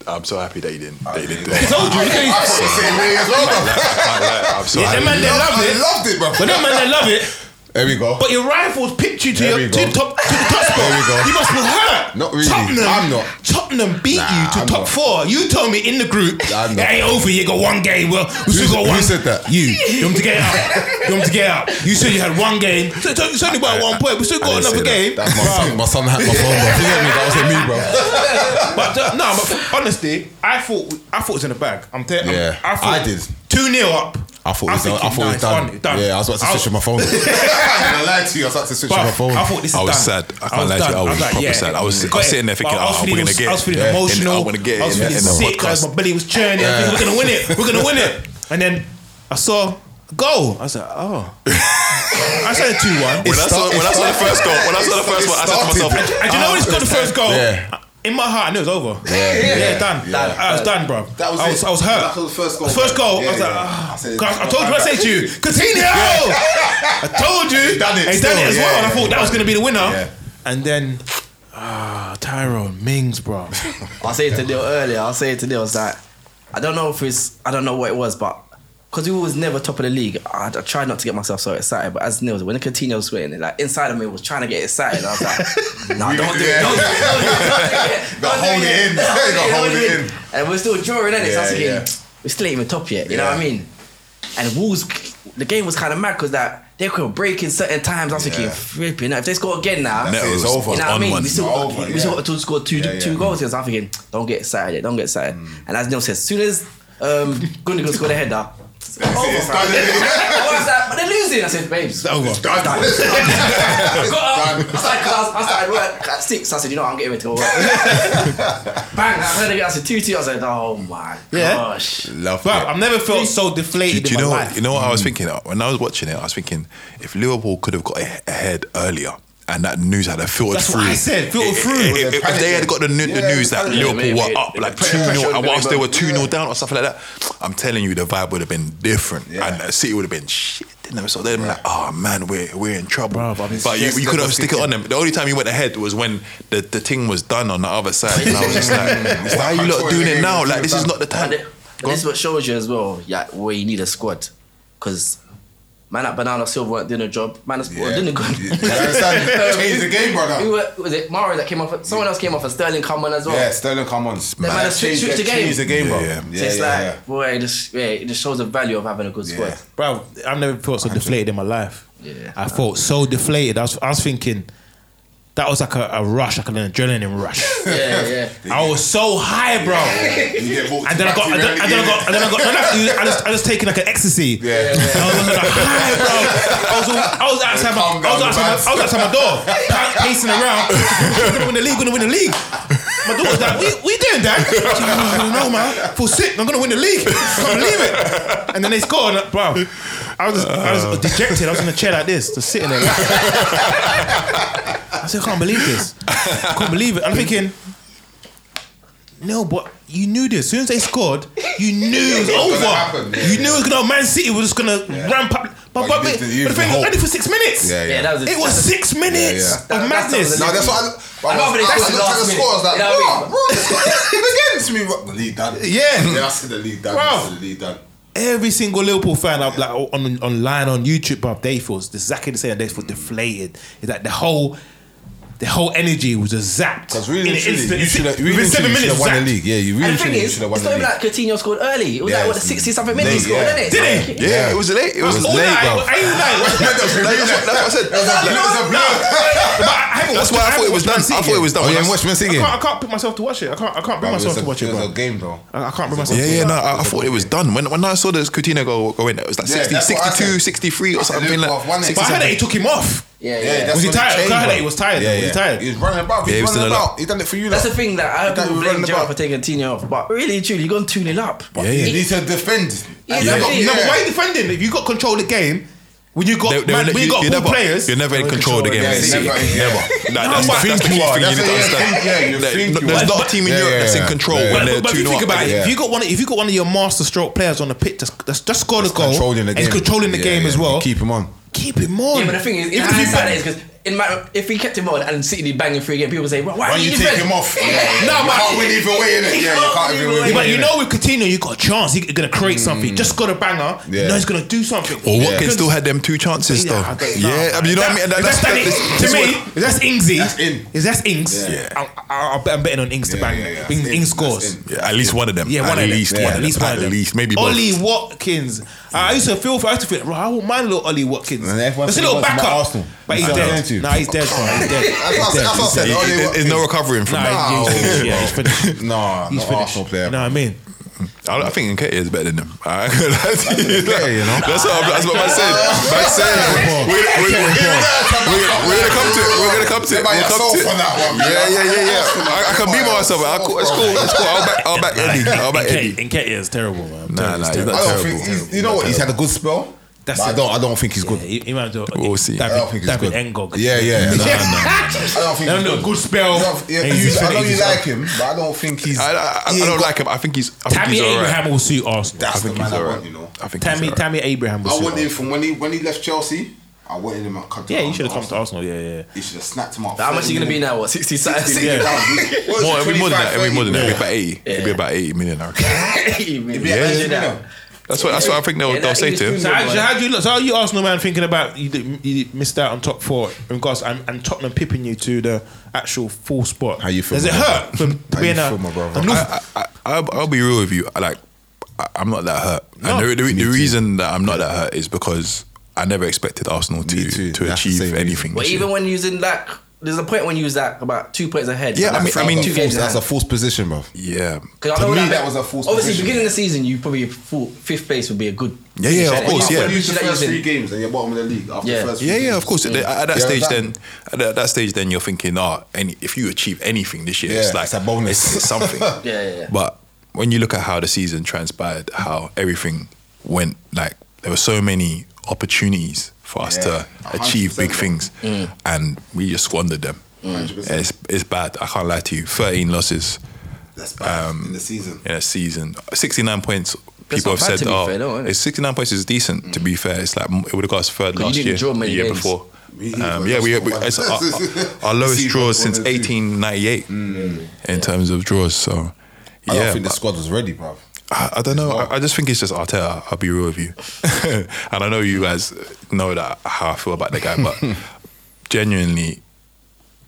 Speaker 3: I'm so happy that you didn't. That you didn't do it.
Speaker 1: Told you, you can't-
Speaker 2: I said the same thing as well, bro.
Speaker 3: I'm so
Speaker 1: Yeah, them man,
Speaker 3: happy.
Speaker 1: they
Speaker 2: I
Speaker 1: love it.
Speaker 2: loved it, bro.
Speaker 1: But them man, they love it.
Speaker 2: There we go.
Speaker 1: But your rivals picked you to
Speaker 2: There
Speaker 1: your to
Speaker 2: we go.
Speaker 1: the top to the top spot.
Speaker 2: There we go.
Speaker 1: You must be hurt.
Speaker 2: Not really.
Speaker 1: Tottenham,
Speaker 2: I'm not.
Speaker 1: Tottenham beat
Speaker 2: Nah,
Speaker 1: you to
Speaker 2: I'm
Speaker 1: top
Speaker 2: not.
Speaker 1: four. You told me in the group
Speaker 2: I'm
Speaker 1: it
Speaker 2: not.
Speaker 1: ain't over. You got one game. Well, we
Speaker 2: Who
Speaker 1: still got
Speaker 2: said- who
Speaker 1: one.
Speaker 2: said that?
Speaker 1: You. You want to get out? You want to get out? You said you had one game. So so- it's only about one point. We still got
Speaker 3: didn't
Speaker 1: another
Speaker 3: say
Speaker 1: game.
Speaker 2: That's my son. My son hacked my phone, bro. Forget me. That wasn't me, bro.
Speaker 1: But uh, no, but honestly, I thought I thought it was in the bag. I'm telling.
Speaker 2: Yeah,
Speaker 1: I, thought
Speaker 2: I did.
Speaker 1: two 0 up.
Speaker 2: I thought it was
Speaker 1: thinking,
Speaker 2: done. I thought it
Speaker 1: nah,
Speaker 2: was
Speaker 1: it's
Speaker 2: done.
Speaker 1: done.
Speaker 2: Yeah, I was about to
Speaker 1: I-
Speaker 2: switch on my phone. I'm gonna lie to you. I was about to switch on my
Speaker 1: But
Speaker 2: phone.
Speaker 1: I thought this is
Speaker 3: I was
Speaker 1: done.
Speaker 3: sad. I can't lie to you, I was proper sad. I was- I was
Speaker 1: Got it.
Speaker 3: sitting there thinking,
Speaker 1: But I was
Speaker 3: oh, we're gonna get
Speaker 1: I was
Speaker 3: it.
Speaker 1: feeling
Speaker 3: Yeah.
Speaker 1: emotional.
Speaker 3: And I'm gonna get it
Speaker 1: I was
Speaker 3: in the-
Speaker 1: feeling
Speaker 3: in the
Speaker 1: sick. I was-
Speaker 3: podcast.
Speaker 1: My belly was churning. I think we're gonna win it. We're gonna win it. And then I saw a goal. I was like, oh. I said two one.
Speaker 3: When I saw when I saw the first goal, when I saw the
Speaker 2: It
Speaker 3: first one, I said to
Speaker 2: started.
Speaker 3: myself,
Speaker 1: And you know when he scored the first goal?
Speaker 2: Yeah.
Speaker 1: In my heart, I knew it was over. Yeah,
Speaker 2: yeah,
Speaker 1: done.
Speaker 2: yeah.
Speaker 1: I was done, bro.
Speaker 2: That was
Speaker 1: I was,
Speaker 2: it.
Speaker 1: I was hurt.
Speaker 2: That was the first goal.
Speaker 1: First goal. I
Speaker 2: Yeah,
Speaker 1: was like,
Speaker 2: yeah.
Speaker 1: ah.
Speaker 2: I said-
Speaker 1: God, I told you, I said to you, Coutinho! I told you.
Speaker 2: He done it
Speaker 1: And He
Speaker 2: still,
Speaker 1: done it as
Speaker 2: yeah,
Speaker 1: well. And I
Speaker 2: yeah,
Speaker 1: thought that was going to be the winner.
Speaker 2: Yeah.
Speaker 1: And then, ah, Tyrone Mings, bro.
Speaker 4: I said to Neil earlier. I said to Neil, I was like, I don't know if it's, I don't know what it was, but because we was never top of the league, I, I tried not to get myself so excited. But as Neil, when the Coutinho was sweating, like inside of me was trying to get excited. I was like, Nah, don't do it, don't do it, don't do it,
Speaker 2: Gotta
Speaker 4: don't
Speaker 2: hold
Speaker 4: do
Speaker 2: it in.
Speaker 4: Don't do
Speaker 2: Gotta
Speaker 4: don't
Speaker 2: hold
Speaker 4: do
Speaker 2: it in.
Speaker 4: And we're still drawing, innit? so I was
Speaker 2: Yeah,
Speaker 4: thinking,
Speaker 2: yeah.
Speaker 4: we still ain't even top yet. You know what I
Speaker 2: Yeah.
Speaker 4: mean? And Wolves, the game was kind of mad because that they could break in certain times. I was
Speaker 2: Yeah.
Speaker 4: thinking, flipping, if they score again now,
Speaker 2: That's it, it's over.
Speaker 4: you know what I
Speaker 3: on
Speaker 4: mean?
Speaker 3: one.
Speaker 4: We still,
Speaker 2: Not
Speaker 4: got,
Speaker 2: over,
Speaker 4: we still
Speaker 2: yeah.
Speaker 4: got to score two,
Speaker 2: Yeah, yeah.
Speaker 4: two goals. Because I'm thinking, don't get excited, don't get excited.
Speaker 2: Mm.
Speaker 4: And as Neil says, as soon as um, Gundogan scored a header, it's over.
Speaker 2: it, it's
Speaker 4: fam.
Speaker 2: done, isn't it? Oh,
Speaker 4: What was that? But they're losing. I said, babes.
Speaker 3: "Oh,
Speaker 4: I
Speaker 2: It's done. It's done.
Speaker 4: got up. I started class. I started work at six. I said, you know, what, I'm getting into work. Bang! I heard it. I said two two. I said, oh my
Speaker 1: Yeah.
Speaker 4: gosh.
Speaker 3: "Love
Speaker 1: Bro,
Speaker 3: it."
Speaker 1: I've never felt so
Speaker 3: Do,
Speaker 1: deflated
Speaker 3: do you
Speaker 1: in
Speaker 3: know?
Speaker 1: my life. Mm.
Speaker 3: You know what I was thinking when I was watching it. I was thinking if Liverpool could have got a- ahead earlier. And that news had filtered
Speaker 1: That's
Speaker 3: through.
Speaker 1: what I said, filtered
Speaker 3: If-
Speaker 1: through.
Speaker 3: if-
Speaker 1: Yeah,
Speaker 3: If, if
Speaker 2: panic
Speaker 3: they
Speaker 2: then.
Speaker 3: had got the, nu- the
Speaker 2: Yeah,
Speaker 3: news that
Speaker 2: panic.
Speaker 3: Liverpool
Speaker 4: Yeah,
Speaker 3: were
Speaker 4: maybe.
Speaker 3: up like
Speaker 4: Pressure
Speaker 3: 2 0,
Speaker 4: would've
Speaker 3: and whilst they
Speaker 4: been
Speaker 3: were 2 0 down or something like that, I'm telling you, the vibe would have been different.
Speaker 2: Yeah.
Speaker 3: And the city would have been shit. Didn't they? So they'd been like, oh man, we're, we're in trouble.
Speaker 1: Bruv, I mean,
Speaker 3: but you,
Speaker 2: stress
Speaker 3: you could have
Speaker 2: levels
Speaker 3: stick it on them. The only time you went ahead was when the, the thing was done on the other side. And I was just like,
Speaker 2: It's
Speaker 3: why are
Speaker 2: like
Speaker 3: you lot
Speaker 2: controlling
Speaker 3: doing
Speaker 2: the
Speaker 3: it
Speaker 2: game
Speaker 3: now?
Speaker 2: until
Speaker 3: Like,
Speaker 2: it's
Speaker 3: this is
Speaker 2: done.
Speaker 3: not the
Speaker 4: And
Speaker 3: time.
Speaker 4: it- and this is what shows you as well, yeah, where you need a squad. Because man like Banana Silver weren't doing a job. Man, that's
Speaker 2: Yeah.
Speaker 4: doing a good.
Speaker 2: You understand? Change the game, brother.
Speaker 4: Who were- was it Mario that came off? Someone else came off, and Sterling come on as well.
Speaker 2: Yeah, Sterling, come on.
Speaker 4: man,
Speaker 2: Like,
Speaker 4: it's switch-
Speaker 2: change-
Speaker 4: switch the game.
Speaker 2: Change the game, bro.
Speaker 3: Yeah, yeah.
Speaker 4: so it's like, boy, it just yeah, it just shows the value of having a good squad.
Speaker 2: Yeah.
Speaker 1: Bro, I've never felt so deflated in my life.
Speaker 4: Yeah.
Speaker 1: I felt so deflated. I was, I was thinking that was like a, a rush, like an adrenaline rush.
Speaker 4: Yeah, yeah.
Speaker 1: I was so high, bro.
Speaker 2: You get walked
Speaker 1: And then I
Speaker 2: back
Speaker 1: got,
Speaker 2: to
Speaker 1: and then,
Speaker 2: reality,
Speaker 1: and then I got, and then I got, and then I, I just, I just taking like an ecstasy.
Speaker 2: Yeah. Yeah, yeah.
Speaker 1: And I was like, high, bro. I was, all- I was outside my,
Speaker 2: Calm
Speaker 1: I was
Speaker 2: down,
Speaker 1: outside my, I was outside my door, pa- pacing around. We're gonna win the league. We're gonna win the league. My daughter's like, we, we doing that? I don't know, man. I feel sick. I'm gonna win the league. I can't believe it. And then they score, and, bro. I was, just, I was dejected. I was in a chair like this, just sitting there. Like, I said, I can't believe this. I can't believe it. I'm thinking, no, but you knew this. As soon as they scored, you knew it was
Speaker 2: It was gonna
Speaker 1: over.
Speaker 2: happen, yeah.
Speaker 1: You knew it was gonna Man City was just gonna ramp up. But,
Speaker 2: But
Speaker 1: but,
Speaker 2: you
Speaker 1: but,
Speaker 2: didn't use
Speaker 1: the thing
Speaker 2: the
Speaker 1: was
Speaker 2: hope.
Speaker 1: only for six minutes.
Speaker 2: Yeah, yeah.
Speaker 4: Yeah, that was a-
Speaker 1: It was
Speaker 4: that's a-
Speaker 1: six minutes
Speaker 2: yeah.
Speaker 1: of
Speaker 4: That- that sounds
Speaker 1: madness.
Speaker 2: No, that's what I. But
Speaker 4: I
Speaker 2: I,
Speaker 4: love
Speaker 2: was,
Speaker 4: it.
Speaker 2: I,
Speaker 4: It's
Speaker 2: I
Speaker 4: the
Speaker 2: looked at
Speaker 4: last
Speaker 2: the score. I was like,
Speaker 4: minute. You know
Speaker 2: bro,
Speaker 4: what I mean?
Speaker 2: bro, this is against me. bro." The lead done.
Speaker 1: Yeah.
Speaker 2: yeah, I said the lead done.
Speaker 1: Bro.
Speaker 2: I said the lead done.
Speaker 1: Every single Liverpool fan I've like on online on YouTube, but they feel exactly the same. They feel deflated. It's like the whole. The whole energy was just zapped.
Speaker 2: Because
Speaker 1: In
Speaker 2: really, and
Speaker 1: an
Speaker 2: truly,
Speaker 1: instant.
Speaker 2: you should have
Speaker 1: Within
Speaker 2: really and
Speaker 1: seven
Speaker 2: truly, you should
Speaker 1: minutes,
Speaker 2: have won the
Speaker 1: zapped.
Speaker 2: league. Yeah, you really and
Speaker 4: And the
Speaker 2: truly,
Speaker 4: thing
Speaker 2: you
Speaker 4: is,
Speaker 2: should have
Speaker 4: it's
Speaker 2: won
Speaker 4: not
Speaker 2: the
Speaker 4: even
Speaker 2: league.
Speaker 4: like Coutinho scored early. It was like
Speaker 2: Yeah,
Speaker 4: what the
Speaker 2: it's
Speaker 4: 60 something minutes he
Speaker 2: late,
Speaker 4: scored,
Speaker 2: yeah.
Speaker 4: innit?
Speaker 1: Did
Speaker 4: So
Speaker 1: he?
Speaker 4: I'm like,
Speaker 3: Yeah, it was late. It was
Speaker 1: All
Speaker 3: late,
Speaker 1: night, I ain't
Speaker 3: bro.
Speaker 1: lying.
Speaker 2: That was
Speaker 3: That's what, that's what I said.
Speaker 2: a blood.
Speaker 1: But I haven't
Speaker 3: That's
Speaker 1: watched-
Speaker 3: why I thought it was
Speaker 1: haven't watched Man City
Speaker 3: done. I thought it was
Speaker 1: yet.
Speaker 3: done.
Speaker 2: Oh,
Speaker 3: When
Speaker 2: you
Speaker 3: I
Speaker 2: ain't
Speaker 3: s-
Speaker 2: watched Man City
Speaker 1: I
Speaker 2: again?
Speaker 1: can't, I can't put myself to watch it. I can't. I can't bring myself
Speaker 2: It was a-
Speaker 1: to watch
Speaker 2: it
Speaker 1: it,
Speaker 2: was
Speaker 1: bro.
Speaker 2: a game, though.
Speaker 1: I, I can't bring myself.
Speaker 3: Yeah,
Speaker 1: to
Speaker 3: yeah,
Speaker 1: watch
Speaker 3: no,
Speaker 1: it.
Speaker 3: I, I thought it was done. When, when I saw this Coutinho go, go in, it was like
Speaker 2: Yeah,
Speaker 3: 60,
Speaker 2: that's what I
Speaker 3: 62,
Speaker 2: said.
Speaker 3: 63 or
Speaker 2: said
Speaker 3: something like
Speaker 2: Liverpool have won
Speaker 1: But
Speaker 2: it.
Speaker 1: I
Speaker 3: 60
Speaker 1: heard that he took him off.
Speaker 4: Yeah, yeah.
Speaker 2: Yeah,
Speaker 4: yeah.
Speaker 2: that's
Speaker 1: Was he
Speaker 2: when
Speaker 1: tired?
Speaker 2: changed,
Speaker 1: Because I heard
Speaker 2: bro.
Speaker 1: he was tired.
Speaker 2: Yeah,
Speaker 1: Was he
Speaker 2: yeah.
Speaker 1: tired?
Speaker 2: He was running about.
Speaker 3: Yeah,
Speaker 2: He
Speaker 3: he was
Speaker 2: was running
Speaker 3: still a lot.
Speaker 2: about. He done it for you.
Speaker 4: That's
Speaker 2: lot.
Speaker 4: the thing that I
Speaker 2: He done it
Speaker 4: heard people
Speaker 2: with
Speaker 4: blame
Speaker 2: running
Speaker 4: Gerrard for
Speaker 2: about.
Speaker 4: taking Coutinho off, but really, truly, you're going 2 0 up.
Speaker 3: Yeah, yeah.
Speaker 2: You need to defend.
Speaker 4: Yeah,
Speaker 2: You
Speaker 4: yeah.
Speaker 2: got-
Speaker 1: No, but
Speaker 2: yeah.
Speaker 1: why are you defending? If you got control of the game, When you got
Speaker 3: They- they
Speaker 1: man,
Speaker 3: will let
Speaker 1: when you, got
Speaker 3: you're
Speaker 1: all
Speaker 3: never,
Speaker 1: players,
Speaker 3: You're never in control, of the game.
Speaker 2: of the
Speaker 3: Never.
Speaker 2: game. Yeah,
Speaker 3: never.
Speaker 2: yeah.
Speaker 3: That- that's, that's, the key
Speaker 2: you are.
Speaker 3: thing you
Speaker 2: That's
Speaker 3: need to
Speaker 2: it, yeah,
Speaker 3: understand.
Speaker 2: yeah, you
Speaker 3: That-
Speaker 2: think
Speaker 3: no-
Speaker 2: you
Speaker 3: there's
Speaker 2: are.
Speaker 3: not a team in
Speaker 2: Yeah,
Speaker 3: Europe
Speaker 2: yeah,
Speaker 3: that's in
Speaker 2: yeah.
Speaker 3: control
Speaker 2: Yeah,
Speaker 3: when
Speaker 2: yeah.
Speaker 3: they're
Speaker 2: But-
Speaker 1: but if
Speaker 3: two
Speaker 1: you think about it,
Speaker 2: yeah.
Speaker 1: if you got one, if you got one of your master stroke players on the pitch, that's, that's just score the goal,
Speaker 2: Controlling the
Speaker 1: and
Speaker 2: game.
Speaker 1: he's controlling the
Speaker 2: Yeah,
Speaker 1: game
Speaker 2: yeah,
Speaker 1: as
Speaker 2: you
Speaker 1: well.
Speaker 2: Keep him on.
Speaker 1: Keep him on.
Speaker 2: Hmm.
Speaker 4: Yeah, but the thing is, in
Speaker 1: Even if you
Speaker 4: hindsight,
Speaker 1: back-
Speaker 4: it's because in my, if he kept him on and City did banging three again, people say, "Why, why
Speaker 2: Why
Speaker 4: did
Speaker 2: you
Speaker 4: he
Speaker 2: take
Speaker 4: defend?"
Speaker 2: him off?
Speaker 4: No,
Speaker 2: you
Speaker 4: man.
Speaker 2: can't win either way, innit?
Speaker 4: He
Speaker 2: Yeah, you
Speaker 4: can't
Speaker 2: can't even
Speaker 4: win
Speaker 2: win.
Speaker 4: either
Speaker 1: Yeah, but
Speaker 2: either
Speaker 1: you
Speaker 2: way,
Speaker 1: know with Coutinho, you got a chance. He's gonna create something. Just got a banger.
Speaker 2: Yeah.
Speaker 1: You know he's gonna do something.
Speaker 3: Or
Speaker 1: Yeah.
Speaker 3: Watkins still had them two chances
Speaker 1: Yeah, I
Speaker 3: though.
Speaker 1: don't know,
Speaker 3: Yeah, I mean, you know what I mean. And
Speaker 1: That- if
Speaker 3: that-
Speaker 1: that's,
Speaker 3: that-
Speaker 1: that-
Speaker 3: this-
Speaker 1: to
Speaker 3: this
Speaker 1: me,
Speaker 3: one-
Speaker 1: if that's Ingsy.
Speaker 2: That's in.
Speaker 1: If that's Ings,
Speaker 2: Yeah.
Speaker 1: I, I, I'm betting on Ings to
Speaker 2: Yeah,
Speaker 1: bang.
Speaker 2: yeah, yeah, that's
Speaker 1: Ings,
Speaker 2: in.
Speaker 1: Ings
Speaker 2: That's
Speaker 1: scores.
Speaker 2: in.
Speaker 3: Yeah, at least one of them.
Speaker 1: Yeah, one
Speaker 3: at
Speaker 1: of them.
Speaker 3: least
Speaker 1: Yeah,
Speaker 3: one
Speaker 1: at
Speaker 3: of
Speaker 1: least
Speaker 3: them.
Speaker 1: one of
Speaker 3: At
Speaker 1: them.
Speaker 3: least maybe both.
Speaker 1: Ollie Watkins. I used to feel for. I used to feel. Bro, I won't mind little Ollie Watkins.
Speaker 2: And everyone
Speaker 1: That's a
Speaker 2: said
Speaker 1: little
Speaker 2: he wants him at
Speaker 1: backup.
Speaker 2: Arsenal.
Speaker 1: But he's
Speaker 2: That's what I'm
Speaker 1: dead.
Speaker 2: saying to you.
Speaker 1: Nah, he's dead. Bro. He's dead.
Speaker 2: That's what I said- that's what I said.
Speaker 3: Yeah,
Speaker 2: Ollie
Speaker 3: there- There's no
Speaker 2: Watkins.
Speaker 3: recovering
Speaker 1: Nah,
Speaker 3: from that.
Speaker 1: he's- he's- yeah, he's finished.
Speaker 2: Nah,
Speaker 1: He's
Speaker 2: not
Speaker 1: finished.
Speaker 2: Arsenal player.
Speaker 1: You know what I mean?
Speaker 3: I, I think Nketiah is better than him. I- that's, that's what I'm, that's what I'm saying. I'm saying. We're, we're, we're, we're, we're gonna come to it. We're gonna come to it.
Speaker 2: By
Speaker 3: We'll come to
Speaker 2: yourself
Speaker 3: it.
Speaker 2: on that one,
Speaker 3: Yeah,
Speaker 2: man.
Speaker 3: yeah, yeah, yeah. I, I can be myself. I, cool, it's cool. It's cool. I'll back. I'll back Eddie. I'll back Eddie.
Speaker 1: Nketiah is terrible, man. I'm
Speaker 3: Nah,
Speaker 1: telling you, he's terrible.
Speaker 2: I
Speaker 3: nah, he's not
Speaker 2: don't
Speaker 3: terrible.
Speaker 2: think he's, you know what? He's had a good spell.
Speaker 1: That's
Speaker 2: but I
Speaker 1: it.
Speaker 2: don't. I don't think he's good.
Speaker 1: Yeah, he, he might do.
Speaker 3: We'll see.
Speaker 1: David,
Speaker 2: I don't think he's
Speaker 1: David
Speaker 2: good.
Speaker 1: Ngog.
Speaker 2: Yeah, yeah. Nah, I don't think
Speaker 1: That
Speaker 2: he's
Speaker 1: little
Speaker 2: good.
Speaker 1: good spell.
Speaker 2: I don't- yeah,
Speaker 1: And
Speaker 2: you-
Speaker 1: he's
Speaker 2: I know
Speaker 1: finished
Speaker 2: you
Speaker 1: his-
Speaker 2: like him, but I don't think he's.
Speaker 3: I, I, I, I don't like him. I think he's. I think
Speaker 1: Tammy
Speaker 3: he's alright.
Speaker 1: Abraham will suit Arsenal.
Speaker 2: That's
Speaker 3: I think
Speaker 2: the
Speaker 3: he's
Speaker 2: man I
Speaker 3: alright.
Speaker 2: want, you know.
Speaker 3: I think
Speaker 1: Tammy
Speaker 3: he's alright.
Speaker 1: Tammy Abraham will
Speaker 2: I
Speaker 1: suit
Speaker 2: wanted him
Speaker 1: Arsenal.
Speaker 2: from when he when he left Chelsea. I wanted him at come to
Speaker 1: Yeah, he
Speaker 2: Arsenal.
Speaker 1: should have come to Arsenal. Yeah, yeah.
Speaker 2: He should have snapped him up.
Speaker 4: How much are you gonna be now? What sixty? 60
Speaker 1: yeah.
Speaker 3: More, it'd be more than that. It'd be more than that. It'd be
Speaker 2: Yeah.
Speaker 3: about eighty. It'd be about eighty million. I reckon.
Speaker 2: It'd be at 80 million.
Speaker 3: That's what. That's what I think they'll,
Speaker 4: Yeah,
Speaker 3: they'll
Speaker 4: that
Speaker 3: say
Speaker 4: is
Speaker 3: to him.
Speaker 1: So
Speaker 4: Yeah,
Speaker 1: how,
Speaker 4: boy.
Speaker 1: so how do you look? So how you Arsenal man thinking about you, did- you missed out on top four in regards and, and Tottenham pipping you to the actual full spot?
Speaker 2: How you feel,
Speaker 1: Does it
Speaker 2: my
Speaker 1: hurt from
Speaker 2: How you
Speaker 1: being a,
Speaker 2: feel, my brother?
Speaker 1: a North-
Speaker 3: I, I, I'll, I'll be real with you. I, Like, I, I'm not that hurt. and the, the, the reason that I'm not that hurt is because I never expected Arsenal to
Speaker 2: Me too.
Speaker 3: to
Speaker 2: That's the
Speaker 3: achieve
Speaker 2: same reason.
Speaker 3: anything.
Speaker 4: But
Speaker 3: this year.
Speaker 4: even when using like, there's a point when you was like about two points ahead.
Speaker 3: Yeah,
Speaker 4: Like,
Speaker 3: I mean-
Speaker 4: three-
Speaker 3: I mean,
Speaker 4: two
Speaker 2: That's a
Speaker 4: games.
Speaker 2: false- that's a
Speaker 4: ahead.
Speaker 2: false position, bro.
Speaker 3: yeah,
Speaker 4: 'Cause I
Speaker 2: to
Speaker 4: know,
Speaker 2: me,
Speaker 4: like,
Speaker 2: that was a false
Speaker 4: Obviously,
Speaker 2: position.
Speaker 4: beginning of the season, you probably thought fifth place would be a good.
Speaker 3: Yeah, yeah, of
Speaker 4: position.
Speaker 3: course,
Speaker 4: You
Speaker 3: yeah.
Speaker 2: When you
Speaker 4: should- you
Speaker 2: lose
Speaker 4: should
Speaker 2: the
Speaker 4: like
Speaker 2: first
Speaker 4: using-
Speaker 2: three games and you're bottom of the league after
Speaker 4: Yeah.
Speaker 2: the first.
Speaker 3: yeah,
Speaker 2: three
Speaker 3: yeah. Of
Speaker 2: games.
Speaker 3: course, At- at that
Speaker 2: Yeah,
Speaker 3: stage,
Speaker 2: exactly.
Speaker 3: then at that, that stage, then you're thinking, ah, any if you achieve anything this year,
Speaker 2: Yeah,
Speaker 3: it's like
Speaker 2: it's a bonus.
Speaker 3: It's, it's something.
Speaker 4: Yeah, yeah, yeah.
Speaker 3: But when you look at how the season transpired, how everything went, like there were so many opportunities for us
Speaker 2: Yeah,
Speaker 3: to achieve big
Speaker 2: 100%.
Speaker 3: things,
Speaker 2: Mm.
Speaker 3: and we just squandered them.
Speaker 2: 100%.
Speaker 3: It's it's bad. I can't lie to you. Thirteen losses
Speaker 2: That's bad
Speaker 3: Um,
Speaker 2: in the season.
Speaker 3: in a season. 69 points.
Speaker 4: That's
Speaker 3: People
Speaker 4: not
Speaker 3: have
Speaker 4: bad,
Speaker 3: said,
Speaker 4: to be
Speaker 3: "Oh,
Speaker 4: fair, though, isn't it?"
Speaker 3: it's 69 points is decent." To be fair, it's like it would have got us third
Speaker 4: 'Cause you
Speaker 3: last
Speaker 4: didn't
Speaker 3: year,
Speaker 4: draw
Speaker 3: the
Speaker 4: many
Speaker 3: year
Speaker 4: games.
Speaker 3: before.
Speaker 2: We-
Speaker 3: Um, yeah, we, we it's our, our- our lowest
Speaker 2: See,
Speaker 3: draws
Speaker 2: one
Speaker 3: since
Speaker 2: and two.
Speaker 3: 1898 in terms of draws. So,
Speaker 2: Mm.
Speaker 3: yeah,
Speaker 2: I don't think the
Speaker 3: but
Speaker 2: squad was ready, bro.
Speaker 3: I, I don't know. I, I just think it's just Arteta. I'll be real with you, and I know you guys know that how I feel about the guy, but genuinely,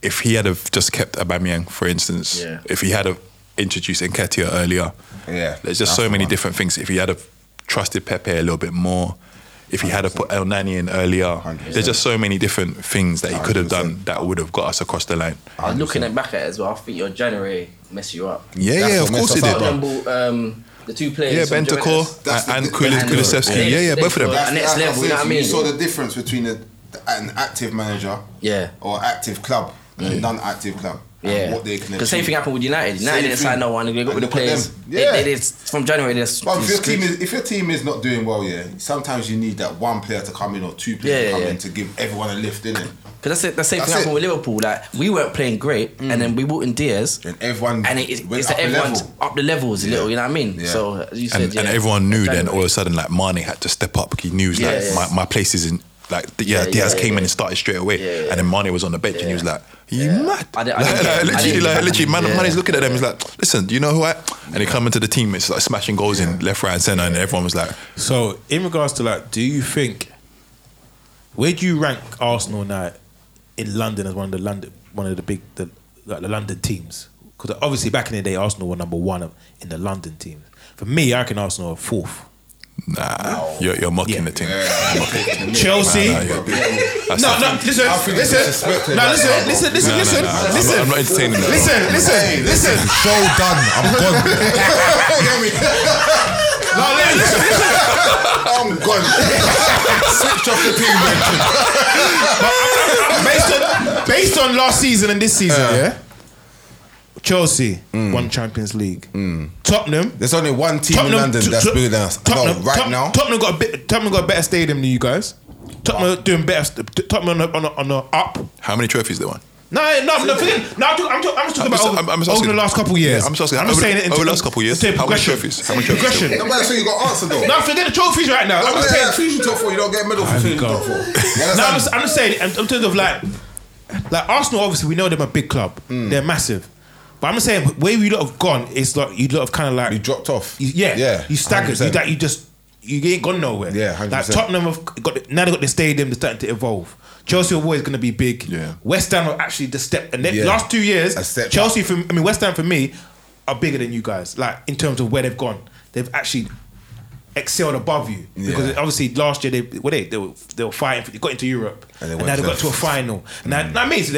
Speaker 3: if he had have just kept Aubameyang, for instance,
Speaker 4: Yeah.
Speaker 3: if he had have introduced Enketia earlier,
Speaker 2: Yeah,
Speaker 3: there's just
Speaker 2: that's
Speaker 3: so
Speaker 2: the
Speaker 3: many
Speaker 2: one.
Speaker 3: different things. If he had have trusted Pepe a little bit more, if he had have put El Nani in earlier,
Speaker 2: 100%.
Speaker 3: there's just so many different things that he could have done
Speaker 2: 100%.
Speaker 3: that would have got us across the line.
Speaker 4: And looking at back at it as well, I think your January mess you up.
Speaker 3: Yeah,
Speaker 2: That's
Speaker 3: yeah,
Speaker 2: what
Speaker 3: of course
Speaker 2: messed
Speaker 3: he
Speaker 2: us
Speaker 3: did.
Speaker 2: up,
Speaker 4: I remember um, the two players.
Speaker 3: Yeah,
Speaker 4: from
Speaker 3: Bentacore
Speaker 4: Juventus.
Speaker 2: That's the-
Speaker 3: and and
Speaker 2: the-
Speaker 3: Kul-
Speaker 2: Bentancur.
Speaker 3: Kulusevski. Yeah, yeah, both of them.
Speaker 4: That's- next
Speaker 2: like I
Speaker 4: level,
Speaker 2: said
Speaker 4: you know
Speaker 2: to
Speaker 4: what I mean?
Speaker 2: You saw the difference between a, an active manager,
Speaker 4: Yeah.
Speaker 2: or active club and a non-active club. and
Speaker 4: Yeah,
Speaker 2: what they can
Speaker 4: because same
Speaker 2: achieve.
Speaker 4: thing happened with United. United
Speaker 2: Same
Speaker 4: didn't sign
Speaker 2: thing.
Speaker 4: no one. They got
Speaker 2: And
Speaker 4: rid of
Speaker 2: look at
Speaker 4: players.
Speaker 2: them.
Speaker 4: They-
Speaker 2: Yeah.
Speaker 4: They, did from January. They're
Speaker 2: But if your team is if your team is not doing well, yeah, sometimes you need that one player to come in or two players
Speaker 4: Yeah,
Speaker 2: to come
Speaker 4: yeah,
Speaker 2: in
Speaker 4: yeah.
Speaker 2: to give everyone a lift, innit?
Speaker 4: Because that's it. The same
Speaker 2: That's
Speaker 4: thing happened
Speaker 2: it.
Speaker 4: with Liverpool. Like we weren't playing great, and then we brought in Diaz,
Speaker 2: And everyone
Speaker 4: and it, it's,
Speaker 2: went
Speaker 4: it's
Speaker 2: up
Speaker 4: that
Speaker 2: a
Speaker 4: everyone's
Speaker 2: level.
Speaker 4: up the levels a little. You know what I mean?
Speaker 2: Yeah.
Speaker 4: So as you said,
Speaker 3: and,
Speaker 4: yeah.
Speaker 3: and everyone knew then all
Speaker 4: January.
Speaker 3: of a sudden like Mane had to step up. He knew
Speaker 4: Yeah,
Speaker 3: like
Speaker 4: yeah.
Speaker 3: My, my place is in like th- yeah,
Speaker 4: Yeah,
Speaker 3: Diaz
Speaker 4: yeah,
Speaker 3: came
Speaker 4: yeah.
Speaker 3: in and started straight away,
Speaker 4: Yeah, yeah.
Speaker 3: and then Mane was on the bench and he was like, "You mad?"
Speaker 4: I didn't- I didn't get
Speaker 3: like,
Speaker 4: it. I
Speaker 3: like,
Speaker 4: didn't
Speaker 3: literally, like,
Speaker 4: get it.
Speaker 3: literally, Man,
Speaker 4: Yeah.
Speaker 3: Mane's looking at them. He's like, "Listen, do you know who I?" And he come into the team. It's like smashing goals in left, right, and center, and everyone was like,
Speaker 1: So, in regards to like, do you think where do you rank Arsenal now in London as one of the London, one of the big, the, like the London teams? Because obviously back in the day, Arsenal were number one of, in the London teams. For me, I reckon Arsenal are fourth.
Speaker 3: "Nah, you're, you're mocking
Speaker 1: Yeah.
Speaker 3: the team."
Speaker 1: Chelsea.
Speaker 3: Nah, you're- that's
Speaker 1: No,
Speaker 3: not-
Speaker 1: no, listen,
Speaker 2: I think it's
Speaker 1: listen,
Speaker 2: disrespectful,
Speaker 1: no,
Speaker 2: bro.
Speaker 1: listen, listen, listen,
Speaker 3: Nah, nah,
Speaker 1: listen,
Speaker 3: nah, I'm not-
Speaker 1: listen,
Speaker 3: I'm not entertaining that.
Speaker 1: listen, listen, listen.
Speaker 2: Show done. I'm gone.
Speaker 1: No, listen, listen.
Speaker 2: I'm gone. Switch off the team mention.
Speaker 1: based on based on last season and this season, yeah. Chelsea won Champions League. Tottenham.
Speaker 2: There's only one team in London
Speaker 1: t-
Speaker 2: that's
Speaker 1: t-
Speaker 2: bigger than us. No,
Speaker 1: Tottenham,
Speaker 2: right
Speaker 1: Tot-
Speaker 2: now.
Speaker 1: Tottenham got a bit, Tottenham got a better stadium than you guys. Tottenham are doing better. Tottenham on the, on the, on the up.
Speaker 3: How many trophies they won?
Speaker 1: No, no, I'm not thinking. No, I'm, I'm, I'm just talking about
Speaker 3: just-
Speaker 1: over,
Speaker 3: I'm- I'm just
Speaker 1: over the
Speaker 3: asking-
Speaker 1: last couple of years.
Speaker 3: Yeah, I'm just asking,
Speaker 1: I'm
Speaker 3: over the-
Speaker 1: saying it in
Speaker 3: over the
Speaker 1: terms-
Speaker 3: last couple of years,
Speaker 1: in terms of
Speaker 3: how many
Speaker 1: progression.
Speaker 3: trophies? How many trophies?
Speaker 1: Progression.
Speaker 2: No matter so you got answer though.
Speaker 1: No, forget the trophies right now. I'm
Speaker 2: I'm
Speaker 1: just
Speaker 2: saying
Speaker 1: saying.
Speaker 2: finishing top four, you don't get a medal for finishing
Speaker 1: God.
Speaker 2: top four.
Speaker 1: No,
Speaker 2: You
Speaker 1: I'm
Speaker 2: understand?
Speaker 1: just, I'm just saying, in, in terms of like, like Arsenal, obviously, we know they're a big club. They're massive. But I'm just saying, where you lot have gone, it's like you lot have kind of like.
Speaker 2: You dropped off.
Speaker 1: You- yeah.
Speaker 2: Yeah.
Speaker 1: You staggered. You,
Speaker 2: 100%.
Speaker 1: that you just you ain't gone nowhere.
Speaker 2: Yeah,
Speaker 1: Like
Speaker 2: 100%.
Speaker 1: Tottenham have got the, now they got the stadium. They're starting to evolve. Chelsea are always going to be big.
Speaker 3: Yeah.
Speaker 1: West Ham are actually the step. And the
Speaker 2: Yeah.
Speaker 1: last two years,
Speaker 2: A step
Speaker 1: Chelsea. For, I mean, West Ham for me are bigger than you guys. Like in terms of where they've gone, they've actually excelled above you because
Speaker 2: Yeah.
Speaker 1: obviously last year they were they they were, they were fighting. For, they got into Europe and,
Speaker 2: And they
Speaker 1: now
Speaker 2: went
Speaker 1: they
Speaker 2: to
Speaker 1: got
Speaker 2: the-
Speaker 1: to a final. And
Speaker 2: Mm.
Speaker 1: that, that means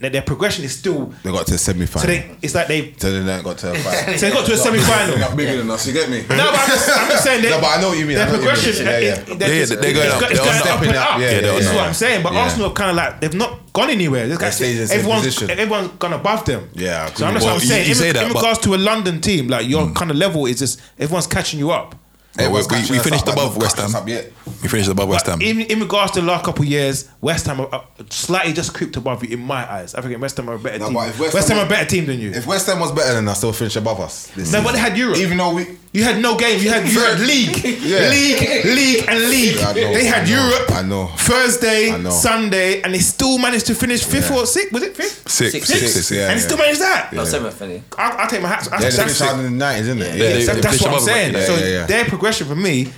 Speaker 1: that their progression is still.
Speaker 2: They got to a semi final.
Speaker 1: So they, it's like they
Speaker 2: So they got to a final.
Speaker 1: so they got to a semi final.
Speaker 2: They're bigger than us, you get me?
Speaker 1: No, but I'm just, I'm just saying. They,
Speaker 2: No, but I know what you mean,
Speaker 1: Their
Speaker 2: I know what you mean.
Speaker 1: progression,
Speaker 2: Yeah, yeah.
Speaker 1: it- it-
Speaker 3: Yeah,
Speaker 1: it's-
Speaker 3: they're going
Speaker 1: it's
Speaker 3: up.
Speaker 1: go- It's
Speaker 3: They're
Speaker 1: going up
Speaker 2: stepping
Speaker 1: and
Speaker 2: up.
Speaker 1: up.
Speaker 2: Yeah,
Speaker 3: they're
Speaker 1: That's
Speaker 3: on
Speaker 1: what
Speaker 2: up.
Speaker 1: I'm saying. But
Speaker 2: Yeah.
Speaker 1: Arsenal have kind of like they've not gone anywhere. They've got-
Speaker 2: stayed in the same
Speaker 1: everyone's
Speaker 2: position.
Speaker 1: everyone's gone above them.
Speaker 2: Yeah, I agree
Speaker 1: so I'm just
Speaker 2: with
Speaker 1: what I'm
Speaker 2: you.
Speaker 3: Well,
Speaker 1: saying.
Speaker 3: you- you
Speaker 1: in,
Speaker 3: say that,
Speaker 1: in
Speaker 3: but-
Speaker 1: regards to a London team, like your
Speaker 2: Mm.
Speaker 1: kind of level is just everyone's catching you up.
Speaker 2: Hey,
Speaker 3: Well,
Speaker 2: what's
Speaker 3: we,
Speaker 2: catching
Speaker 3: we
Speaker 2: us
Speaker 3: finished
Speaker 2: up, man?
Speaker 3: above
Speaker 2: What's
Speaker 3: West
Speaker 2: catching
Speaker 3: Ham.
Speaker 2: us up yet?
Speaker 3: We finished above West Ham.
Speaker 1: In, in regards to the last couple of years, West Ham are, are slightly just creeped above you in my eyes. I think West Ham are a better
Speaker 2: No,
Speaker 1: team.
Speaker 2: but if
Speaker 1: West,
Speaker 2: West
Speaker 1: Ham are
Speaker 2: Ham-
Speaker 1: a better team than you.
Speaker 2: If West Ham was better than us, they'll finish above us. this
Speaker 1: no,
Speaker 2: season.
Speaker 1: but they had Europe.
Speaker 2: Even though we.
Speaker 1: you had no game. You had you had league,
Speaker 2: Yeah.
Speaker 1: league, league, and league.
Speaker 2: Yeah, I know,
Speaker 1: they had
Speaker 2: I know,
Speaker 1: Europe.
Speaker 2: I know.
Speaker 1: Thursday,
Speaker 2: I know.
Speaker 1: Sunday, and they still managed to finish fifth
Speaker 2: Yeah.
Speaker 1: or sixth. Was it fifth?
Speaker 3: Six,
Speaker 4: Six.
Speaker 3: six,
Speaker 2: Six.
Speaker 3: six, yeah.
Speaker 1: and they still managed that.
Speaker 4: Not seventh, any.
Speaker 1: I'll, I'll take my hat.
Speaker 2: They
Speaker 1: That's,
Speaker 2: finished
Speaker 1: that's,
Speaker 2: out
Speaker 1: it.
Speaker 2: in the nineties, didn't it?
Speaker 3: Yeah,
Speaker 1: That's-
Speaker 3: they-
Speaker 1: that's
Speaker 3: finished
Speaker 1: what I'm
Speaker 3: above
Speaker 1: saying.
Speaker 3: them.
Speaker 2: Yeah,
Speaker 1: so
Speaker 2: yeah, yeah.
Speaker 1: their progression for me,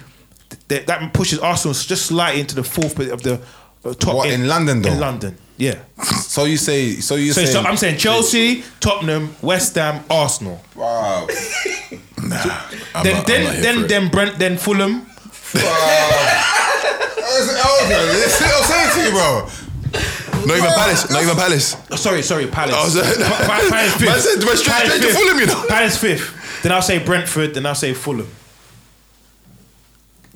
Speaker 1: th- that pushes Arsenal just slightly into the fourth bit of the uh, top.
Speaker 2: What, in London, though?
Speaker 1: In London, yeah.
Speaker 2: So you say. So you
Speaker 1: So,
Speaker 2: say.
Speaker 1: so I'm saying Chelsea, Tottenham, West Ham, Arsenal.
Speaker 2: Wow.
Speaker 3: I'm
Speaker 1: then
Speaker 3: not- I'm not
Speaker 1: then
Speaker 3: here for
Speaker 1: then
Speaker 3: it.
Speaker 1: then Brent then Fulham.
Speaker 2: That's what I'm saying to you, bro.
Speaker 3: Not even Palace. Not even Palace.
Speaker 1: Oh, sorry, sorry, Palace.
Speaker 3: I was like-
Speaker 1: Pa- Pa- Palace fifth.
Speaker 3: Man said, "Went straight-
Speaker 1: Palace
Speaker 3: straight to
Speaker 1: fifth.
Speaker 3: Fulham, you know."
Speaker 1: Palace fifth. Then I'll say Brentford. Then I'll say Fulham.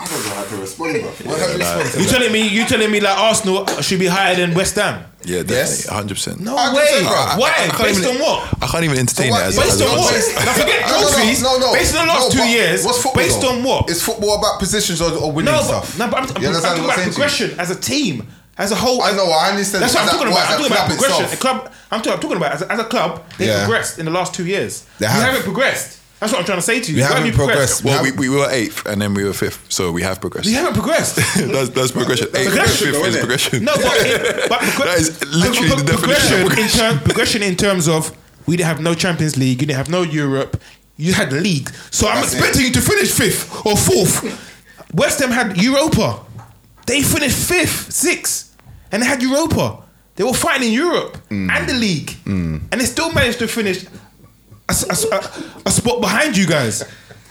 Speaker 2: I don't know how to respond, bro. What have you responded
Speaker 1: You telling me? You telling me like Arsenal should be higher than West Ham?
Speaker 3: Yeah,
Speaker 2: Yes.
Speaker 3: definitely. 100%.
Speaker 1: No
Speaker 2: I-
Speaker 1: way.
Speaker 2: bro, I-
Speaker 1: Why?
Speaker 3: I can't
Speaker 1: Based
Speaker 3: even-
Speaker 1: on what?
Speaker 3: I can't even entertain
Speaker 2: So what-
Speaker 3: that. As, a-
Speaker 2: Based
Speaker 3: as
Speaker 1: Based
Speaker 3: a
Speaker 1: on what?
Speaker 3: concept.
Speaker 1: Now forget trophies. Based on the last
Speaker 2: No,
Speaker 1: two
Speaker 2: but
Speaker 1: years.
Speaker 2: What's football?
Speaker 1: based
Speaker 2: though?
Speaker 1: on what?
Speaker 2: Is football about positions or, or winning
Speaker 1: no,
Speaker 2: stuff?
Speaker 1: but, no, but I'm,
Speaker 2: You
Speaker 1: I'm, I'm
Speaker 2: understand
Speaker 1: talking
Speaker 2: what
Speaker 1: about
Speaker 2: I'm saying to you?
Speaker 1: progression as a team, as a whole.
Speaker 2: I know, I understand.
Speaker 1: That's what I'm
Speaker 2: Is that
Speaker 1: talking
Speaker 2: why
Speaker 1: about. I'm
Speaker 2: that
Speaker 1: talking about
Speaker 2: club
Speaker 1: progression.
Speaker 2: itself?
Speaker 1: The club. I'm, talk, I'm talking about as a, as a club. They
Speaker 2: Yeah.
Speaker 1: have progressed in the last two years.
Speaker 2: They
Speaker 1: you
Speaker 2: have.
Speaker 1: haven't progressed. That's what I'm trying to say to you.
Speaker 2: We
Speaker 1: Why have
Speaker 2: haven't
Speaker 1: you progressed?
Speaker 2: progressed.
Speaker 3: Well, we, we were eighth and then we were fifth, so we have progressed.
Speaker 1: You haven't progressed.
Speaker 3: that's, that's progression. Eighth,
Speaker 1: progression,
Speaker 3: fifth
Speaker 2: though,
Speaker 3: is
Speaker 2: innit?
Speaker 3: progression.
Speaker 1: No, but, it, but progr-
Speaker 3: That is literally
Speaker 1: but- but
Speaker 3: the definition of
Speaker 1: progression in, term, progression in terms of we didn't have no Champions League, you didn't have no Europe, you had league. So I'm
Speaker 2: That's it.
Speaker 1: expecting you to finish fifth or fourth. West Ham had Europa. They finished fifth, sixth, and they had Europa. They were fighting in Europe
Speaker 3: Mm.
Speaker 1: and the league, and they still managed to finish a, s- a s- a- a spot behind you guys.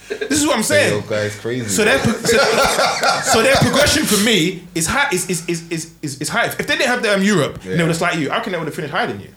Speaker 1: This is what I'm saying.
Speaker 2: Yo, guys, crazy.
Speaker 1: So their pro- so, so their progression for me is high. Is is is is, is, is high. If they didn't have them Europe, and they
Speaker 2: Yeah.
Speaker 1: would have like you. I reckon they would have finished higher than you.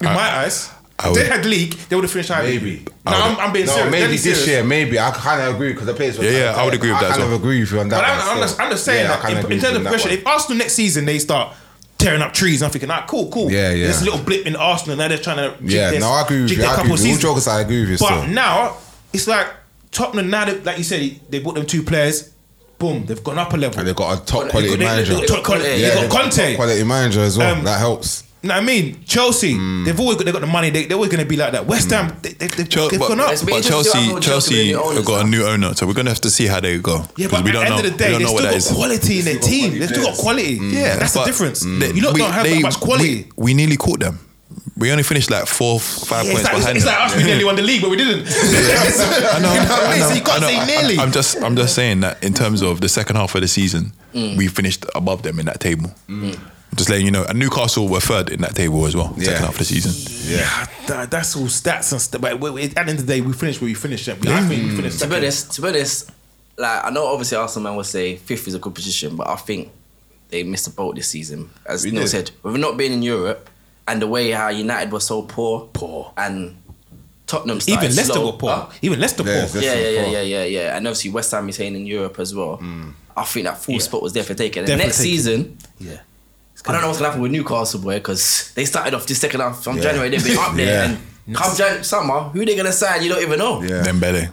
Speaker 1: In
Speaker 3: I-
Speaker 1: my eyes,
Speaker 3: I
Speaker 1: if they
Speaker 3: would-
Speaker 1: had league, they would have finished higher.
Speaker 2: Maybe.
Speaker 1: Than you. No, I'm, I'm being
Speaker 2: No,
Speaker 1: serious.
Speaker 2: maybe
Speaker 1: Let me
Speaker 2: this
Speaker 1: serious.
Speaker 2: year, maybe. I kind of agree because the players were.
Speaker 3: Yeah, yeah, I would agree with that
Speaker 2: I
Speaker 3: as
Speaker 2: kind
Speaker 3: well.
Speaker 2: of agree with you on that.
Speaker 1: But I'm,
Speaker 2: one
Speaker 1: I'm,
Speaker 2: still.
Speaker 1: just, I'm just saying
Speaker 2: Yeah, I
Speaker 1: that
Speaker 2: kinda
Speaker 1: in,
Speaker 2: agree
Speaker 1: in
Speaker 2: with
Speaker 1: terms
Speaker 2: you
Speaker 1: of
Speaker 2: on that
Speaker 1: progression, if
Speaker 2: one.
Speaker 1: Arsenal next season they start tearing up trees, I'm thinking, ah, cool, cool.
Speaker 2: Yeah, yeah.
Speaker 1: This little blip in Arsenal, now they're trying to. jig
Speaker 2: Yeah,
Speaker 1: their-
Speaker 2: no, I agree with
Speaker 1: jig
Speaker 2: you.
Speaker 1: their
Speaker 2: I agree
Speaker 1: couple
Speaker 2: with you. All
Speaker 1: seasons.
Speaker 2: jokers, I agree with you.
Speaker 1: But
Speaker 2: still.
Speaker 1: now it's like Tottenham. Now, they, like you said, they bought them two players. Boom, they've gone up a level.
Speaker 2: And they've got a top
Speaker 1: They
Speaker 2: quality
Speaker 1: got- they-
Speaker 2: manager.
Speaker 1: They got, top quality- they
Speaker 4: Yeah,
Speaker 1: got
Speaker 2: they've got a
Speaker 1: Conte.
Speaker 2: top Quality manager as well.
Speaker 1: Um,
Speaker 2: that helps.
Speaker 1: You know what I mean? Chelsea, they've always got, they got the money. They, they're always going to be like that. West Ham, they, they, they've,
Speaker 3: Chel-
Speaker 1: they've
Speaker 3: but,
Speaker 1: gone up.
Speaker 3: but
Speaker 4: It's been interesting to see how
Speaker 3: Chelsea,
Speaker 4: Chelsea with
Speaker 3: Chelsea
Speaker 4: the owners
Speaker 3: have got a new owner, so we're gonna have to see how they go.
Speaker 1: Yeah,
Speaker 3: 'cause
Speaker 1: but
Speaker 3: we
Speaker 1: at
Speaker 3: don't
Speaker 1: the end
Speaker 3: know.
Speaker 1: of the
Speaker 3: we
Speaker 1: day,
Speaker 3: don't
Speaker 1: they've
Speaker 3: know
Speaker 1: still
Speaker 3: what that
Speaker 1: got
Speaker 3: is.
Speaker 1: quality in their
Speaker 2: still got
Speaker 1: team.
Speaker 2: quality
Speaker 1: They've still got
Speaker 2: players.
Speaker 1: quality. Yeah, that's the
Speaker 3: but
Speaker 1: difference.
Speaker 3: they-
Speaker 1: you lot
Speaker 3: we-
Speaker 1: don't have
Speaker 3: they-
Speaker 1: that much quality.
Speaker 3: We, we nearly caught them. We only finished like four, five
Speaker 1: Yeah, it's
Speaker 3: points
Speaker 1: like, it's,
Speaker 3: behind
Speaker 1: it's
Speaker 3: them.
Speaker 1: like us, we nearly won the league, but we didn't. I know. You know what I mean? So you
Speaker 3: I
Speaker 1: can't
Speaker 3: know,
Speaker 1: say
Speaker 3: I-
Speaker 1: nearly.
Speaker 3: I'm just, I'm just saying that in terms of the second half of the season,
Speaker 2: Mm.
Speaker 3: we finished above them in that table. Just letting you know, and Newcastle were third in that table as well.
Speaker 2: Yeah.
Speaker 3: Second half of the season.
Speaker 1: yeah, that- that's all stats and stuff. But we- we- at the end of the day, we finished where we finished. didn't we? I think we finished.
Speaker 4: To be
Speaker 1: second.
Speaker 4: honest, to be honest, like I know obviously Arsenal man will say fifth is a good position, but I think they missed the boat this season. As
Speaker 2: We
Speaker 4: Neil
Speaker 2: did.
Speaker 4: said, with not being in Europe and the way how United were so poor, poor, and Tottenham started
Speaker 1: Even Leicester
Speaker 4: slow,
Speaker 1: were poor.
Speaker 4: huh?
Speaker 1: Even Leicester
Speaker 2: Yeah,
Speaker 1: poor.
Speaker 2: Leicester
Speaker 4: yeah, yeah, yeah,
Speaker 2: poor.
Speaker 4: yeah, yeah, yeah. And obviously West Ham is saying in Europe as well. I think that full
Speaker 1: Yeah.
Speaker 4: spot was there for taking. And
Speaker 1: There for
Speaker 4: next
Speaker 1: taking.
Speaker 4: season,
Speaker 1: Yeah.
Speaker 4: I don't know what's gonna happen with Newcastle, boy, because they started off this second half from January. They've been up there,
Speaker 2: Yeah.
Speaker 4: and come Jan- summer, who they gonna sign? You don't even know.
Speaker 2: Yeah.
Speaker 3: Dembele.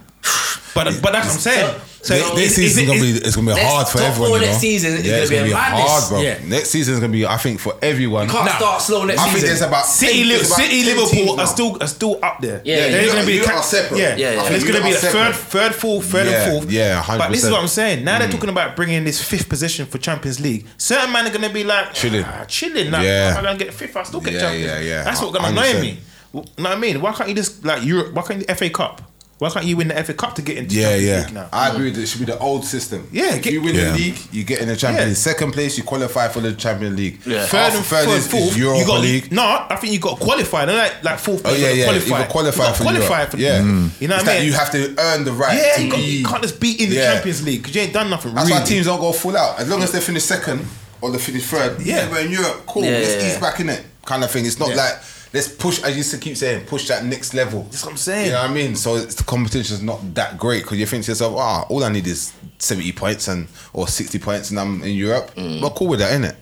Speaker 1: But but that's what I'm saying. So
Speaker 2: next,
Speaker 1: it-
Speaker 2: next
Speaker 1: it-
Speaker 2: season's
Speaker 1: it-
Speaker 2: gonna be
Speaker 1: it-
Speaker 2: it's gonna be
Speaker 4: next-
Speaker 2: hard for
Speaker 4: top
Speaker 2: everyone.
Speaker 4: four
Speaker 2: you
Speaker 4: next
Speaker 2: know?
Speaker 4: season is
Speaker 2: yeah,
Speaker 4: gonna
Speaker 2: it's
Speaker 4: be a madness.
Speaker 2: hard, bro.
Speaker 1: Yeah.
Speaker 2: Next season's gonna be I think for everyone.
Speaker 4: Can't
Speaker 1: Nah.
Speaker 4: start slow next
Speaker 2: I think
Speaker 4: season.
Speaker 2: there's about
Speaker 1: City,
Speaker 2: 10
Speaker 1: Liv-
Speaker 2: there's about
Speaker 1: City
Speaker 2: 10
Speaker 1: Liverpool
Speaker 2: teams now.
Speaker 1: are still are still up there.
Speaker 4: Yeah,
Speaker 1: There's
Speaker 4: you
Speaker 1: gonna
Speaker 2: lot-
Speaker 1: be a
Speaker 2: you lot
Speaker 1: ca-
Speaker 2: are separate.
Speaker 1: Yeah,
Speaker 4: Yeah, yeah.
Speaker 1: And it's
Speaker 2: You
Speaker 1: gonna
Speaker 2: lot
Speaker 1: be the
Speaker 2: are
Speaker 1: third,
Speaker 2: separate.
Speaker 1: third, fourth, third,
Speaker 2: Yeah,
Speaker 1: and fourth.
Speaker 2: yeah, Mm.
Speaker 1: But this is
Speaker 2: 100%.
Speaker 1: what I'm saying. Now they're talking about bringing this fifth position for Champions League. Certain man are gonna be like
Speaker 2: Chilling.
Speaker 1: "Ah, chilling. Like,
Speaker 2: Yeah.
Speaker 1: if I don't get fifth, I still get
Speaker 2: Yeah,
Speaker 1: Champions.
Speaker 2: yeah, yeah.
Speaker 1: That's what's gonna annoy
Speaker 2: 100%.
Speaker 1: me. You know what I mean? Why can't you just like Europe? Why can't you FA Cup? Why can't you win the FA Cup to get into
Speaker 2: Yeah,
Speaker 1: Champions
Speaker 2: yeah.
Speaker 1: League now?
Speaker 2: I agree. with it. It should be the old system.
Speaker 1: Yeah,
Speaker 2: if
Speaker 1: get-
Speaker 2: you win
Speaker 3: Yeah.
Speaker 2: the league, you get in the Champions
Speaker 1: Yeah.
Speaker 2: League. Second place, you qualify for the Champions League.
Speaker 4: Yeah.
Speaker 1: Third
Speaker 2: After
Speaker 1: and third,
Speaker 2: is,
Speaker 1: fourth.
Speaker 2: is Europa
Speaker 1: you got,
Speaker 2: League.
Speaker 1: No, I think you got to qualify. They're like like fourth.
Speaker 2: Oh
Speaker 1: place,
Speaker 2: yeah,
Speaker 1: you
Speaker 2: yeah.
Speaker 1: gotta
Speaker 2: You got qualify
Speaker 1: you gotta
Speaker 2: for
Speaker 1: qualify
Speaker 2: Europe.
Speaker 1: for Mm.
Speaker 2: yeah.
Speaker 1: You know what
Speaker 2: It's
Speaker 1: I
Speaker 2: that
Speaker 1: mean?
Speaker 2: You have to earn the right.
Speaker 1: Yeah,
Speaker 2: to
Speaker 1: you, got,
Speaker 2: be-
Speaker 1: you can't just be in the
Speaker 2: Yeah.
Speaker 1: Champions League because you ain't done nothing
Speaker 2: That's
Speaker 1: really.
Speaker 2: why teams don't go full out. As long as they finish second or they finish third,
Speaker 1: Yeah.
Speaker 2: yeah, we're in Europe, cool.
Speaker 4: Yeah,
Speaker 2: let's
Speaker 4: yeah,
Speaker 2: ease
Speaker 4: yeah.
Speaker 2: back in it, kind of thing. It's not
Speaker 1: Yeah.
Speaker 2: like let's push. I used to keep saying, push that next level.
Speaker 1: That's what I'm saying.
Speaker 2: You know what I mean? So it's, the competition's not that great because you think to yourself, ah, all I need is 70 points and or 60 points, and I'm in Europe.
Speaker 4: Mm.
Speaker 2: We're cool with that, innit?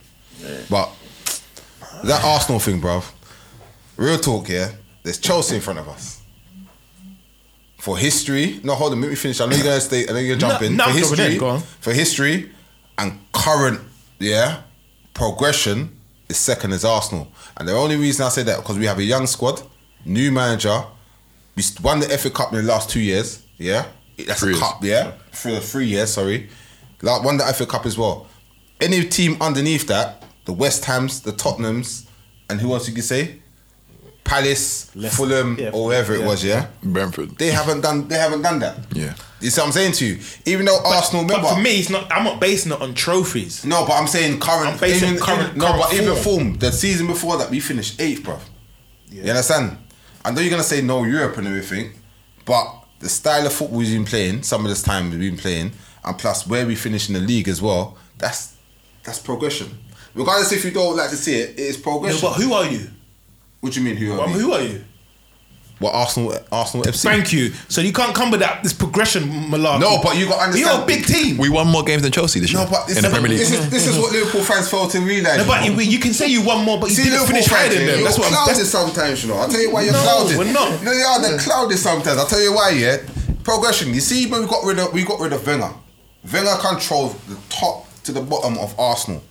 Speaker 2: But that Arsenal thing, bruv. Real talk, yeah. There's Chelsea in front of us. For history, no, hold on, make me finish. I know you're gonna stay. I know you're
Speaker 1: No,
Speaker 2: jumping.
Speaker 1: no,
Speaker 2: for
Speaker 1: I'm jumping in,
Speaker 2: history,
Speaker 1: go on.
Speaker 2: for history, and current, yeah, progression is second is Arsenal, and the only reason I say that because we have a young squad, new manager, we st- won the FA Cup in the last two years, yeah. That's
Speaker 3: Three
Speaker 2: a
Speaker 3: years.
Speaker 2: cup, yeah. Three, three years, sorry. Like won the FA Cup as well. Any team underneath that, the West Hams, the Tottenhams, and who else you could say? Palace,
Speaker 1: Leicester.
Speaker 2: Fulham,
Speaker 1: Yeah.
Speaker 2: or wherever it
Speaker 1: Yeah.
Speaker 2: was, yeah.
Speaker 3: Brentford.
Speaker 2: They haven't done. They haven't done that.
Speaker 3: Yeah.
Speaker 2: You see what I'm saying to you? Even though Arsenal,
Speaker 1: But
Speaker 2: remember,
Speaker 1: for me, it's not. I'm not basing it on trophies.
Speaker 2: no, but I'm saying current.
Speaker 1: I'm basing
Speaker 2: even-
Speaker 1: current-
Speaker 2: No,
Speaker 1: current
Speaker 2: but even
Speaker 1: form.
Speaker 2: form. The season before that, we finished eighth, bro. You understand? I know you're gonna say no Europe and everything, but the style of football we've been playing, some of this time we've been playing, and plus where we finish in the league as well. That's that's progression. Regardless if you don't like to see it, it is
Speaker 1: No,
Speaker 2: progression.
Speaker 1: but who are you?
Speaker 2: what do you mean? Who are
Speaker 1: Um,
Speaker 2: we?
Speaker 1: who are you?
Speaker 2: What Arsenal? Arsenal FC.
Speaker 1: Thank you. So you can't come with that this progression malarkey.
Speaker 2: No, but you got to understand.
Speaker 1: You're a big team.
Speaker 3: We won more games than Chelsea this year
Speaker 2: No, but this,
Speaker 3: in the
Speaker 2: is,
Speaker 3: Premier League.
Speaker 2: this is this is what Liverpool fans fail to realise.
Speaker 1: no,
Speaker 2: you
Speaker 1: but
Speaker 2: know?
Speaker 1: you, you can say you won more, but you
Speaker 2: See,
Speaker 1: didn't
Speaker 2: Liverpool
Speaker 1: finish higher
Speaker 2: fans,
Speaker 1: than
Speaker 2: yeah,
Speaker 1: them.
Speaker 2: You're
Speaker 1: That's what I'm.
Speaker 2: clouded
Speaker 1: That's,
Speaker 2: sometimes, you know. I'll tell you why you're
Speaker 1: No,
Speaker 2: clouded.
Speaker 1: we're not.
Speaker 2: No, you are. They're clouded sometimes. I'll tell you why, yeah. Progression. You see, when we got rid of we got rid of Wenger. Wenger controlled the top to the bottom of Arsenal.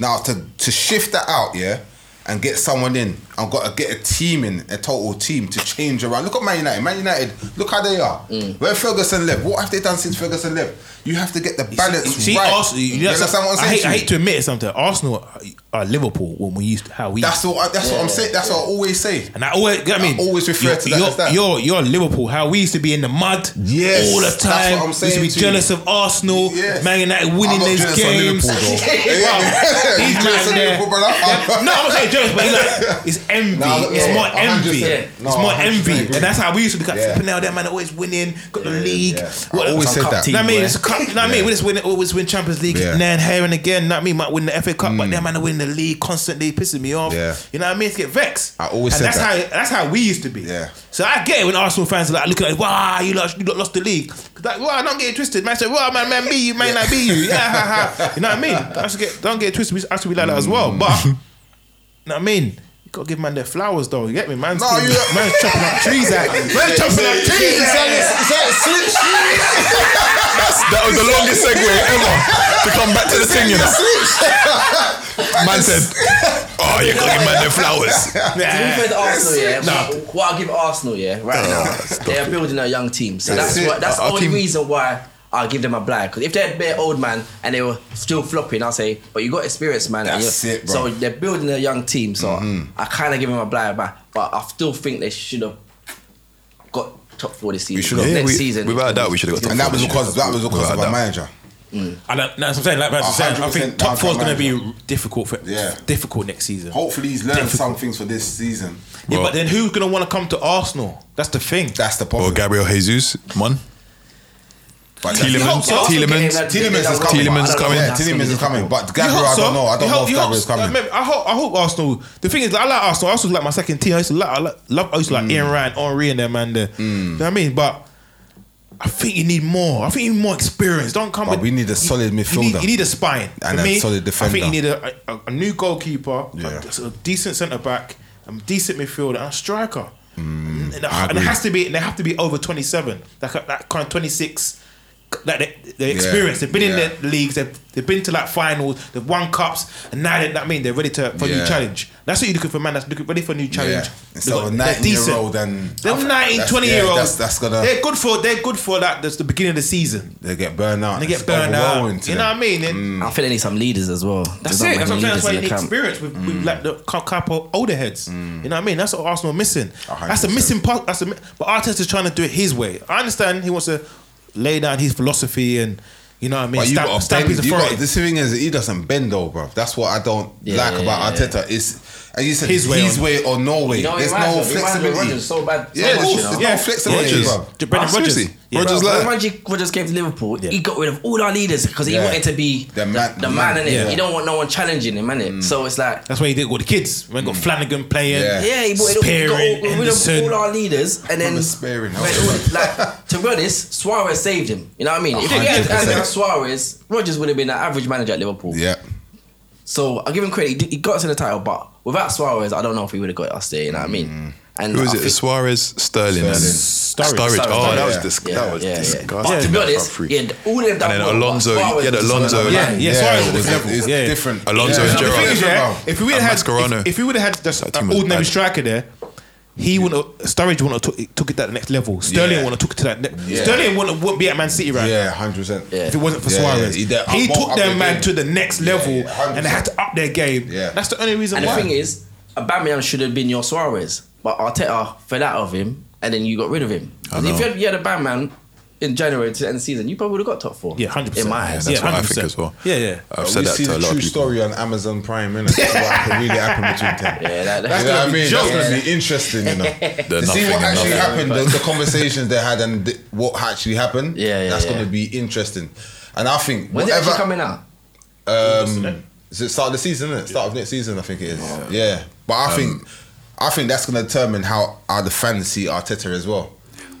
Speaker 2: Now to to shift that out, yeah, and get someone in, I've got to get a team in, a total team to change around. Look at Man United. Man United, look how they are.
Speaker 1: Mm.
Speaker 2: Where Ferguson left. What have they done since Ferguson left? You have to get the balance
Speaker 1: see,
Speaker 2: right.
Speaker 1: Arsenal, you know,
Speaker 2: understand what I'm
Speaker 1: I
Speaker 2: saying?
Speaker 1: hate,
Speaker 2: to
Speaker 1: I
Speaker 2: you?
Speaker 1: hate to admit it sometimes. Arsenal are Liverpool when we used to, how we.
Speaker 2: That's what I, that's what I'm saying. That's what I always say.
Speaker 1: And I always, I mean,
Speaker 2: always refer
Speaker 1: you're-
Speaker 2: to that
Speaker 1: You're,
Speaker 2: as that.
Speaker 1: you're, you're Liverpool. How we used to be in the mud,
Speaker 2: Yes,
Speaker 1: all the
Speaker 2: that's
Speaker 1: time.
Speaker 2: what I'm
Speaker 1: we
Speaker 2: saying
Speaker 1: used to
Speaker 2: to
Speaker 1: be
Speaker 2: you.
Speaker 1: jealous of Arsenal,
Speaker 2: Yes.
Speaker 1: Man United
Speaker 2: I'm
Speaker 1: winning
Speaker 2: not
Speaker 1: these
Speaker 2: jealous of
Speaker 1: games.
Speaker 2: Liverpool, though.
Speaker 1: Bruv, these
Speaker 2: Jealous
Speaker 1: man
Speaker 2: of
Speaker 1: there-
Speaker 2: Liverpool, brother.
Speaker 1: Yeah, no, I'm not saying jealous, but it's like it's envy.
Speaker 2: Nah, look,
Speaker 1: it's
Speaker 2: yeah,
Speaker 1: more
Speaker 2: 100%.
Speaker 1: envy.
Speaker 2: Yeah.
Speaker 1: it's
Speaker 2: No,
Speaker 1: more
Speaker 2: 100%
Speaker 1: envy,
Speaker 2: agree.
Speaker 1: and that's how we used to look at
Speaker 2: Yeah.
Speaker 1: flipping out. That man always winning, got the league.
Speaker 2: yeah. I
Speaker 1: What-
Speaker 2: always
Speaker 1: some
Speaker 2: said
Speaker 1: cup
Speaker 2: that.
Speaker 1: team, Know what I mean,
Speaker 4: boy.
Speaker 1: it's a cup, know what I mean, we just win, always win Champions League
Speaker 2: Yeah. Mm.
Speaker 1: now and here and again. Know what I mean, might win the FA Cup, but that man are winning the league constantly, pissing me off.
Speaker 2: Yeah.
Speaker 1: You know what I mean? It's get vexed.
Speaker 2: I always
Speaker 1: and
Speaker 2: said
Speaker 1: that's
Speaker 2: that.
Speaker 1: how that's how we used to be.
Speaker 2: Yeah.
Speaker 1: So I get it when Arsenal fans are like looking at, wow, you lost, you lot lost the league. 'Cause Like, wow, don't get it twisted, man. Say, wow, man, man, be you, man, I be you. Yeah, ha, ha. You know what I mean? I should get, don't get it twisted. We- I should be like that as well.
Speaker 2: Mm.
Speaker 1: But, you know what I mean? You gotta give man their flowers though. You get me, man?
Speaker 2: No,
Speaker 1: still-
Speaker 2: you don't-
Speaker 1: man's chopping up trees out. Man's chopping up trees out.
Speaker 3: That was the longest segue ever to come back to the thing, you know. Man said, "Oh, you're gonna give man the flowers."
Speaker 4: To be fair to Arsenal, yeah.
Speaker 1: Eh. Nah.
Speaker 4: What, what I give Arsenal, yeah, right now, they're building a young team, so
Speaker 2: That's
Speaker 4: that's
Speaker 2: it.
Speaker 4: what, that's the
Speaker 3: Our- our
Speaker 4: only
Speaker 3: team-
Speaker 4: reason why I give them a blind. Because if they had bare old man and they were still flopping, I'll say, but you got experience, man. and
Speaker 2: That's
Speaker 4: you-
Speaker 2: it, bro. Mm-hmm.
Speaker 4: So they're building a young team, so I kind of give them a blind back, but I still think they should have got top four this season.
Speaker 2: should have.
Speaker 4: Next
Speaker 3: Yeah, we-
Speaker 4: season,
Speaker 3: without that, we should have got. top
Speaker 2: And that
Speaker 3: four
Speaker 2: was
Speaker 3: this year.
Speaker 2: because that was because
Speaker 3: Without
Speaker 2: of our
Speaker 3: that.
Speaker 2: manager.
Speaker 1: I don't, uh, that's what I'm saying. Like Matt's saying, I think
Speaker 2: 100%
Speaker 1: top four is going to
Speaker 2: down for
Speaker 1: be difficult for
Speaker 2: Yeah.
Speaker 1: difficult next season.
Speaker 2: Hopefully, he's learned some things for this season.
Speaker 1: yeah,
Speaker 3: Well-
Speaker 1: but then who's going to want to come to Arsenal? That's the thing.
Speaker 2: That's the
Speaker 3: Or
Speaker 2: problem.
Speaker 3: Gabriel Jesus, man.
Speaker 2: But that's-
Speaker 3: Tielemans-
Speaker 2: Hope so.
Speaker 4: Arsenal
Speaker 3: Tielemans-
Speaker 4: game, like,
Speaker 2: Tielemans
Speaker 4: they
Speaker 2: is
Speaker 4: don't
Speaker 2: coming.
Speaker 4: win, but
Speaker 3: Tielemans
Speaker 4: I don't
Speaker 3: coming.
Speaker 4: know
Speaker 2: Yeah,
Speaker 4: if that's
Speaker 2: Tielemans
Speaker 4: gonna
Speaker 2: is
Speaker 4: be
Speaker 2: coming,
Speaker 4: difficult.
Speaker 2: but
Speaker 1: You
Speaker 2: Gabriel,
Speaker 1: hope
Speaker 2: I don't
Speaker 1: so.
Speaker 2: know. I don't
Speaker 1: You
Speaker 2: know
Speaker 1: hope-
Speaker 2: if
Speaker 1: you
Speaker 2: Gabriel's
Speaker 1: hope-
Speaker 2: coming.
Speaker 1: like, I hope, I hope Arsenal. The thing is, I like Arsenal. Arsenal's like my second team. I used to like, I like, love. I used to like Ian
Speaker 2: Mm.
Speaker 1: Ryan, Henri, and them man there. You know what I mean? But I think you need more. I think you need more experience. Don't come.
Speaker 2: But
Speaker 1: with,
Speaker 2: we need a
Speaker 1: you-
Speaker 2: solid
Speaker 1: you need- You
Speaker 2: midfielder.
Speaker 1: need, a spine For
Speaker 2: And a
Speaker 1: me,
Speaker 2: solid
Speaker 1: I think
Speaker 2: defender.
Speaker 1: you need a, a, a new goalkeeper, a-
Speaker 2: Yeah.
Speaker 1: a, decent centre back, a decent midfielder, and a striker. and, and
Speaker 2: Mm, I
Speaker 1: it
Speaker 2: agree.
Speaker 1: uh, has to be. They have to be over twenty seven. Like that kind of twenty six. like they, they're experienced. They've been
Speaker 2: Yeah.
Speaker 1: in the leagues. They've, they've been to like finals. They've won cups, and now they, that mean they're ready to for a
Speaker 2: Yeah.
Speaker 1: new challenge. That's what you're looking for, man. That's looking ready for a new challenge.
Speaker 2: Yeah. Instead of a
Speaker 1: They're decent.
Speaker 2: 19-year-old and-
Speaker 1: them 19,
Speaker 2: That's-
Speaker 1: 20
Speaker 2: yeah,
Speaker 1: year olds.
Speaker 2: that's- that's gonna-
Speaker 1: They're good for. They're good for that. That's the beginning of the season.
Speaker 2: They get burned out.
Speaker 1: They get
Speaker 2: It's
Speaker 1: burned out.
Speaker 2: overwhelming
Speaker 1: You
Speaker 2: to
Speaker 1: know
Speaker 2: them. Mm.
Speaker 1: what I mean? And
Speaker 4: I think they need some leaders as well.
Speaker 1: That's
Speaker 4: There's
Speaker 1: it.
Speaker 4: not
Speaker 1: That's what I'm
Speaker 4: many
Speaker 1: saying. That's why you need
Speaker 4: leaders in the camp.
Speaker 1: experience with,
Speaker 2: Mm.
Speaker 1: with like the cou- couple older heads. You know what I mean? That's what Arsenal are missing. That's a
Speaker 2: 100%.
Speaker 1: missing part. That's a. mi- But Arteta's trying to do it his way. I understand he wants to lay down his philosophy and you know what I mean.
Speaker 2: But you
Speaker 1: stamp,
Speaker 2: got
Speaker 1: stamp his
Speaker 2: you
Speaker 1: authority.
Speaker 2: got, the thing is, he doesn't bend though, bro. That's what I don't
Speaker 4: Yeah,
Speaker 2: like
Speaker 4: yeah,
Speaker 2: about
Speaker 4: yeah,
Speaker 2: Arteta. It's and you said
Speaker 1: His
Speaker 2: his
Speaker 1: way
Speaker 2: way, his
Speaker 1: or-
Speaker 2: way or no way.
Speaker 4: You know, it
Speaker 2: There's
Speaker 4: reminds
Speaker 2: no
Speaker 4: me- it reminds me of
Speaker 2: flexibility.
Speaker 4: Rodgers so bad- so
Speaker 2: yeah,
Speaker 4: much,
Speaker 2: of
Speaker 4: you
Speaker 2: course,
Speaker 4: know?
Speaker 2: there's no flexibility,
Speaker 3: Rodgers.
Speaker 2: bro.
Speaker 1: Brendan
Speaker 3: Ah,
Speaker 1: Rodgers.
Speaker 3: seriously?
Speaker 1: Yeah.
Speaker 3: Rodgers
Speaker 4: Bro,
Speaker 3: like-
Speaker 4: when Rodgers- Rodgers came to Liverpool, he got rid of all our leaders because he
Speaker 2: Yeah.
Speaker 4: wanted to be
Speaker 2: The
Speaker 4: the
Speaker 2: man-
Speaker 4: man, the, man,
Speaker 2: man,
Speaker 4: innit?
Speaker 2: yeah.
Speaker 4: You don't want no one challenging him, innit?
Speaker 3: Mm.
Speaker 4: So it's like,
Speaker 1: That's why he did with the kids. We got Flanagan playing.
Speaker 2: Mm. Yeah.
Speaker 4: yeah, he bought it all,
Speaker 1: Sparing,
Speaker 4: got all, rid of
Speaker 1: Henderson.
Speaker 4: all our leaders, and then
Speaker 2: Remember sparing,
Speaker 4: Wait, all- like to be honest, Suarez saved him. You know what I mean? If he had
Speaker 2: 100%.
Speaker 4: Andrew Suarez, Rodgers would have been an average manager at Liverpool.
Speaker 2: Yeah,
Speaker 4: So I give him credit. He did- He got us in the title, but without Suarez, I don't know if he would have got us there. You know what I mean? And
Speaker 3: Mm. Who
Speaker 4: I
Speaker 3: is it?
Speaker 4: think-
Speaker 3: Suarez, Sterling, and
Speaker 1: Sturridge.
Speaker 3: Sturridge. Oh, that
Speaker 2: Sturridge,
Speaker 3: was
Speaker 2: yeah.
Speaker 3: dis-
Speaker 4: Yeah,
Speaker 3: that was
Speaker 4: yeah, yeah.
Speaker 3: disgusting.
Speaker 4: But to be
Speaker 3: man,
Speaker 4: honest,
Speaker 3: front three.
Speaker 4: yeah, all of them
Speaker 3: And then Alonso,
Speaker 4: Suarez
Speaker 3: yeah, the
Speaker 4: was
Speaker 3: Alonso,
Speaker 4: another
Speaker 1: Yeah,
Speaker 4: man.
Speaker 1: yeah, Suarez was level.
Speaker 2: It's
Speaker 1: Yeah.
Speaker 2: different.
Speaker 3: Alonso
Speaker 2: yeah.
Speaker 3: and
Speaker 1: The thing
Speaker 3: Gerrard.
Speaker 1: is, yeah, if we would
Speaker 3: And
Speaker 1: have had,
Speaker 3: Mascherano.
Speaker 1: if, if we would have had just
Speaker 3: That team
Speaker 1: an
Speaker 3: was
Speaker 1: ordinary
Speaker 3: bad.
Speaker 1: striker there, he wouldn't. Have, Sturridge wouldn't have took, took it to that next level. Sterling
Speaker 2: Yeah.
Speaker 1: wouldn't have took it to that. Ne-
Speaker 2: Yeah.
Speaker 1: Sterling wouldn't, wouldn't be at Man City right.
Speaker 2: Yeah, hundred percent. Yeah.
Speaker 1: If it wasn't for
Speaker 2: Yeah, yeah.
Speaker 1: Suarez,
Speaker 2: He- they
Speaker 1: he
Speaker 2: up-
Speaker 1: took
Speaker 2: up
Speaker 1: their
Speaker 2: their
Speaker 1: man
Speaker 2: game.
Speaker 1: to the next level,
Speaker 2: yeah, 100%.
Speaker 1: and they had to up their game.
Speaker 2: Yeah.
Speaker 1: That's the only reason
Speaker 4: And the
Speaker 1: why.
Speaker 4: thing is, Aubameyang should have been your Suarez, but Arteta fell out of him, and then you got rid of him. 'Cause
Speaker 3: know.
Speaker 4: If you had, you had Aubameyang in January to end the season, you probably would have got top four.
Speaker 1: yeah, hundred percent.
Speaker 4: In my eyes.
Speaker 1: yeah,
Speaker 3: Yeah, that's what I
Speaker 1: 100%.
Speaker 3: think as well.
Speaker 1: Yeah, yeah.
Speaker 3: I've
Speaker 2: We
Speaker 3: said that
Speaker 2: see
Speaker 3: to
Speaker 2: the
Speaker 3: a lot
Speaker 2: true
Speaker 3: of people.
Speaker 2: story on Amazon Prime, innit? That's what could really happen between them.
Speaker 4: Yeah,
Speaker 2: that's
Speaker 4: that- that's
Speaker 2: you know what I
Speaker 1: gonna be
Speaker 2: mean.
Speaker 1: jokes.
Speaker 2: That's gonna be interesting, you know. to see
Speaker 3: nothing
Speaker 2: what
Speaker 3: and
Speaker 2: actually
Speaker 3: nothing.
Speaker 2: happened, the, the conversations they had, and the, what actually happened.
Speaker 4: Yeah, yeah,
Speaker 2: that's
Speaker 4: yeah.
Speaker 2: gonna be interesting. And I think
Speaker 4: When's it
Speaker 2: whatever.
Speaker 4: actually coming out?
Speaker 2: Um, is it start of the season? Isn't it? Start of next season, I think it is. Yeah, but
Speaker 4: Um,
Speaker 2: I think I think that's going to determine how how the fans see Arteta as well.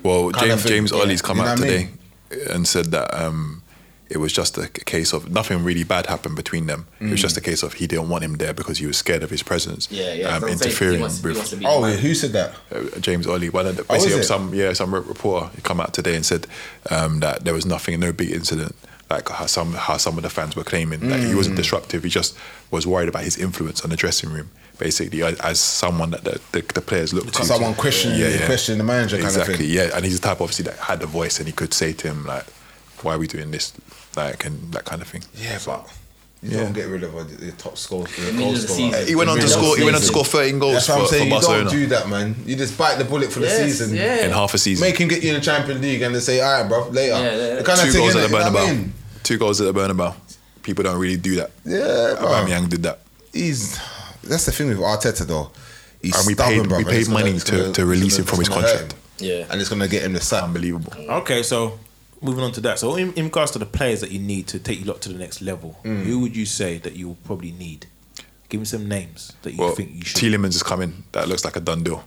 Speaker 3: Well,
Speaker 2: Kind
Speaker 3: James,
Speaker 2: of thing,
Speaker 3: James
Speaker 2: yeah.
Speaker 3: Ollie's come
Speaker 2: You know
Speaker 3: out
Speaker 2: what I
Speaker 3: today and said that um, it was just a c- case of nothing really bad happened between them. It was just a case of he didn't want him there because he was scared of his presence. Um, interfering with
Speaker 2: Oh, yeah, who said that?
Speaker 3: uh, James Ollie. One of the,
Speaker 2: Oh, is
Speaker 3: basically,
Speaker 2: it?
Speaker 3: some yeah, some re- reporter come out today and said um, that there was nothing, no big incident. Like how some how some of the fans were claiming that he
Speaker 2: Mm.
Speaker 3: wasn't disruptive. He just was worried about his influence on the dressing room, basically as, as someone that the, the, the players looked to.
Speaker 2: Someone questioned you, questioned the manager kind of
Speaker 3: exactly,
Speaker 2: thing.
Speaker 3: Yeah, and he's the type obviously that had the voice and he could say to him like, "Why are we doing this?" Like and that kind of thing.
Speaker 2: Yeah, but you
Speaker 3: Yeah.
Speaker 2: don't get rid of the top scorer. The
Speaker 4: middle
Speaker 2: goal
Speaker 4: of the
Speaker 2: scorer.
Speaker 4: season.
Speaker 3: He went on to
Speaker 2: Middle of
Speaker 3: score. He went on to
Speaker 2: season.
Speaker 3: score 13 goals
Speaker 2: That's what I'm
Speaker 3: for,
Speaker 2: saying.
Speaker 3: for
Speaker 2: You
Speaker 3: Barcelona
Speaker 2: don't do that, man. You just bite the bullet for the
Speaker 4: Yes,
Speaker 2: season.
Speaker 4: yeah.
Speaker 3: in half a season.
Speaker 2: Make him get you in the Champions League and they say, all right, bro, later.
Speaker 4: Yeah, yeah, yeah.
Speaker 2: The kind
Speaker 3: two
Speaker 2: of thing,
Speaker 3: goals
Speaker 2: innit?
Speaker 3: at the
Speaker 2: You know what I
Speaker 3: Bernabeu.
Speaker 2: mean?
Speaker 3: Two goals at the Bernabeu. People don't really do that.
Speaker 2: Yeah, bro.
Speaker 3: Aubameyang did that,
Speaker 2: he's that's the thing with Arteta though. He's
Speaker 3: And we
Speaker 2: stubborn,
Speaker 3: paid-
Speaker 2: bro.
Speaker 3: we
Speaker 2: but
Speaker 3: paid
Speaker 2: it's gonna-
Speaker 3: money
Speaker 2: it's
Speaker 3: to-
Speaker 2: gonna-
Speaker 3: to release him
Speaker 2: it's
Speaker 3: from his
Speaker 2: gonna hurt
Speaker 3: contract.
Speaker 2: him.
Speaker 4: Yeah.
Speaker 2: and it's gonna get him the sack.
Speaker 3: unbelievable.
Speaker 1: Okay, so moving on to that. So in, in regards to the players that you need to take you lot to the next level, who would you say that you will probably need? Give me some names that you
Speaker 3: Well,
Speaker 1: think you should.
Speaker 3: Tielemans is coming. That looks like a done deal.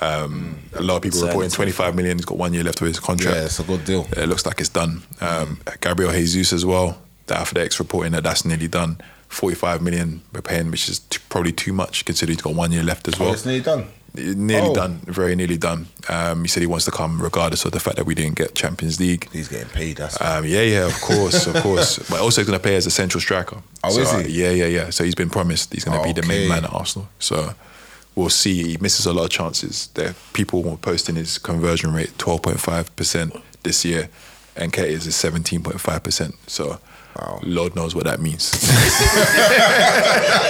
Speaker 3: Um, a lot of people reporting 25 million. He's got one year left of his contract.
Speaker 2: Yeah, it's a good deal.
Speaker 3: It looks like it's done. Um, Gabriel Jesus as well. The Athletics reporting that that's nearly done. 45 million we're paying, which is t- probably too much considering he's got one year left as well.
Speaker 2: Well, it's nearly done.
Speaker 3: nearly
Speaker 2: Oh.
Speaker 3: done, very nearly done. Um, he said he wants to come regardless of the fact that we didn't get Champions League.
Speaker 2: He's getting paid. That's
Speaker 3: Um, yeah, yeah, of course, of course. But also, he's going to play as a central striker.
Speaker 2: Oh,
Speaker 3: so,
Speaker 2: is he?
Speaker 3: uh, yeah, yeah, yeah. So he's been promised he's going to be the
Speaker 2: Okay.
Speaker 3: main man at Arsenal. So we'll see. He misses a lot of chances. There, people were posting his conversion rate twelve point five percent this year, and Kate is seventeen point five percent. So.
Speaker 2: Wow.
Speaker 3: Lord knows what that means.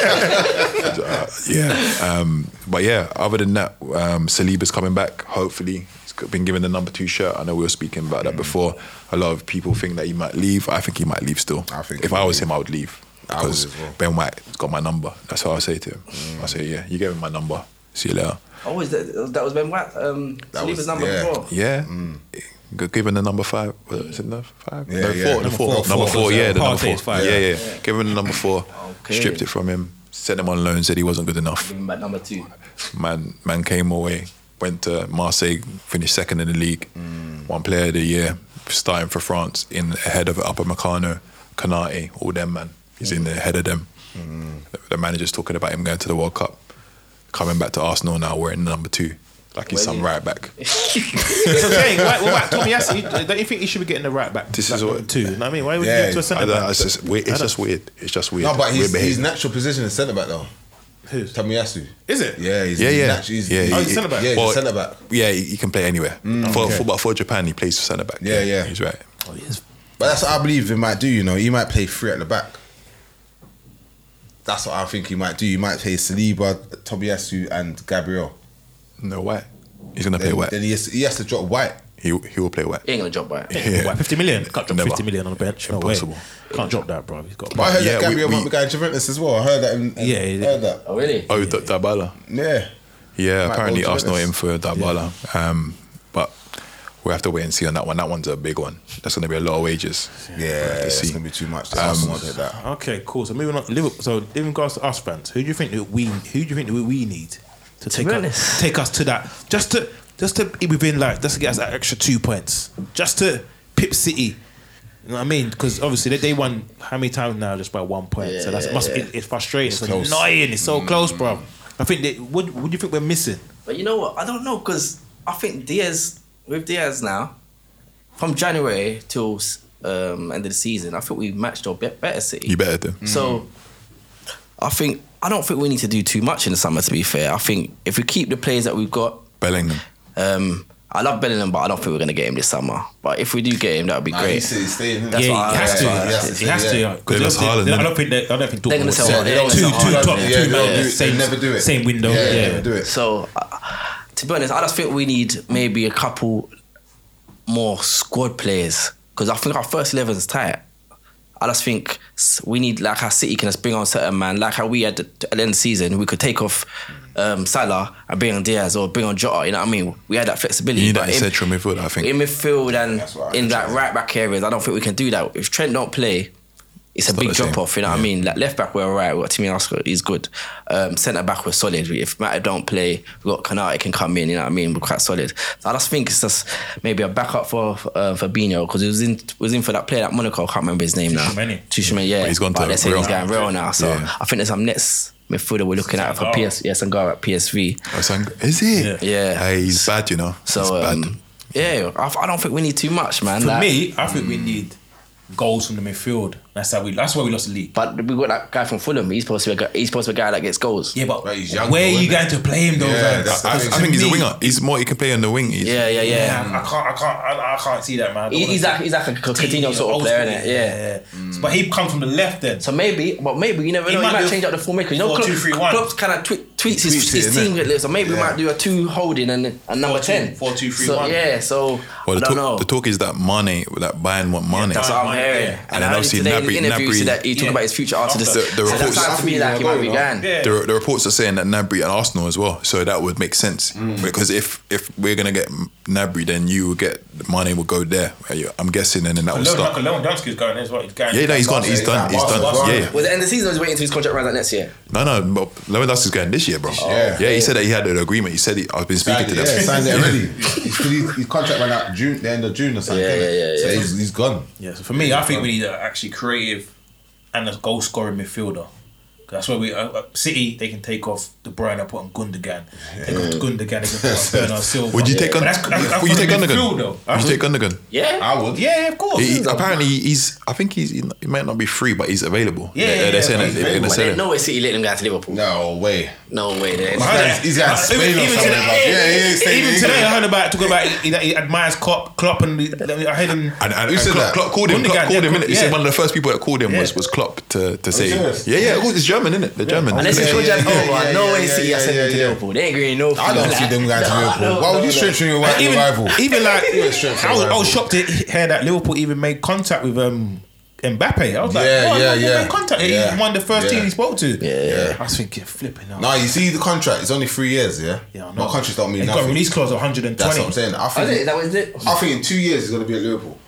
Speaker 3: Uh, yeah, um, but yeah. Other than that, um, Saliba's coming back. Hopefully, he's been given the number two shirt. I know we were speaking about
Speaker 2: Mm.
Speaker 3: that before. A lot of people think that he might leave. I think he might leave still.
Speaker 2: I think
Speaker 3: if
Speaker 2: he
Speaker 3: I
Speaker 2: will
Speaker 3: was
Speaker 2: leave.
Speaker 3: him, I would leave
Speaker 2: I would
Speaker 3: because
Speaker 2: as well. Mm.
Speaker 3: Ben White's got my number. That's what I say to him. I say, yeah, you gave him my number. See you later.
Speaker 4: Oh, is that, that was Ben White. Um,
Speaker 2: That
Speaker 4: Saliba's
Speaker 2: was-
Speaker 4: number
Speaker 2: yeah.
Speaker 4: before.
Speaker 3: Yeah. G- Given the number five, was it number five?
Speaker 2: Mm. Yeah,
Speaker 3: no,
Speaker 2: yeah.
Speaker 3: four, the
Speaker 2: Number
Speaker 3: four,
Speaker 2: four.
Speaker 3: number four,
Speaker 2: Four.
Speaker 3: yeah, the
Speaker 1: Part
Speaker 3: number four,
Speaker 1: is five.
Speaker 3: yeah,
Speaker 1: Yeah.
Speaker 3: yeah. Given the number four,
Speaker 4: Okay.
Speaker 3: stripped it from him, sent him on loan, said he wasn't good enough.
Speaker 4: Give him back number two.
Speaker 3: Man, man came away, went to Marseille, finished second in the league,
Speaker 2: Mm.
Speaker 3: one player of the year, starting for France in ahead of Upper Meccano, Canate, all them man. He's
Speaker 2: Mm.
Speaker 3: in the head of them. The- The manager's talking about him going to the World Cup, coming back to Arsenal now, wearing number two. like he's
Speaker 4: Well,
Speaker 3: some
Speaker 4: yeah.
Speaker 3: right back.
Speaker 1: That's what I'm saying. Why, why, Tomiyasu, don't you think he should be getting the right back?
Speaker 3: This
Speaker 1: back
Speaker 3: is what-
Speaker 1: two. You know what I mean, why would
Speaker 2: Yeah.
Speaker 1: you give it to a
Speaker 3: I
Speaker 1: centre
Speaker 3: don't, know,
Speaker 1: back?
Speaker 3: it's just weird. It's just weird. It's just weird.
Speaker 2: No, but his,
Speaker 3: Weird
Speaker 2: his
Speaker 3: behaviour.
Speaker 2: natural position is centre back though.
Speaker 1: Who's?
Speaker 2: Tamiyasu.
Speaker 1: Is it?
Speaker 2: Yeah, he's
Speaker 3: yeah, yeah,
Speaker 2: Natural, he's,
Speaker 3: yeah.
Speaker 1: Oh,
Speaker 3: he-
Speaker 1: he's centre back.
Speaker 2: Yeah, he's
Speaker 3: well,
Speaker 2: a centre back. Mm,
Speaker 3: Yeah, he, he can play anywhere. for
Speaker 2: okay.
Speaker 3: for but for Japan, he plays centre back.
Speaker 2: Yeah, yeah.
Speaker 3: he's right.
Speaker 2: But that's what I believe he might do. You know, he might play three at the back. That's what I think he might do. He might play Saliba, Tomiyasu, and Gabriel.
Speaker 3: No, White. He's gonna play
Speaker 2: Then,
Speaker 3: White.
Speaker 2: then he, has, he has to drop White.
Speaker 3: He he will play White.
Speaker 4: He ain't gonna drop by. it.
Speaker 3: Yeah.
Speaker 1: Why, 50 million? Can't drop
Speaker 3: Never.
Speaker 1: 50 million on the bench. No
Speaker 3: Impossible.
Speaker 1: way. Can't drop that, bro. He's got
Speaker 2: But I heard
Speaker 3: Yeah,
Speaker 2: that Gabriel
Speaker 3: we-
Speaker 2: might
Speaker 3: we-
Speaker 2: be going to Juventus as well. I heard that. In, in,
Speaker 1: Yeah, he did.
Speaker 2: heard that.
Speaker 4: Oh really?
Speaker 3: Oh, D- Dabala.
Speaker 2: Yeah.
Speaker 3: Yeah,
Speaker 2: Might
Speaker 3: apparently
Speaker 2: go to
Speaker 3: Arsenal
Speaker 2: Venice.
Speaker 3: in for Dabala. Um, but we have to wait and see on that one. That one's a big one. That's gonna be a lot of wages.
Speaker 2: Yeah,
Speaker 3: to
Speaker 2: it's
Speaker 3: see.
Speaker 2: going to be too much. Um, won't take that.
Speaker 1: Okay, cool. So moving on, Liverpool. So in regards to us fans, who do you think that we who do you think that we need to take
Speaker 4: be
Speaker 1: us,
Speaker 4: honest.
Speaker 1: take us to that just to just to be within like just to get us that extra two points just to pip City. You know what I mean? Because obviously they, they won how many times now just by one point. so that's must be it's frustrating. It's,
Speaker 2: close.
Speaker 1: annoying. It's so close,
Speaker 3: Mm.
Speaker 1: bro. I think that what what do you think we're missing?
Speaker 4: But you know what? I don't know because I think Diaz with Diaz now, from January till um, end of the season, I think we matched or bet better City.
Speaker 3: You better do.
Speaker 2: Mm.
Speaker 4: So I think I don't think we need to do too much in the summer. To be fair, I think if we keep the players that we've got,
Speaker 3: Bellingham.
Speaker 4: um, I love Bellingham, but I don't think we're gonna get him this summer. But if we do get him, that would be
Speaker 2: Nah,
Speaker 4: great.
Speaker 2: he's- he's staying, isn't
Speaker 4: That's
Speaker 2: he?
Speaker 4: Yeah, what
Speaker 1: he
Speaker 4: I-
Speaker 1: has to.
Speaker 4: yeah,
Speaker 1: He has to. He
Speaker 2: yeah.
Speaker 1: has to. yeah. 'Cause
Speaker 3: They lost
Speaker 1: they'll-
Speaker 3: Haaland,
Speaker 1: they'll- I
Speaker 3: didn't
Speaker 1: don't think they, I don't think
Speaker 4: They're gonna
Speaker 1: Dortmund
Speaker 4: sell
Speaker 1: will sell
Speaker 4: Haaland. They
Speaker 1: two
Speaker 4: don't
Speaker 1: two
Speaker 4: sell Haaland.
Speaker 1: top two
Speaker 2: Yeah, they don't do
Speaker 1: man
Speaker 2: it.
Speaker 1: same
Speaker 2: They never do it.
Speaker 1: same window.
Speaker 2: Yeah, they
Speaker 1: Yeah,
Speaker 2: never do it.
Speaker 4: So, uh, to be honest, I just think we need maybe a couple more squad players because I think our first 11 is tight. I just think s- we need like how City can just bring on certain man, like how we had at the end of the season, we could take off um, Salah and bring on Diaz or bring on Jota. You know what I mean? We had that flexibility.
Speaker 3: You need that
Speaker 4: but in-
Speaker 3: central midfield, I think.
Speaker 4: in midfield
Speaker 2: That's what
Speaker 4: and
Speaker 2: I
Speaker 4: in that
Speaker 2: think.
Speaker 4: right back areas, I don't think we can do that. If Trent don't play, it's, a
Speaker 3: not
Speaker 4: big
Speaker 3: the same.
Speaker 4: drop off. You know what I mean? Like left back, we're alright. We've got Timmy Oscar, he's good. Um, Centre back, we're solid. If Matter don't play, we've got Kanate can come in. You know what I mean? We're quite solid. So I just think it's just maybe a backup for uh, Fabinho because he was in was in for that player at Monaco. I can't remember his name now.
Speaker 1: Tchouaméni.
Speaker 4: Tchouaméni, yeah.
Speaker 3: But he's gone to
Speaker 4: But they're saying he's
Speaker 3: Real.
Speaker 4: going real now. So
Speaker 3: Yeah.
Speaker 4: I think there's some next midfielder we're looking at for
Speaker 1: Sangara.
Speaker 4: PS. Yeah, Sangara at PSV.
Speaker 3: Oh, Sang- Is he?
Speaker 1: Yeah.
Speaker 4: Yeah.
Speaker 3: Hey, he's bad, you know. he's
Speaker 4: So
Speaker 3: bad.
Speaker 4: um, yeah, I, I don't think we need too much, man.
Speaker 1: For
Speaker 4: Like-
Speaker 1: me, I think we need goals from the midfield. That's how we. That's why we lost the league.
Speaker 4: But we got that guy from Fulham. He's supposed to be a guy, he's supposed to be a guy that gets goals.
Speaker 1: Yeah, but
Speaker 2: Right, he's young
Speaker 1: where
Speaker 2: though,
Speaker 1: are you
Speaker 2: isn't
Speaker 1: going to play him though?
Speaker 2: Yeah,
Speaker 1: man?
Speaker 2: that's-
Speaker 3: I, I
Speaker 1: Because to
Speaker 3: think he's a
Speaker 1: me-
Speaker 3: winger. He's more. He can play on the wing. He's,
Speaker 4: yeah, yeah, yeah.
Speaker 1: Yeah, I can't, I can't, I, I can't see that man. I don't
Speaker 4: He-
Speaker 1: wanna
Speaker 4: he's
Speaker 1: see
Speaker 4: like he's like a Coutinho sort of
Speaker 1: old
Speaker 4: player,
Speaker 1: school, Mm.
Speaker 4: innit? Yeah.
Speaker 1: But he comes from the left then.
Speaker 4: So maybe, but maybe you never
Speaker 1: He
Speaker 4: know. He
Speaker 1: might
Speaker 4: might
Speaker 1: do
Speaker 4: change up the formation. You know,
Speaker 1: four,
Speaker 4: Klopp,
Speaker 1: two, three, one.
Speaker 4: Klopp kind of twe- tweets his,
Speaker 3: Tweaks it,
Speaker 4: his team
Speaker 3: innit?
Speaker 4: list. So maybe we might do a two holding and and number
Speaker 1: two-
Speaker 4: ten.
Speaker 1: four, two, three,
Speaker 4: so,
Speaker 1: one.
Speaker 4: Yeah. So
Speaker 3: Well,
Speaker 4: I
Speaker 3: the
Speaker 4: don't
Speaker 3: talk,
Speaker 4: know.
Speaker 3: the talk is that Mane, that Bayern want Mane.
Speaker 4: that's what I'm
Speaker 1: Yeah.
Speaker 4: hearing.
Speaker 1: And
Speaker 4: And,
Speaker 3: then
Speaker 4: I heard
Speaker 3: obviously
Speaker 4: today in
Speaker 3: Nabri-
Speaker 4: the interview he said
Speaker 3: Nabri-
Speaker 4: that he talked
Speaker 1: Yeah.
Speaker 4: about his future after this.
Speaker 1: The-
Speaker 3: the
Speaker 4: so that
Speaker 3: reports-
Speaker 4: sounds to me like he might be gone.
Speaker 1: Yeah.
Speaker 3: The, the reports are saying that Nabri and Arsenal as well, so that would make sense
Speaker 1: Mm.
Speaker 3: because if if we're gonna get Nabri, then you will get Mane will go there. I'm guessing, and then that will start.
Speaker 1: Lewandowski's going as well. He's going.
Speaker 3: Yeah, no, he's gone. He's done. He's done. Yeah,
Speaker 4: Was it end of the season or was he waiting until his contract runs out next year?
Speaker 3: no, no. but Lewandowski's going this year, bro.
Speaker 2: year.
Speaker 3: yeah. He said that he had an agreement. He said he, I've been speaking
Speaker 2: Signed
Speaker 3: to
Speaker 2: it, yeah,
Speaker 3: them.
Speaker 2: signed it already. He's- he's- His contract ran out June, the end of June or something.
Speaker 4: Yeah, yeah, yeah,
Speaker 2: So
Speaker 4: yeah.
Speaker 2: he's, he's gone.
Speaker 1: Yeah, so for me, I think we need a actually creative and a goal scoring midfielder. 'Cause That's where we uh, uh, City. They can take off De Bruyne and put on Gundogan. Take off Gundogan. They can put on Bernard Silva.
Speaker 3: Would you take
Speaker 1: But
Speaker 3: on?
Speaker 1: that's- that's- that's
Speaker 3: Would you
Speaker 1: for
Speaker 3: take
Speaker 1: the midfield,
Speaker 3: Gundogan?
Speaker 1: though.
Speaker 3: Would you take Gundogan?
Speaker 4: Yeah.
Speaker 2: I would.
Speaker 1: Yeah, of course.
Speaker 3: He, apparently he's. I think he's. He might not be free, but he's available.
Speaker 1: Yeah,
Speaker 3: they're,
Speaker 1: yeah,
Speaker 3: they're
Speaker 1: yeah, but
Speaker 3: saying that
Speaker 1: he's
Speaker 3: they're gonna
Speaker 4: But
Speaker 3: sell
Speaker 4: there's
Speaker 3: him.
Speaker 4: no way City let them go to Liverpool.
Speaker 2: No way.
Speaker 4: No way. There.
Speaker 2: He's got- he's got
Speaker 1: Uh,
Speaker 2: Spain or
Speaker 1: even
Speaker 2: something.
Speaker 1: today-
Speaker 2: like- Yeah, yeah, staying in
Speaker 1: Even
Speaker 2: England.
Speaker 1: today, I heard about talking about he, that he admires Klopp, Klopp, and the- I heard him.
Speaker 3: And, and,
Speaker 2: Who
Speaker 3: and
Speaker 2: said
Speaker 3: Klopp,
Speaker 2: that?
Speaker 3: Klopp called him.
Speaker 1: Gundogan,
Speaker 3: Klopp
Speaker 1: yeah,
Speaker 3: called him. innit? He
Speaker 1: yeah.
Speaker 3: said one of the first people that called him was
Speaker 1: Yeah.
Speaker 3: was Klopp to, to say,
Speaker 2: serious?
Speaker 3: yeah, yeah, of course, it's German, isn't it? The German.
Speaker 4: Unless
Speaker 3: yeah,
Speaker 4: it's
Speaker 2: Yeah,
Speaker 4: Georgia
Speaker 2: yeah, yeah,
Speaker 4: Nova,
Speaker 2: yeah,
Speaker 4: no
Speaker 2: yeah,
Speaker 4: way
Speaker 2: yeah,
Speaker 4: City are
Speaker 2: yeah,
Speaker 4: sending
Speaker 2: yeah,
Speaker 4: to
Speaker 2: yeah.
Speaker 4: Liverpool. They ain't agreeing no.
Speaker 2: I don't see them going to Liverpool. Why would you strengthen your wi- your
Speaker 1: even,
Speaker 2: rival?
Speaker 1: even like
Speaker 2: You're a strength
Speaker 1: I was, I was
Speaker 2: rival.
Speaker 1: shocked to hear that Liverpool even made contact with um Mbappe. I was like,
Speaker 2: Yeah,
Speaker 1: oh,
Speaker 2: yeah,
Speaker 1: Liverpool
Speaker 2: yeah.
Speaker 1: made contact.
Speaker 2: Yeah.
Speaker 1: He won the first
Speaker 2: Yeah.
Speaker 1: team he spoke to.
Speaker 4: Yeah.
Speaker 1: I was thinking flipping out.
Speaker 2: No, you see the contract. It's only three years. Yeah.
Speaker 1: yeah, I know.
Speaker 2: My contracts don't mean
Speaker 1: He's
Speaker 2: nothing.
Speaker 1: got a release clause of 120.
Speaker 2: That's what I'm saying. I
Speaker 4: Is it?
Speaker 2: think.
Speaker 4: That was it.
Speaker 2: I think in two years he's gonna be at Liverpool.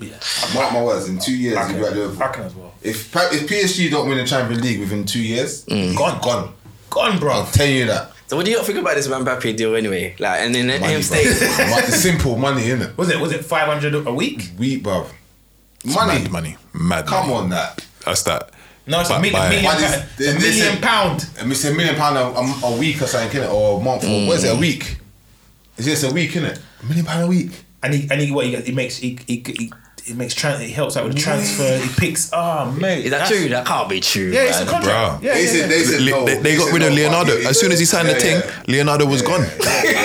Speaker 1: Yeah.
Speaker 2: Mark my words. In two years
Speaker 1: I
Speaker 2: he'll be at
Speaker 1: can, I
Speaker 2: Liverpool.
Speaker 1: can as well.
Speaker 2: If Pa- if PSG don't win the Champions League within two years,
Speaker 1: Mm.
Speaker 2: gone, gone.
Speaker 1: Gone,
Speaker 2: I'll
Speaker 1: bro.
Speaker 2: tell you that.
Speaker 4: So what do you think about this Mbappe deal anyway? Like, and then let
Speaker 2: Money,
Speaker 4: him
Speaker 2: bruv.
Speaker 4: stay.
Speaker 2: Mo- simple money, innit?
Speaker 1: Was it was it 500 a week?
Speaker 2: Weak, bruv.
Speaker 3: Money.
Speaker 2: Money.
Speaker 3: Mad money. Mad
Speaker 2: Come
Speaker 3: money.
Speaker 2: on, that.
Speaker 3: That's that.
Speaker 1: No, it's a
Speaker 3: But-
Speaker 1: million,
Speaker 3: but-
Speaker 1: million,
Speaker 2: But this-
Speaker 1: pound-
Speaker 2: this-
Speaker 1: a million
Speaker 2: this-
Speaker 1: pound.
Speaker 3: Mm.
Speaker 2: And we say a million pound a, a, a week or something, innit? Or a month, or what is it, a week? It's just a week, isn't it? A million pound a week.
Speaker 1: And he and he what he, he makes he he, he, he makes trans he helps out with the transfer. He picks. Ah, mate.
Speaker 4: Is that
Speaker 1: that's-
Speaker 4: true? That can't be true.
Speaker 1: Yeah, it's a
Speaker 4: man.
Speaker 1: contract.
Speaker 3: Bruh.
Speaker 1: Yeah,
Speaker 2: They
Speaker 1: yeah,
Speaker 2: said-
Speaker 1: yeah.
Speaker 2: they said
Speaker 3: Li-
Speaker 2: no.
Speaker 3: they, they got
Speaker 2: said
Speaker 3: rid of
Speaker 2: no,
Speaker 3: Leonardo.
Speaker 2: fuck it.
Speaker 3: As soon as he signed
Speaker 2: Yeah,
Speaker 3: the thing,
Speaker 2: yeah.
Speaker 3: Leonardo was gone.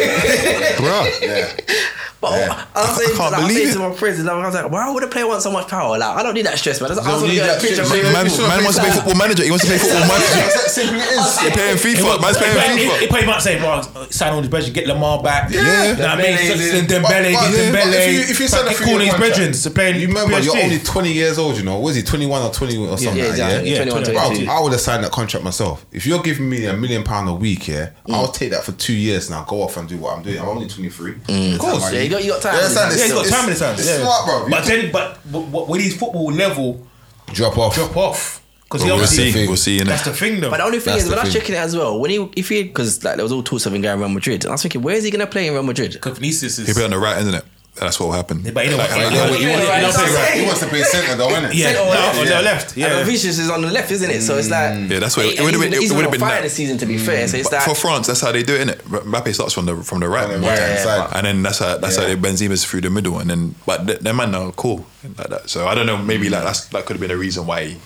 Speaker 3: Bruh.
Speaker 4: But I'm saying,
Speaker 3: can't
Speaker 4: like, I'm
Speaker 3: believe
Speaker 4: saying
Speaker 3: it.
Speaker 4: to my friends, like, I was like, why would a player want so much power? Like, I don't need that stress, man. That's- I
Speaker 2: Don't
Speaker 4: was gonna
Speaker 2: need
Speaker 4: get
Speaker 2: that
Speaker 4: a picture.
Speaker 2: shit,
Speaker 4: of
Speaker 2: man.
Speaker 4: me.
Speaker 3: Man, man wants to play football manager. He wants to play football manager.
Speaker 2: That's simple it is.
Speaker 3: They're playing FIFA. Man's
Speaker 1: He probably-
Speaker 3: playing
Speaker 1: He he
Speaker 3: FIFA.
Speaker 1: probably might say, well, sign all these brethren, get Lamar back. You
Speaker 2: Yeah.
Speaker 1: know what I mean? Sexton,
Speaker 4: Dembele,
Speaker 2: But- but-
Speaker 1: Dembele,
Speaker 2: but if you-
Speaker 1: Dembele.
Speaker 2: if you
Speaker 1: Fucking all
Speaker 2: sign a three-year
Speaker 1: these
Speaker 2: contract,
Speaker 1: brethren to play in
Speaker 2: You remember, you're
Speaker 1: PSG.
Speaker 2: only 20 years old, you know. What is he, 21 or 20 or something like
Speaker 4: Yeah,
Speaker 2: that?
Speaker 4: exactly.
Speaker 2: Yeah?
Speaker 1: Yeah,
Speaker 4: 21,
Speaker 1: yeah.
Speaker 2: Bro,
Speaker 4: 22.
Speaker 2: I would have signed that contract myself. If you're giving me a million pound a week, yeah, I'll take that for two years now. Go off and do what I'm doing. I'm only 23. Of
Speaker 4: course, yeah, you got- you got time. Yeah,
Speaker 1: Yeah, he's got time in his hands.
Speaker 2: It's
Speaker 1: yeah.
Speaker 2: smart, bro.
Speaker 1: But then, but w- w- will his football level
Speaker 2: drop off.
Speaker 1: drop off? Because
Speaker 3: We'll see.
Speaker 2: thing.
Speaker 3: We'll see.
Speaker 1: That's
Speaker 3: innit?
Speaker 1: the thing, though.
Speaker 4: But the only thing
Speaker 2: That's
Speaker 4: is,
Speaker 2: the
Speaker 4: when I was
Speaker 2: thing.
Speaker 4: checking it as well, when he, if he, because like there was all talks of him going Real Madrid, and I was thinking, where is he going to play in Real Madrid?
Speaker 1: Kofinisis
Speaker 3: He'll
Speaker 1: is.
Speaker 3: be on the right, isn't it? That's what will happen.
Speaker 1: But you know what?
Speaker 3: Like,
Speaker 1: He
Speaker 3: like,
Speaker 1: he
Speaker 3: like,
Speaker 1: wants- he wants- he wants to play right.
Speaker 2: He wants to play centre, though, innit?
Speaker 1: Yeah,
Speaker 4: Centre or left,
Speaker 1: no, on
Speaker 2: yeah.
Speaker 1: the left.
Speaker 4: And
Speaker 1: Yeah.
Speaker 4: Vinicius is on the left, isn't it? So it's like,
Speaker 3: Mm. Yeah, that's what-
Speaker 4: And
Speaker 3: it would've
Speaker 4: he's
Speaker 3: been- it
Speaker 4: he's
Speaker 3: would've
Speaker 4: on
Speaker 3: been
Speaker 4: fire
Speaker 3: that.
Speaker 4: this season, to be fair. So it's
Speaker 3: but
Speaker 4: that.
Speaker 3: for France, that's how they do it, innit? Mbappe starts from the from the right,
Speaker 2: On the right-hand
Speaker 4: Yeah,
Speaker 2: side.
Speaker 3: and then that's how that's
Speaker 2: Yeah.
Speaker 3: how they, Benzema's through the middle, and then but th- their man are cool like that. So I don't know, maybe like that's, that could have been a reason why. He,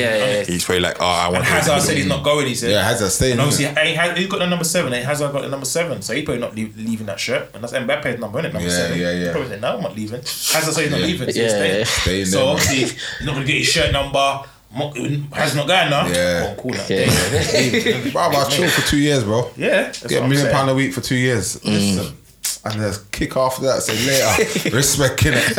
Speaker 4: Yeah, yeah, yeah.
Speaker 3: he's probably like, oh, I want.
Speaker 1: And
Speaker 3: to
Speaker 1: Hazard said he's not going. He said.
Speaker 2: Yeah, has a stay.
Speaker 1: And obviously, he has, who got the number seven? And Hazard got the number seven, so he probably not leave, leaving that shirt. And that's Mbappe's number, isn't it? Number
Speaker 2: Yeah,
Speaker 1: seven.
Speaker 2: yeah, yeah.
Speaker 1: He probably said, "No, I'm not leaving." Hazard said he's not
Speaker 2: Yeah.
Speaker 1: leaving. So
Speaker 4: Yeah,
Speaker 1: he's staying.
Speaker 4: yeah.
Speaker 2: Staying
Speaker 1: so
Speaker 2: there, man.
Speaker 1: obviously, he's not going to get his shirt number. Mo- Hazard's not going now.
Speaker 2: Yeah.
Speaker 1: Oh, cool, now.
Speaker 4: Yeah, yeah.
Speaker 2: Bro, I chill for two years, bro.
Speaker 1: Yeah, that's
Speaker 2: Get
Speaker 1: what
Speaker 2: a
Speaker 1: I'm
Speaker 2: million
Speaker 1: saying.
Speaker 2: pound a week for two years. Listen. And there's kick after that, say later, respecting it.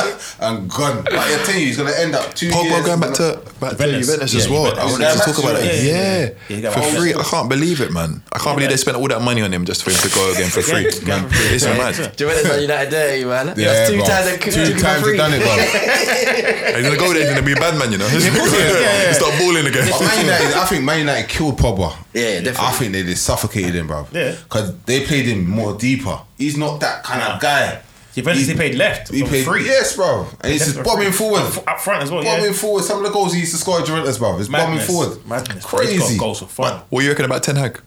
Speaker 2: and gone. But I tell you, he's gonna end up two
Speaker 3: Pogba
Speaker 2: years.
Speaker 3: going back to back to
Speaker 1: Juventus.
Speaker 3: Juventus
Speaker 1: Yeah,
Speaker 3: as well.
Speaker 1: Juventus.
Speaker 3: I
Speaker 2: He's
Speaker 3: wanted to
Speaker 2: going
Speaker 3: talk
Speaker 2: back
Speaker 3: about
Speaker 2: to
Speaker 3: it.
Speaker 2: Juventus.
Speaker 3: Yeah,
Speaker 1: Yeah, he got
Speaker 3: for
Speaker 1: back.
Speaker 3: free. I can't believe it, man. I can't believe they spent all that money on him just for him to go again for free.
Speaker 1: Yeah,
Speaker 3: It's
Speaker 1: yeah.
Speaker 3: mad.
Speaker 4: Juventus Man United dirty, man.
Speaker 2: Yeah,
Speaker 4: That's two
Speaker 2: bro.
Speaker 4: times they could
Speaker 2: Two times
Speaker 4: free.
Speaker 2: they've done it, bro.
Speaker 3: He's gonna go there. He's gonna be a bad man, you know. He's gonna go there and Start balling again.
Speaker 2: But Man United, I think Man United killed Pogba.
Speaker 4: Yeah, definitely.
Speaker 2: I think they just suffocated him, bro.
Speaker 1: Yeah.
Speaker 2: Because they played him more deeper. He's not that kind
Speaker 1: Nah.
Speaker 2: of guy.
Speaker 1: Juventus, he played left.
Speaker 2: He
Speaker 1: from
Speaker 2: played
Speaker 1: free.
Speaker 2: Yes, bro. And he's just
Speaker 1: Left
Speaker 2: bombing
Speaker 1: from-
Speaker 2: forward.
Speaker 1: F- Up front as well, yeah.
Speaker 2: Bombing forward. Some of the goals he used to score at Juventus, bro. It's
Speaker 1: Madness.
Speaker 2: bombing forward.
Speaker 1: Madness. He's
Speaker 2: Crazy.
Speaker 1: got goals for fun.
Speaker 3: What you reckon about Ten Hag?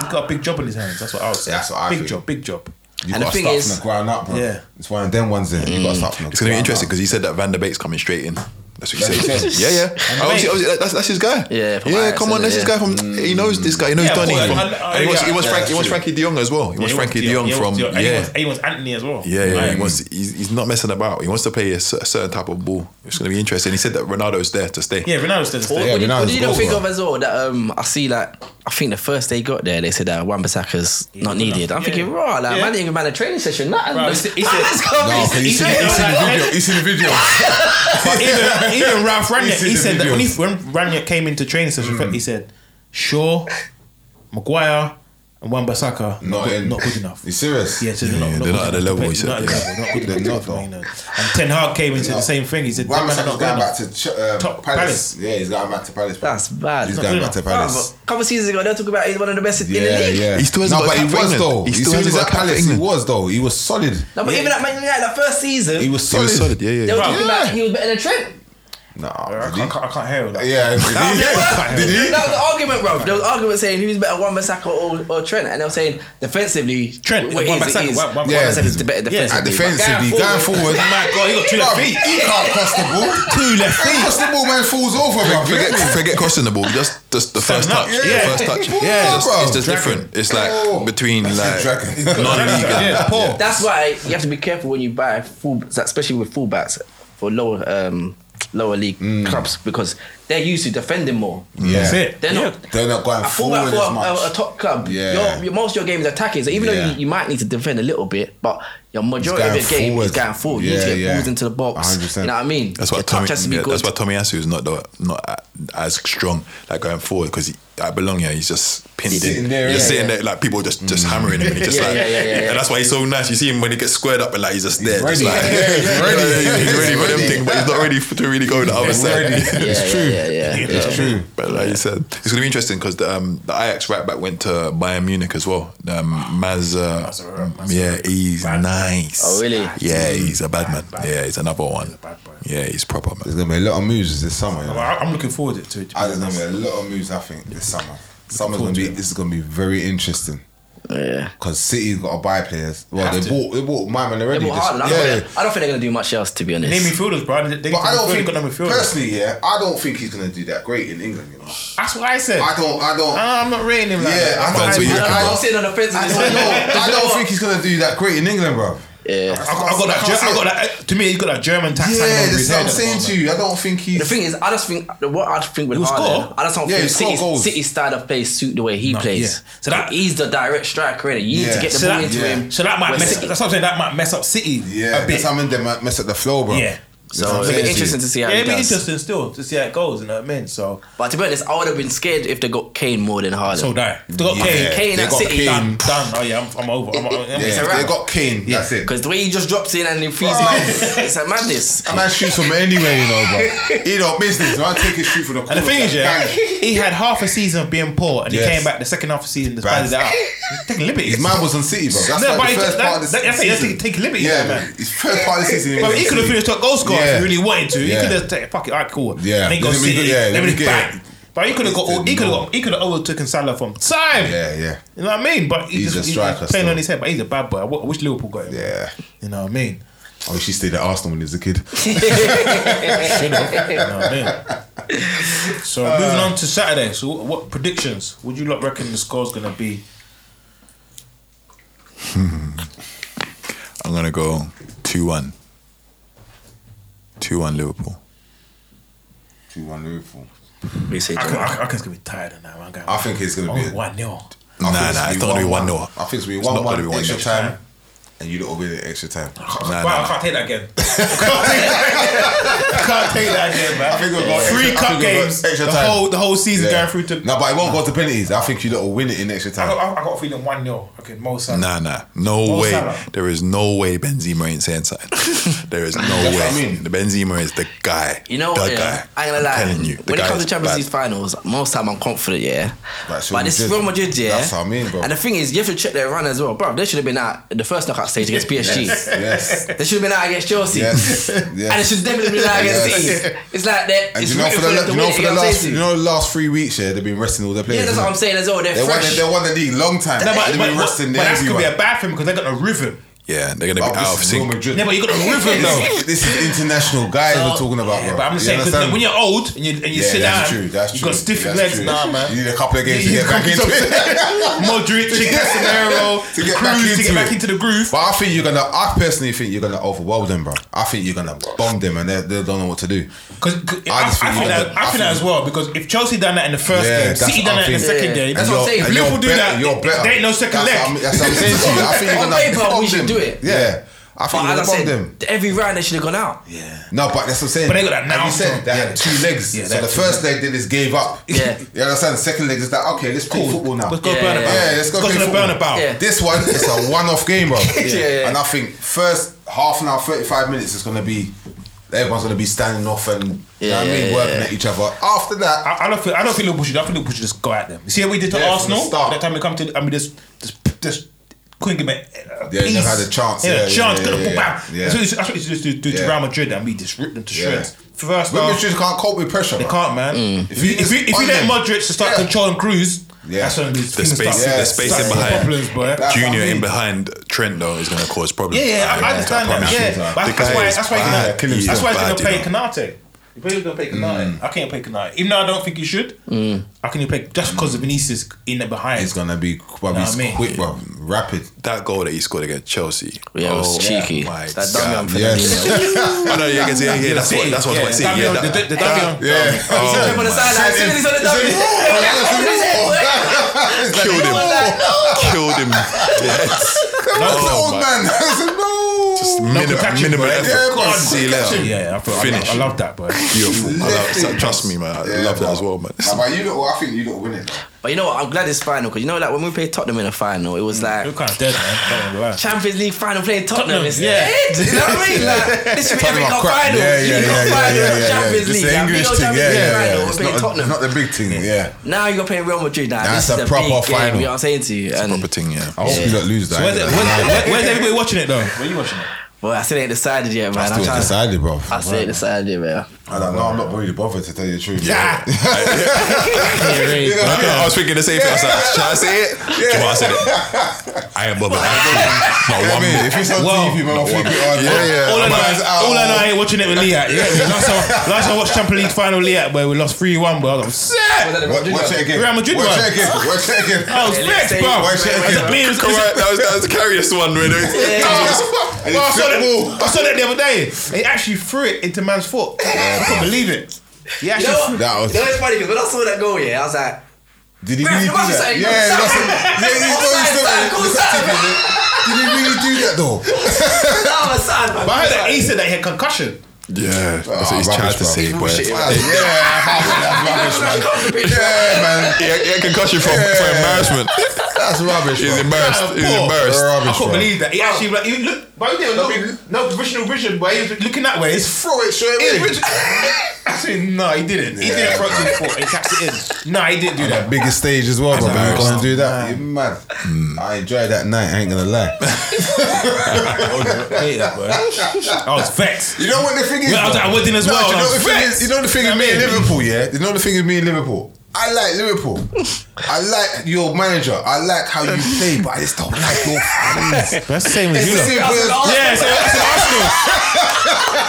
Speaker 1: He's got a big job in his hands. That's what I would say.
Speaker 2: Yeah, that's what I
Speaker 1: big
Speaker 2: think.
Speaker 1: job, big job.
Speaker 2: You
Speaker 4: And
Speaker 2: gotta
Speaker 4: the thing
Speaker 2: start
Speaker 4: is-
Speaker 2: from the ground up, bro.
Speaker 1: Yeah.
Speaker 2: It's one of them ones in. You gotta start from the
Speaker 3: It's gonna be
Speaker 2: ground
Speaker 3: interesting
Speaker 2: up.
Speaker 3: because he said that Van der Beek's coming straight in. That's what he
Speaker 2: That's what he
Speaker 3: said.
Speaker 2: said.
Speaker 3: yeah, yeah. Obviously, obviously, that's, that's his guy.
Speaker 4: Yeah, from
Speaker 3: yeah.
Speaker 4: Ajax,
Speaker 3: Come
Speaker 4: isn't
Speaker 3: on, that's
Speaker 4: it? Mm.
Speaker 3: his guy from. He knows this guy. He knows
Speaker 1: Yeah,
Speaker 3: Donny
Speaker 1: boy,
Speaker 3: from.
Speaker 1: and- and-
Speaker 3: and he wants. He
Speaker 1: yeah,
Speaker 3: wants,
Speaker 2: yeah,
Speaker 3: Frank, he
Speaker 2: that's true.
Speaker 3: wants Frankie De Jong as well. He wants
Speaker 1: He wants
Speaker 3: Frankie De
Speaker 1: Dion-
Speaker 3: Jong
Speaker 1: he
Speaker 3: from.
Speaker 1: wants Dion- and he
Speaker 3: Yeah.
Speaker 1: wants- and he wants Anthony as well.
Speaker 3: Yeah, yeah,
Speaker 1: Right.
Speaker 3: he wants. He's, he's not messing about. He wants to play a cer- certain type of ball. It's going to be interesting. He said that Ronaldo's there to stay.
Speaker 1: Yeah, Ronaldo's still
Speaker 4: What,
Speaker 1: there.
Speaker 2: Yeah,
Speaker 4: what, do you-
Speaker 2: Ronaldo's
Speaker 4: what do you
Speaker 2: goal,
Speaker 4: not think
Speaker 2: bro.
Speaker 4: of as well? That um, I see like I think the first they got there, they said that Wan Bissaka's not needed. I'm
Speaker 1: Yeah.
Speaker 4: thinking, raw, like
Speaker 1: Yeah.
Speaker 4: man, even man a training session, nothing. Ah,
Speaker 1: Bro,
Speaker 4: Man,
Speaker 1: he said- he said-
Speaker 4: let's go,
Speaker 2: No,
Speaker 4: man.
Speaker 2: because you
Speaker 1: He's-
Speaker 2: see the
Speaker 1: he's-
Speaker 2: video. You see the video.
Speaker 1: But even, even Ralph Ranier,
Speaker 2: He's seen
Speaker 1: he
Speaker 2: the
Speaker 1: said that when, he,
Speaker 2: videos. Mm.
Speaker 1: when Ranier came into training session, he said, Shaw, Maguire, and Wan-Bissaka, not,
Speaker 2: Not
Speaker 1: good,
Speaker 2: in.
Speaker 1: not good enough.
Speaker 2: You serious?
Speaker 1: Yeah, he said,
Speaker 3: yeah,
Speaker 1: not,
Speaker 3: they're
Speaker 1: good
Speaker 3: not at the
Speaker 1: enough.
Speaker 3: level, he said,
Speaker 1: Not at the
Speaker 3: yeah.
Speaker 1: level, not good
Speaker 2: They're
Speaker 1: enough.
Speaker 2: not, though.
Speaker 1: you know. And Ten Hag came and said the same thing. He said,
Speaker 2: Wan
Speaker 1: "Man, not
Speaker 2: Bissaka's
Speaker 1: good
Speaker 2: going
Speaker 1: enough."
Speaker 2: back to Ch- uh,
Speaker 1: Top Palace.
Speaker 2: Palace. Yeah, he's going back to Palace. bro.
Speaker 4: That's bad.
Speaker 2: He's
Speaker 4: He's
Speaker 2: going
Speaker 1: good
Speaker 2: back to
Speaker 4: Bruv,
Speaker 2: Palace.
Speaker 4: a couple seasons ago, they talk about he's one of the best in the
Speaker 2: Yeah,
Speaker 4: league.
Speaker 2: yeah.
Speaker 3: He still hasn't
Speaker 2: no,
Speaker 3: got
Speaker 2: but
Speaker 3: a
Speaker 2: he
Speaker 3: cap for
Speaker 2: was
Speaker 3: England.
Speaker 2: though.
Speaker 3: He
Speaker 2: He
Speaker 3: still
Speaker 2: still
Speaker 3: hasn't
Speaker 2: was at
Speaker 3: got a cap for
Speaker 2: Palace. He
Speaker 3: England.
Speaker 2: was though. He was solid.
Speaker 4: No, but even at Man United, that first season,
Speaker 2: He was
Speaker 3: He
Speaker 2: solid.
Speaker 3: was solid. Yeah,
Speaker 4: they
Speaker 3: yeah.
Speaker 4: were
Speaker 1: Bruv.
Speaker 4: talking about he was better than Trent.
Speaker 1: I
Speaker 2: Nah.
Speaker 1: can't, I
Speaker 2: did he?
Speaker 1: can't- I can't hear all that.
Speaker 2: Yeah.
Speaker 4: That
Speaker 2: did he?
Speaker 4: was
Speaker 2: Did he?
Speaker 4: the argument, bro. There was argument saying who's better, Wan Bissaka or, or Trent, and they were saying defensively,
Speaker 1: Trent,
Speaker 4: what
Speaker 1: Wan
Speaker 4: is it
Speaker 1: Bissaka,
Speaker 4: is.
Speaker 1: Wan- Wan-
Speaker 4: Wan
Speaker 2: Yeah.
Speaker 4: Bissaka is the better
Speaker 1: Yeah,
Speaker 4: defensively.
Speaker 2: At
Speaker 4: but
Speaker 2: defensively, going forward.
Speaker 1: My God, he got two left
Speaker 2: Bruv,
Speaker 1: feet.
Speaker 2: He can't cross the ball.
Speaker 1: Two left
Speaker 2: He
Speaker 1: feet.
Speaker 2: crossed the ball, man falls over, bro.
Speaker 3: Forget, forget crossing the ball. Just, just the first
Speaker 1: up,
Speaker 3: touch. the
Speaker 1: yeah.
Speaker 3: first touch.
Speaker 2: Ball,
Speaker 3: Just-
Speaker 2: bro.
Speaker 3: it's just
Speaker 2: Dragon.
Speaker 3: different. It's like
Speaker 2: Oh.
Speaker 3: between like
Speaker 2: dragon.
Speaker 3: non-league.
Speaker 1: Yeah,
Speaker 3: and-
Speaker 1: poor.
Speaker 3: Yeah.
Speaker 4: That's why you have to be careful when you buy full, especially with fullbacks for lower um, lower league clubs because they're used to defending more.
Speaker 2: Mm. Yeah.
Speaker 1: That's it.
Speaker 4: They're
Speaker 1: Yeah.
Speaker 4: not.
Speaker 2: They're not going
Speaker 4: A fullback
Speaker 2: forward
Speaker 4: for
Speaker 2: as
Speaker 4: a, a
Speaker 2: much.
Speaker 4: top club,
Speaker 2: Yeah.
Speaker 4: your, your, most of your game is attacking. So even though
Speaker 2: Yeah.
Speaker 4: you, you might need to defend a little bit, but your majority
Speaker 2: going
Speaker 4: of your game is
Speaker 2: forward.
Speaker 4: going forward. you need to
Speaker 2: Yeah,
Speaker 4: get
Speaker 2: yeah.
Speaker 4: balls into the box.
Speaker 2: 100%.
Speaker 4: You know what I mean?
Speaker 3: That's
Speaker 4: Your
Speaker 3: why Tommy.
Speaker 4: touch has to be
Speaker 3: Yeah,
Speaker 4: good.
Speaker 3: that's why Tommy Asu is not the, not a- as strong like going forward because I belong here. He's just pinned in.
Speaker 2: Sitting there,
Speaker 3: He's
Speaker 2: yeah,
Speaker 3: sitting
Speaker 4: yeah.
Speaker 3: there like people just
Speaker 4: Mm.
Speaker 3: just hammering him. And he's just
Speaker 4: Yeah,
Speaker 3: like,
Speaker 4: yeah, yeah, yeah, yeah.
Speaker 3: and that's why he's so nice. You see him when he gets squared up and like he's just there. just
Speaker 2: ready.
Speaker 3: like-
Speaker 2: Yeah, he's ready.
Speaker 3: he's
Speaker 2: He's
Speaker 3: ready for them
Speaker 2: ready.
Speaker 3: thing, but he's not ready for, to really go the other side.
Speaker 4: yeah, yeah,
Speaker 2: true.
Speaker 4: yeah, yeah, yeah.
Speaker 2: It's true.
Speaker 3: But like you said, it's gonna be interesting because the, um, the Ajax right back went to Bayern Munich as well. Um, Maz, uh,
Speaker 1: Mazraoui, Mazraoui.
Speaker 3: yeah, he's
Speaker 1: Bad man.
Speaker 3: nice.
Speaker 4: Oh, really?
Speaker 3: Yeah, he's a bad man.
Speaker 1: bad man.
Speaker 3: Yeah, he's another one.
Speaker 1: bad boy.
Speaker 3: Yeah, he's proper man.
Speaker 2: There's gonna be a lot of moves this summer. You
Speaker 1: Well,
Speaker 2: know?
Speaker 1: I- I'm looking forward to it. to be
Speaker 2: Ah, There's
Speaker 1: honest.
Speaker 2: gonna be a lot of moves. I think this summer. Summer's
Speaker 1: forward
Speaker 2: gonna be.
Speaker 1: to it.
Speaker 2: This is gonna be very interesting.
Speaker 4: Yeah.
Speaker 2: Because City's got to buy players. Well,
Speaker 1: Have
Speaker 2: they
Speaker 1: to.
Speaker 2: bought they bought Myman already.
Speaker 4: Well,
Speaker 2: This-
Speaker 4: Harden, I, don't
Speaker 2: yeah,
Speaker 4: think, I don't think they're gonna do much else to be honest.
Speaker 1: Name midfielders, bro. They, they
Speaker 2: but I don't think
Speaker 1: got no midfielders.
Speaker 2: personally, yeah, I don't think he's gonna do that great in England. You know,
Speaker 1: That's what I said.
Speaker 2: I
Speaker 1: I,
Speaker 2: don't, I don't.
Speaker 1: am not rating him. Like
Speaker 2: Yeah,
Speaker 1: that.
Speaker 2: I know,
Speaker 1: That's
Speaker 3: but
Speaker 1: what
Speaker 3: you-
Speaker 1: I,
Speaker 4: I'm not sitting on the fence.
Speaker 2: I don't, know. I don't think he's gonna do that great in England, bro.
Speaker 4: Yeah.
Speaker 1: I, I got that.
Speaker 2: I can't
Speaker 1: Ger- I
Speaker 2: say-
Speaker 1: got that. To me, he got that German tax.
Speaker 2: Yeah,
Speaker 1: hanging over
Speaker 2: that's
Speaker 1: his
Speaker 2: what
Speaker 1: head
Speaker 2: I'm
Speaker 1: at the
Speaker 2: saying
Speaker 1: moment.
Speaker 2: to you. I don't think he's.
Speaker 4: The thing is, I just think what I think with
Speaker 1: He'll
Speaker 4: Harden,
Speaker 1: score.
Speaker 4: I just don't
Speaker 2: Yeah,
Speaker 4: think
Speaker 2: he'll score
Speaker 4: City,
Speaker 2: goals.
Speaker 4: City's style of play suit the way he plays.
Speaker 1: yeah. So that-
Speaker 4: he's the direct striker. Really. You need
Speaker 2: Yeah.
Speaker 4: to get the
Speaker 1: So
Speaker 4: ball
Speaker 1: that,
Speaker 4: into
Speaker 2: yeah.
Speaker 4: him.
Speaker 1: so that might
Speaker 4: when
Speaker 1: mess.
Speaker 4: City-
Speaker 1: That's what I'm saying. That might mess up City
Speaker 2: yeah,
Speaker 1: a bit.
Speaker 2: some of them might mess up the flow, bro.
Speaker 1: Yeah.
Speaker 2: That's what I'm
Speaker 4: So it'll
Speaker 2: saying
Speaker 4: be
Speaker 2: to
Speaker 4: interesting
Speaker 2: you.
Speaker 4: to see how
Speaker 1: yeah,
Speaker 4: he
Speaker 1: it'd be
Speaker 4: does.
Speaker 1: interesting still to see how it goes. You know what I mean? So,
Speaker 4: But to be honest, I would have been scared if they got Kane more than Harden.
Speaker 1: so die. They got
Speaker 2: Yeah.
Speaker 1: Kane.
Speaker 4: Kane
Speaker 2: they
Speaker 4: at
Speaker 2: got
Speaker 4: City.
Speaker 1: Done.
Speaker 2: Kane.
Speaker 1: Done. Oh yeah, I'm, I'm over. I'm, I'm,
Speaker 2: Yeah,
Speaker 4: It's a
Speaker 2: they
Speaker 4: wrap.
Speaker 2: got Kane. That's it.
Speaker 4: Because the way he just drops in and he feeds man, it's a madness.
Speaker 2: That man shoots from anywhere, you know, bro. he don't miss this. Man, take his shoot for the.
Speaker 1: And the thing is, yeah, he had half a season of being poor, and
Speaker 2: Yes.
Speaker 1: he came back the second half of the season to
Speaker 2: Bad.
Speaker 1: spice it out. He's taking liberties.
Speaker 2: his man was on City, bro. That's
Speaker 1: No,
Speaker 2: like
Speaker 1: but
Speaker 2: the
Speaker 1: he
Speaker 2: first
Speaker 1: just-
Speaker 2: part of
Speaker 1: that-
Speaker 2: the
Speaker 1: that's it, that's
Speaker 2: season.
Speaker 1: it, take liberty,
Speaker 2: Yeah,
Speaker 1: man.
Speaker 2: his first part of the season.
Speaker 1: But he could have finished top goal scorer
Speaker 2: Yeah.
Speaker 1: if he really wanted to. He
Speaker 2: Yeah.
Speaker 1: could have taken fuck it, alright, cool.
Speaker 2: Yeah.
Speaker 1: And then go
Speaker 2: Let me
Speaker 1: City.
Speaker 2: go- yeah,
Speaker 1: let me
Speaker 2: get
Speaker 1: back.
Speaker 2: it.
Speaker 1: But he could have got all, he
Speaker 2: Didn't
Speaker 1: could
Speaker 2: know.
Speaker 1: have he could have overtaken Salah from time.
Speaker 2: Yeah, yeah,
Speaker 1: You know what I mean? But he
Speaker 2: He's
Speaker 1: just,
Speaker 2: a
Speaker 1: he's
Speaker 2: striker
Speaker 1: playing
Speaker 2: still.
Speaker 1: on his head. But he's a bad boy. I w- I wish Liverpool got him.
Speaker 2: yeah.
Speaker 1: You know what I mean?
Speaker 2: I wish he stayed at Arsenal when he was a kid.
Speaker 1: Should have. you know what I mean? So
Speaker 2: Uh,
Speaker 1: moving on to Saturday. So what, what predictions would you lot reckon the score's gonna be?
Speaker 3: I'm gonna go two one. Two one Liverpool.
Speaker 2: Two one Liverpool.
Speaker 4: We say
Speaker 1: I can,
Speaker 4: Jordan.
Speaker 1: I, can, I can gonna be tired of that. man.
Speaker 2: I think it's gonna be.
Speaker 1: oh, one 0
Speaker 2: I
Speaker 3: Nah,
Speaker 2: think it's
Speaker 3: nah,
Speaker 2: gonna
Speaker 3: it's not gonna be 1-0.
Speaker 2: I think it's gonna be
Speaker 3: It's not
Speaker 2: one
Speaker 3: gonna be
Speaker 2: one
Speaker 3: 1-0.
Speaker 2: extra time, and you little bit of extra time. I
Speaker 3: Nah,
Speaker 1: Wow, I
Speaker 3: nah,
Speaker 1: can't take that again. can't take that again, man.
Speaker 2: think we've got
Speaker 1: Three
Speaker 2: extra-
Speaker 1: cup
Speaker 2: I think
Speaker 1: games,
Speaker 2: we've got
Speaker 1: the whole the whole season
Speaker 2: Yeah.
Speaker 1: going through to.
Speaker 2: No, but it won't go to penalties. I think you lot will win it in extra
Speaker 1: I,
Speaker 2: time.
Speaker 1: got, I got a feeling one 0 Okay, Mo Salah.
Speaker 3: nah, nah. No
Speaker 1: Mo
Speaker 3: way.
Speaker 1: Salah.
Speaker 3: There is no way Benzema ain't saying something. there is no way.
Speaker 2: what I mean.
Speaker 3: The Benzema is the guy.
Speaker 4: You know
Speaker 3: the
Speaker 4: what?
Speaker 3: Guy.
Speaker 4: Yeah, I ain't gonna lie.
Speaker 3: I'm telling you, the
Speaker 4: when it
Speaker 3: guy
Speaker 4: comes
Speaker 3: is
Speaker 4: to Champions
Speaker 3: bad.
Speaker 4: League finals, most time I'm confident. Yeah,
Speaker 2: Right, so
Speaker 4: but this
Speaker 2: Madrid-
Speaker 4: Real Madrid, yeah.
Speaker 2: That's what I mean, bro.
Speaker 4: And the thing is, you have to check their run as well, bro. They should have been out in the first knockout stage against PSG.
Speaker 2: Yes.
Speaker 4: They should have been out against Chelsea.
Speaker 2: Yes.
Speaker 4: And it
Speaker 2: Yes.
Speaker 4: should definitely be out against
Speaker 2: Yes.
Speaker 4: City. It's like that.
Speaker 2: And
Speaker 4: it's
Speaker 2: you know
Speaker 4: rooting
Speaker 2: for the,
Speaker 4: them
Speaker 2: you
Speaker 4: to
Speaker 2: know
Speaker 4: win,
Speaker 2: for the
Speaker 4: you know what I'm
Speaker 2: last
Speaker 4: saying?
Speaker 2: you know the last three weeks yeah they've been resting all their players.
Speaker 4: yeah, that's what I'm
Speaker 2: innit?
Speaker 4: saying as well. They're
Speaker 2: They won the,
Speaker 4: fresh.
Speaker 2: they won the league long time.
Speaker 1: No, but,
Speaker 2: they've
Speaker 1: but,
Speaker 2: been
Speaker 1: but,
Speaker 2: resting
Speaker 1: but that's gonna be
Speaker 2: everyone.
Speaker 1: a bad thing because they got a rhythm.
Speaker 3: Yeah, they're gonna
Speaker 2: But this
Speaker 3: be out of
Speaker 2: is Real
Speaker 3: sync.
Speaker 2: Madrid.
Speaker 1: Yeah, but you got a rhythm though.
Speaker 2: This- this is international guys we're talking about,
Speaker 1: Yeah, but
Speaker 2: bro.
Speaker 1: I'm just
Speaker 2: You
Speaker 1: saying, 'cause
Speaker 2: understand?
Speaker 1: when you're old and you, and you
Speaker 2: yeah,
Speaker 1: sit down,
Speaker 2: that's true. That's true.
Speaker 1: you got stiff
Speaker 2: that's
Speaker 1: legs.
Speaker 2: True.
Speaker 1: Nah, man.
Speaker 2: You need a couple of games to
Speaker 1: You
Speaker 2: get back
Speaker 1: need
Speaker 2: into
Speaker 1: to
Speaker 2: it.
Speaker 1: Modric, Casemiro,
Speaker 2: To get back
Speaker 1: Cruz to
Speaker 2: into
Speaker 1: get back
Speaker 2: it.
Speaker 1: into the groove.
Speaker 2: But I think you're gonna. I personally think you're gonna overwhelm them, bro. I think you're gonna bomb them, and they they don't know what to do.
Speaker 1: Because I, I,
Speaker 2: just think
Speaker 1: think
Speaker 2: you're
Speaker 1: that,
Speaker 2: gonna-
Speaker 1: I
Speaker 2: I
Speaker 1: think that
Speaker 2: think-
Speaker 1: as well. Because if Chelsea done that in the first
Speaker 2: Yeah,
Speaker 1: game,
Speaker 2: that's
Speaker 1: City
Speaker 2: what
Speaker 1: done
Speaker 2: I
Speaker 1: that in the
Speaker 2: think.
Speaker 1: second
Speaker 4: Yeah.
Speaker 1: game.
Speaker 4: That's
Speaker 1: That's
Speaker 2: you're-
Speaker 4: what I'm saying.
Speaker 1: If
Speaker 2: and
Speaker 1: Liverpool
Speaker 2: you're
Speaker 1: do
Speaker 2: better-
Speaker 1: that,
Speaker 2: You're better.
Speaker 1: there ain't no second
Speaker 2: that's
Speaker 1: leg.
Speaker 2: What I'm, that's what I'm saying to you. I think you're
Speaker 4: On
Speaker 2: gonna
Speaker 4: paper, we
Speaker 2: bomb
Speaker 4: should
Speaker 2: them.
Speaker 4: do it.
Speaker 2: Yeah, I think
Speaker 4: But
Speaker 2: you're
Speaker 4: as I
Speaker 2: gonna bomb
Speaker 4: said,
Speaker 2: them.
Speaker 4: every round they should have gone out.
Speaker 2: No, but that's what I'm saying.
Speaker 1: But they got that
Speaker 2: As
Speaker 1: now,
Speaker 2: you said
Speaker 1: so-
Speaker 2: they
Speaker 1: yeah.
Speaker 2: had two legs.
Speaker 1: Yeah, they
Speaker 2: so
Speaker 1: had
Speaker 2: the
Speaker 1: two
Speaker 2: first leg they just gave up.
Speaker 4: Yeah.
Speaker 2: you understand? The second leg is like, okay, let's play football now.
Speaker 1: Let's go
Speaker 4: Yeah,
Speaker 1: burnabout.
Speaker 2: yeah, let's go
Speaker 1: to
Speaker 2: play
Speaker 1: the
Speaker 2: football.
Speaker 1: burnabout.
Speaker 4: Yeah.
Speaker 2: This one is a one-off game, bro.
Speaker 4: yeah.
Speaker 2: And I think first half an hour, thirty-five minutes is gonna be everyone's gonna be standing off and you know what I
Speaker 4: Yeah,
Speaker 2: mean,
Speaker 4: yeah,
Speaker 2: working
Speaker 4: yeah.
Speaker 2: at each other. After that,
Speaker 1: I, I don't feel. I don't feel Liverpool should. I feel Liverpool should just go at them. You see how we did to
Speaker 2: Yeah, from
Speaker 1: Arsenal.
Speaker 2: the start.
Speaker 1: That time we come to. I mean, just just just couldn't give it. a
Speaker 2: Yeah, they
Speaker 1: piece.
Speaker 2: never had a chance.
Speaker 1: Yeah,
Speaker 2: Yeah,
Speaker 1: a
Speaker 2: yeah,
Speaker 1: chance.
Speaker 2: yeah,
Speaker 1: Got the
Speaker 2: yeah,
Speaker 1: ball back.
Speaker 2: yeah.
Speaker 1: That's what you should- that's what you should just do, do
Speaker 2: Yeah.
Speaker 1: to Real Madrid and we just rip them to
Speaker 2: Yeah.
Speaker 1: shreds. First
Speaker 2: women
Speaker 1: half,
Speaker 2: just can't cope with pressure.
Speaker 1: they can't, man.
Speaker 3: Mm.
Speaker 1: If you if you, if
Speaker 2: On
Speaker 1: you let
Speaker 2: them.
Speaker 1: Modric to start
Speaker 2: Yeah.
Speaker 1: controlling Cruz,
Speaker 2: Yeah.
Speaker 1: that's when these things
Speaker 3: space-
Speaker 2: the
Speaker 1: start.
Speaker 2: space
Speaker 1: start
Speaker 2: in
Speaker 1: some
Speaker 3: behind.
Speaker 1: problems, boy.
Speaker 2: That's what I
Speaker 3: Junior in
Speaker 2: mean.
Speaker 3: behind Trent though is going to cause problems.
Speaker 1: Yeah, yeah, I, I understand that.
Speaker 3: promise you.
Speaker 1: Yeah, but
Speaker 3: The
Speaker 1: that's
Speaker 3: guy
Speaker 1: why
Speaker 3: is
Speaker 1: that's why he's
Speaker 3: bad.
Speaker 2: Kill
Speaker 1: gonna,
Speaker 2: him.
Speaker 1: that's why he's
Speaker 3: He's
Speaker 1: gonna
Speaker 3: bad,
Speaker 1: play
Speaker 3: you Mm.
Speaker 1: Kanate. You're probably gonna play Kanate. I can't play Kanate, even though I don't think you should. I can only play just because
Speaker 3: Mm.
Speaker 1: of Vinicius in the behind.
Speaker 2: It's gonna be probably
Speaker 1: Nah, I mean-
Speaker 2: quick, bro. Rapid.
Speaker 3: That goal that he scored against Chelsea.
Speaker 4: Yeah, it was cheeky.
Speaker 3: My
Speaker 4: That
Speaker 3: God.
Speaker 4: Damian
Speaker 2: Yes.
Speaker 3: Oh, no, yeah, yeah, yeah, yeah, that's what that's what I was
Speaker 1: yeah,
Speaker 3: saying. Yeah,
Speaker 1: Damian-
Speaker 3: that-
Speaker 1: the, the, the Damian-
Speaker 2: Yeah.
Speaker 3: oh,
Speaker 4: on the
Speaker 3: my-
Speaker 4: sideline, Simmons on the W.
Speaker 3: killed
Speaker 2: Killed
Speaker 3: him, killed him. Yes.
Speaker 2: old
Speaker 3: my-
Speaker 2: man. I said, no.
Speaker 3: Minim-
Speaker 1: catch him,
Speaker 3: minimal
Speaker 1: bro.
Speaker 2: Yeah, bro.
Speaker 3: effort. See you later.
Speaker 1: yeah, I, feel, I, love,
Speaker 3: Finish.
Speaker 1: I love that, boy.
Speaker 3: Beautiful. I love-
Speaker 2: Lifting.
Speaker 3: Trust me, man. I
Speaker 2: Yeah,
Speaker 3: love
Speaker 2: bro.
Speaker 3: that as well, man.
Speaker 2: Nah, but you little, I think you little win it.
Speaker 4: But you know what? I'm glad it's final because you know, like when we played Tottenham in the final, it
Speaker 2: Mm.
Speaker 4: was
Speaker 1: You're
Speaker 4: like
Speaker 1: kind of dead, man. Don't wanna lie.
Speaker 4: Champions League final playing Tottenham.
Speaker 1: Tottenham,
Speaker 4: It's
Speaker 1: yeah.
Speaker 4: dead. You know what I mean? Like this should be every
Speaker 2: Talking about
Speaker 4: cup
Speaker 2: crap.
Speaker 4: final.
Speaker 2: Yeah, yeah,
Speaker 4: League
Speaker 2: yeah,
Speaker 4: Cup
Speaker 2: yeah,
Speaker 4: final,
Speaker 2: yeah, yeah, yeah.
Speaker 4: Champions League.
Speaker 2: It's the
Speaker 4: Like,
Speaker 2: English
Speaker 4: big old
Speaker 2: thing.
Speaker 4: Champions
Speaker 2: Yeah, yeah,
Speaker 4: League final,
Speaker 2: yeah.
Speaker 4: we're
Speaker 2: It's
Speaker 4: playing
Speaker 2: not,
Speaker 4: Tottenham.
Speaker 2: not the big thing. Yeah.
Speaker 4: Now you're playing Real Madrid. Now
Speaker 2: That's
Speaker 4: this is
Speaker 2: a
Speaker 4: a
Speaker 2: proper
Speaker 4: big
Speaker 2: final.
Speaker 4: Game, you know what I'm saying to you? And
Speaker 3: Proper thing, yeah.
Speaker 2: I hope you don't lose that.
Speaker 1: Where's, it,
Speaker 2: Yeah.
Speaker 1: where's, it, where- where's everybody watching it though? Where are you watching it?
Speaker 4: Well, Well, I still ain't decided yet, man.
Speaker 2: Still
Speaker 4: trying to-
Speaker 2: decided, bro.
Speaker 4: I still ain't decided yet, man.
Speaker 2: I don't know. I'm not really bothered to tell you the truth. Yeah.
Speaker 3: I, I was thinking the same thing. I was like, should I say it? Do you want to say it? I ain't bothered. Not
Speaker 2: I
Speaker 3: one
Speaker 2: mean,
Speaker 3: minute.
Speaker 2: if it's on
Speaker 1: Well,
Speaker 2: TV, man, I'll flip it on.
Speaker 3: Yeah, yeah.
Speaker 1: All I, know,
Speaker 2: Man's out.
Speaker 1: all I know, I ain't watching it with Liat. You get me? Last time, last time I watched Champions League final Liat, where we lost three one, bro. I was upset.
Speaker 2: Wa- Watch it again.
Speaker 1: Real Madrid
Speaker 2: Watch
Speaker 1: one.
Speaker 2: it again. Watch it again.
Speaker 1: I was vexed, bro.
Speaker 2: Why should
Speaker 1: I
Speaker 2: I get-
Speaker 1: said, "Man, it's- it's-
Speaker 3: Correct. That was, that was the curious one. Where
Speaker 1: Well, I,
Speaker 2: And
Speaker 3: they-
Speaker 2: it's
Speaker 1: saw
Speaker 2: football.
Speaker 1: that, I saw that the other day. He actually threw it into man's foot. I can't believe it. He
Speaker 4: You
Speaker 1: actually
Speaker 4: know,
Speaker 1: threw-
Speaker 4: what?
Speaker 2: That was-
Speaker 4: you know what's funny? Because when I saw that goal, yeah, I was like,
Speaker 2: Did he
Speaker 4: Bruh,
Speaker 2: really
Speaker 4: you
Speaker 2: do
Speaker 4: must
Speaker 2: that? yeah,
Speaker 4: say- you must
Speaker 2: that's
Speaker 4: say-
Speaker 2: it. Yeah, he
Speaker 4: Offside,
Speaker 2: always do
Speaker 4: offside,
Speaker 2: that.
Speaker 4: cool,
Speaker 2: That's it, innit? Did he really do that though?
Speaker 4: that was sad, man.
Speaker 1: But I heard that he said that he had concussion.
Speaker 3: Yeah, that's what
Speaker 2: Oh,
Speaker 3: he's
Speaker 2: rubbish,
Speaker 3: trying to
Speaker 2: bro.
Speaker 3: say, boy.
Speaker 4: Bullshit,
Speaker 2: Yeah, that's rubbish, man. Yeah, man.
Speaker 3: Yeah, yeah, concussion from, for embarrassment.
Speaker 2: That's rubbish.
Speaker 3: He's
Speaker 2: man.
Speaker 3: embarrassed. He's
Speaker 1: Poor.
Speaker 3: embarrassed.
Speaker 1: I
Speaker 2: Rubbish,
Speaker 1: can't
Speaker 2: bro.
Speaker 1: believe that. He actually, like, he look, but he didn't look, no professional vision, but he was looking that way. It's
Speaker 2: Throw it straight
Speaker 1: He
Speaker 2: away.
Speaker 1: was- I said, no, he didn't. He didn't front to the foot. He tapped it in. No, he didn't do that.
Speaker 2: Biggest stage as well, bro. You
Speaker 1: embarrassing.
Speaker 2: can't do that. You mad. I enjoyed that night. I ain't gonna lie.
Speaker 1: I hate that, bro. I was vexed.
Speaker 2: You know what the thing is?
Speaker 1: Well, I was
Speaker 2: bro?
Speaker 1: at a wedding as
Speaker 2: No,
Speaker 1: well,
Speaker 2: You
Speaker 1: and I
Speaker 2: know, the
Speaker 1: was
Speaker 2: thing
Speaker 1: vexed.
Speaker 2: is, you know the thing
Speaker 1: You
Speaker 2: is
Speaker 1: know
Speaker 2: me
Speaker 1: what I mean?
Speaker 2: in Liverpool, yeah? You know the thing is me in Liverpool. I like Liverpool. I like your manager. I like how you play, but I just don't like your fans.
Speaker 1: That's the same
Speaker 2: It's the
Speaker 1: lot.
Speaker 2: simple as-
Speaker 1: Yeah, so that's an Arsenal.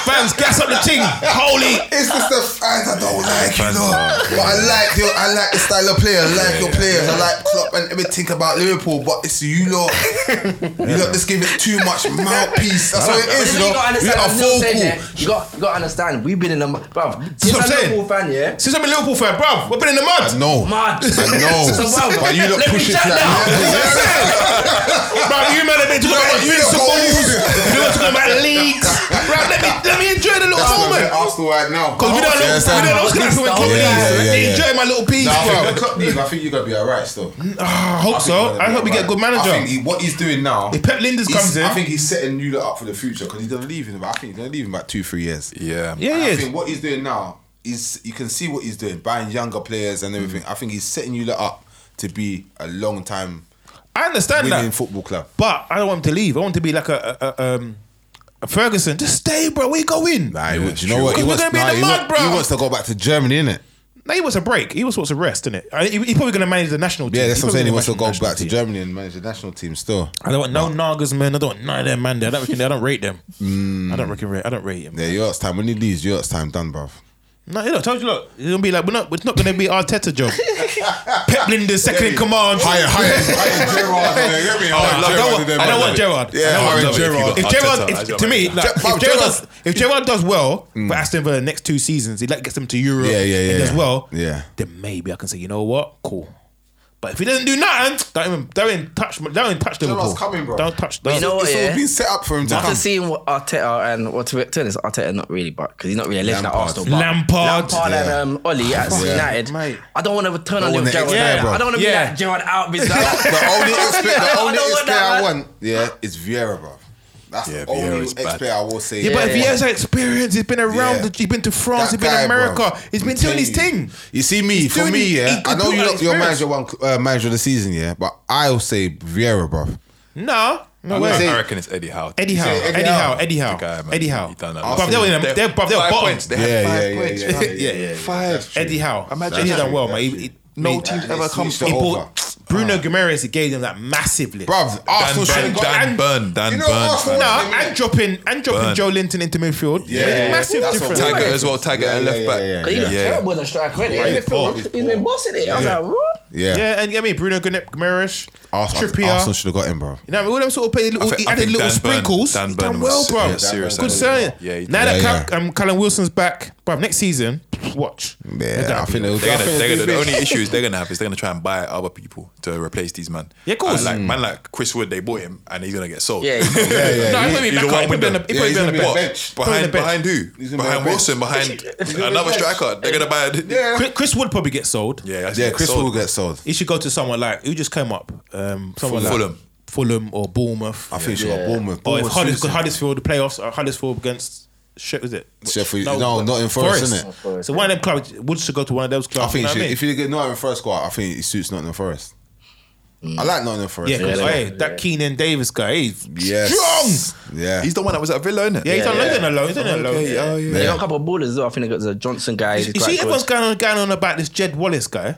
Speaker 1: Fans, gas up the ting. Holy.
Speaker 2: It's just the fans I don't like, you know. But I like your, I like the style of play. I like your players. I like Klopp and everything about Liverpool. But it's you lot. you lot just give it too much mouthpiece. That's what it is, you know.
Speaker 4: You gotta
Speaker 2: You lot are
Speaker 4: understand. what I'm saying,
Speaker 2: vocal.
Speaker 4: yeah. You got, you got to understand. We've been in the, bro. Since
Speaker 1: what I'm
Speaker 4: I'm a
Speaker 1: saying.
Speaker 4: Liverpool fan, yeah.
Speaker 1: Since I'm a Liverpool fan, bro, we've been in the mud.
Speaker 2: No,
Speaker 4: Mad.
Speaker 2: no.
Speaker 4: So, bro,
Speaker 2: But you lot
Speaker 4: let me
Speaker 2: push it
Speaker 4: shut
Speaker 2: to that
Speaker 4: down.
Speaker 2: level.
Speaker 1: Bro, you man have been talking about
Speaker 2: You lot
Speaker 1: invincible.
Speaker 2: got issues.
Speaker 1: You were talking about leagues. Bro, let me, let me enjoy the little
Speaker 2: That's what I'm
Speaker 1: moment.
Speaker 2: at Arsenal right now.
Speaker 1: Because we don't know, we don't know what's going to happen when Klopp leaves.
Speaker 2: Yeah, yeah,
Speaker 1: Let me
Speaker 2: yeah.
Speaker 1: enjoy my little piece,
Speaker 2: Nah, I
Speaker 1: bro.
Speaker 2: think the Klopp leave, I think you're gonna be alright still.
Speaker 1: Ah, I hope
Speaker 2: think you're
Speaker 1: so.
Speaker 2: gonna
Speaker 1: I
Speaker 2: be
Speaker 1: hope we
Speaker 2: alright.
Speaker 1: get a good
Speaker 2: I
Speaker 1: manager.
Speaker 2: think he- what he's doing now.
Speaker 1: If Pep Linders
Speaker 2: he's-
Speaker 1: comes in-
Speaker 2: I think he's setting you lot up for the future because he's gonna leave in. about- I think he's gonna leave in about two, three years.
Speaker 3: Yeah.
Speaker 1: Yeah,
Speaker 2: I
Speaker 1: he is.
Speaker 2: think what he's doing now is you can see what he's doing, buying younger players and everything.
Speaker 1: Mm.
Speaker 2: I think he's setting you lot up to be a long time
Speaker 1: I understand
Speaker 2: winning
Speaker 1: that.
Speaker 2: football club.
Speaker 1: But I don't want him to leave. I want him to be like a, a, a, um, a Ferguson. Just stay, bro. We go in. Nah,
Speaker 2: Yeah, do you know what?
Speaker 1: Because we're going to be
Speaker 2: nah,
Speaker 1: in
Speaker 2: he
Speaker 1: the mud,
Speaker 2: want-
Speaker 1: bro.
Speaker 2: he wants to go back to Germany, innit?
Speaker 1: no, he wants a break. He wants wants a rest, innit? I- he- He's probably going to manage the national team.
Speaker 2: Yeah, that's
Speaker 1: He's
Speaker 2: what
Speaker 1: probably
Speaker 2: I'm saying. He
Speaker 1: gonna
Speaker 2: wants to
Speaker 1: manage the
Speaker 2: go
Speaker 1: national
Speaker 2: back to
Speaker 1: team.
Speaker 2: Germany and manage the national team still.
Speaker 1: I don't want no Nagas, man. I don't want none of them, man. I don't reckon. I don't rate them. I don't reckon. rate- I don't rate him.
Speaker 2: Mm. Yeah, Europe's time. When he leaves, Europe's time done, bruv.
Speaker 1: No, you know, I told you, look, it's gonna be like we're not. It's not gonna be Arteta job. Pep Linders second in command. Oh, I love- I don't want- I don't want Gerard.
Speaker 2: Yeah,
Speaker 1: I don't want
Speaker 2: Gerrard.
Speaker 1: Gerrard. If Gerard,
Speaker 3: Arteta,
Speaker 1: if, to me, like, if
Speaker 2: Ge-
Speaker 1: Gerard
Speaker 2: Gerrard-
Speaker 1: does, if Gerard does well for Aston Villa the next two seasons, he like gets them to Europe.
Speaker 2: Yeah, yeah, yeah,
Speaker 1: And does
Speaker 2: yeah.
Speaker 1: well.
Speaker 2: Yeah.
Speaker 1: Then maybe I can say, you know what, cool. But if he doesn't do nothing, don't even, don't even touch, don't even touch Liverpool.
Speaker 2: coming, bro.
Speaker 1: Don't touch.
Speaker 4: you
Speaker 1: Don't.
Speaker 4: know what,
Speaker 2: It's
Speaker 4: yeah.
Speaker 2: all been set up for him to
Speaker 4: After
Speaker 2: come.
Speaker 4: seeing what Arteta and what to turn is Arteta not really, but because he's not really a legend
Speaker 2: Lampard.
Speaker 4: at Arsenal. But
Speaker 1: Lampard.
Speaker 4: Lampard
Speaker 2: Yeah.
Speaker 4: and um, Oli at United.
Speaker 1: mate.
Speaker 4: I don't want to turn on
Speaker 2: Don't
Speaker 4: him
Speaker 2: wanna
Speaker 4: Gerard.
Speaker 2: expect,
Speaker 1: bro.
Speaker 4: I don't want to
Speaker 1: Yeah.
Speaker 4: be like Gerard out. bitch.
Speaker 2: The only expert, the
Speaker 4: I don't
Speaker 2: only
Speaker 4: want
Speaker 2: expert
Speaker 4: that,
Speaker 2: I
Speaker 4: man.
Speaker 2: want, yeah, is Vieira, bruv. That's
Speaker 3: Yeah,
Speaker 2: the only
Speaker 3: Vieira's bad.
Speaker 2: expert I will say.
Speaker 1: Yeah, but if he
Speaker 4: yeah.
Speaker 1: has that experience, he's been around.
Speaker 2: Yeah.
Speaker 1: The, he's been to France. he's
Speaker 2: That
Speaker 1: been
Speaker 2: guy,
Speaker 1: to America.
Speaker 2: bro.
Speaker 1: he's
Speaker 2: I'm
Speaker 1: been doing
Speaker 2: telling
Speaker 1: his
Speaker 2: you.
Speaker 1: thing.
Speaker 2: You see me,
Speaker 1: He's
Speaker 2: for
Speaker 1: doing
Speaker 2: me,
Speaker 1: his-
Speaker 2: yeah,
Speaker 1: he
Speaker 2: I
Speaker 1: could
Speaker 2: know
Speaker 1: do
Speaker 2: you
Speaker 1: that
Speaker 2: lot, your
Speaker 1: experience.
Speaker 2: manager, one, uh, manager of the season, yeah, but I'll say Vieira, bruv.
Speaker 1: No, no
Speaker 3: I,
Speaker 1: way.
Speaker 3: reckon, I reckon it's Eddie Howe.
Speaker 1: Eddie Howe,
Speaker 2: say Eddie
Speaker 1: Eddie
Speaker 2: Howe?
Speaker 1: Howe, Eddie Howe,
Speaker 3: The guy, man.
Speaker 1: Eddie Howe.
Speaker 3: He done that.
Speaker 1: Bruv, they were in- they're bruv, they're
Speaker 3: Five
Speaker 1: bottom.
Speaker 3: points. They had
Speaker 2: Yeah,
Speaker 3: five
Speaker 2: yeah, yeah,
Speaker 3: points.
Speaker 2: yeah,
Speaker 1: yeah, yeah, yeah.
Speaker 3: Five.
Speaker 1: Eddie Howe.
Speaker 3: Imagine
Speaker 1: Eddie
Speaker 3: that.
Speaker 1: done well,
Speaker 2: That's
Speaker 1: mate. He-
Speaker 2: true.
Speaker 1: he-
Speaker 3: No
Speaker 1: he-
Speaker 3: team's
Speaker 2: that
Speaker 3: ever
Speaker 2: is
Speaker 3: come
Speaker 2: switched
Speaker 1: He
Speaker 2: over. Uh-huh.
Speaker 1: bought Bruno Guimaraes. He gave them that massive list.
Speaker 2: Bruv,
Speaker 3: Dan
Speaker 2: Arsenal
Speaker 3: Burn,
Speaker 2: shouldn't got
Speaker 1: Dan
Speaker 3: Dan
Speaker 1: and-
Speaker 3: Burn, Dan
Speaker 2: You know,
Speaker 3: Burn.
Speaker 2: Arsenal-
Speaker 1: No,
Speaker 2: Burn.
Speaker 1: and dropping and dropping
Speaker 3: Burn.
Speaker 1: Joe Linton into midfield. Yeah,
Speaker 2: Yeah.
Speaker 1: massive
Speaker 2: That's what
Speaker 1: difference.
Speaker 2: Tiger
Speaker 3: Tiger
Speaker 2: Burn.
Speaker 3: as well, Tiger
Speaker 2: Yeah,
Speaker 3: at
Speaker 2: yeah,
Speaker 3: left
Speaker 2: yeah, yeah,
Speaker 3: back.
Speaker 4: He was
Speaker 3: Yeah.
Speaker 4: terrible in the striker. innit? He's been-
Speaker 2: He's
Speaker 4: He's
Speaker 2: poor.
Speaker 4: been bossing it. I was like, what?
Speaker 1: Yeah,
Speaker 2: Yeah.
Speaker 1: and you know what I mean Bruno Guim- Guimaraes,
Speaker 2: Arsenal,
Speaker 1: Trippier.
Speaker 2: Arsenal should have got him, bro.
Speaker 1: you know, what I mean? all them sort of play little,
Speaker 3: I think-
Speaker 1: he
Speaker 3: I
Speaker 1: added
Speaker 3: think
Speaker 1: little
Speaker 3: Dan Burn-
Speaker 1: sprinkles.
Speaker 3: Dan
Speaker 1: he
Speaker 3: Burn
Speaker 1: done
Speaker 3: was-
Speaker 1: well, bro.
Speaker 3: yeah, serious
Speaker 1: Good
Speaker 3: athlete.
Speaker 1: sign.
Speaker 3: Yeah, he did.
Speaker 1: now that
Speaker 2: Yeah, yeah.
Speaker 1: Cal- Um, Callum Wilson's back, bro. Next season, watch. They're
Speaker 2: Yeah,
Speaker 1: gonna
Speaker 2: I
Speaker 1: be
Speaker 2: think it was.
Speaker 3: They're
Speaker 2: I
Speaker 3: gonna,
Speaker 2: think
Speaker 3: they're
Speaker 2: it
Speaker 3: gonna,
Speaker 2: was
Speaker 3: the
Speaker 2: big.
Speaker 3: only issues they're gonna have is they're gonna try and buy other people to replace these man.
Speaker 1: Yeah, of course.
Speaker 3: And like man, like Chris Wood, they bought him and he's gonna get sold.
Speaker 4: Yeah, he's-
Speaker 2: Yeah, yeah,
Speaker 1: No,
Speaker 2: yeah.
Speaker 1: he probably
Speaker 3: he's
Speaker 1: back
Speaker 3: the
Speaker 1: up.
Speaker 3: one
Speaker 1: He probably
Speaker 3: window.
Speaker 1: on the- he
Speaker 2: Yeah,
Speaker 1: probably
Speaker 2: he's
Speaker 1: on the
Speaker 2: gonna be on the
Speaker 1: bench.
Speaker 2: bench.
Speaker 1: Probably on the bench.
Speaker 3: Behind, behind who?
Speaker 2: He's gonna be on
Speaker 3: Behind
Speaker 2: the
Speaker 3: Wilson. Behind
Speaker 2: on the
Speaker 3: another
Speaker 2: bench.
Speaker 3: striker. They're gonna buy. Yeah,
Speaker 1: Chris, Chris Wood probably gets sold.
Speaker 3: yeah, that's-
Speaker 2: Yeah, Chris
Speaker 3: sold.
Speaker 2: will get sold.
Speaker 1: He should go to someone like who just came up. Um, someone like
Speaker 3: Fulham.
Speaker 1: Fulham or Bournemouth.
Speaker 2: I think she got
Speaker 1: or
Speaker 2: Bournemouth.
Speaker 1: if
Speaker 2: Bournemouth
Speaker 1: Hudders,
Speaker 2: suits him.
Speaker 1: Huddersfield, the playoffs, uh, Huddersfield against shit was it? Which-
Speaker 2: Sheffield- no, Nottingham Forest, innit?
Speaker 1: So one of them clubs Woods should go to one of those
Speaker 2: I
Speaker 1: clubs.
Speaker 2: think
Speaker 1: you know
Speaker 2: she,
Speaker 1: what I mean?
Speaker 2: if you get Nottingham Forest squad, I think it suits Nottingham Forest. I like Nottingham Forest.
Speaker 1: Yeah, 'cause,
Speaker 4: Mm. Yeah,
Speaker 1: hey,
Speaker 4: yeah.
Speaker 1: that Keenan Davis guy, he's
Speaker 2: Yes.
Speaker 1: strong.
Speaker 2: Yeah.
Speaker 3: He's the one that was at Villa, innit?
Speaker 1: Yeah, he's
Speaker 4: Yeah,
Speaker 1: not
Speaker 4: yeah.
Speaker 1: yeah. alone. He's not alone.
Speaker 3: Okay, oh,
Speaker 4: They
Speaker 3: yeah.
Speaker 4: got a couple of ballers though. I think they got the Johnson guy.
Speaker 1: You see, everyone's going on, going on about this Jed Wallace guy,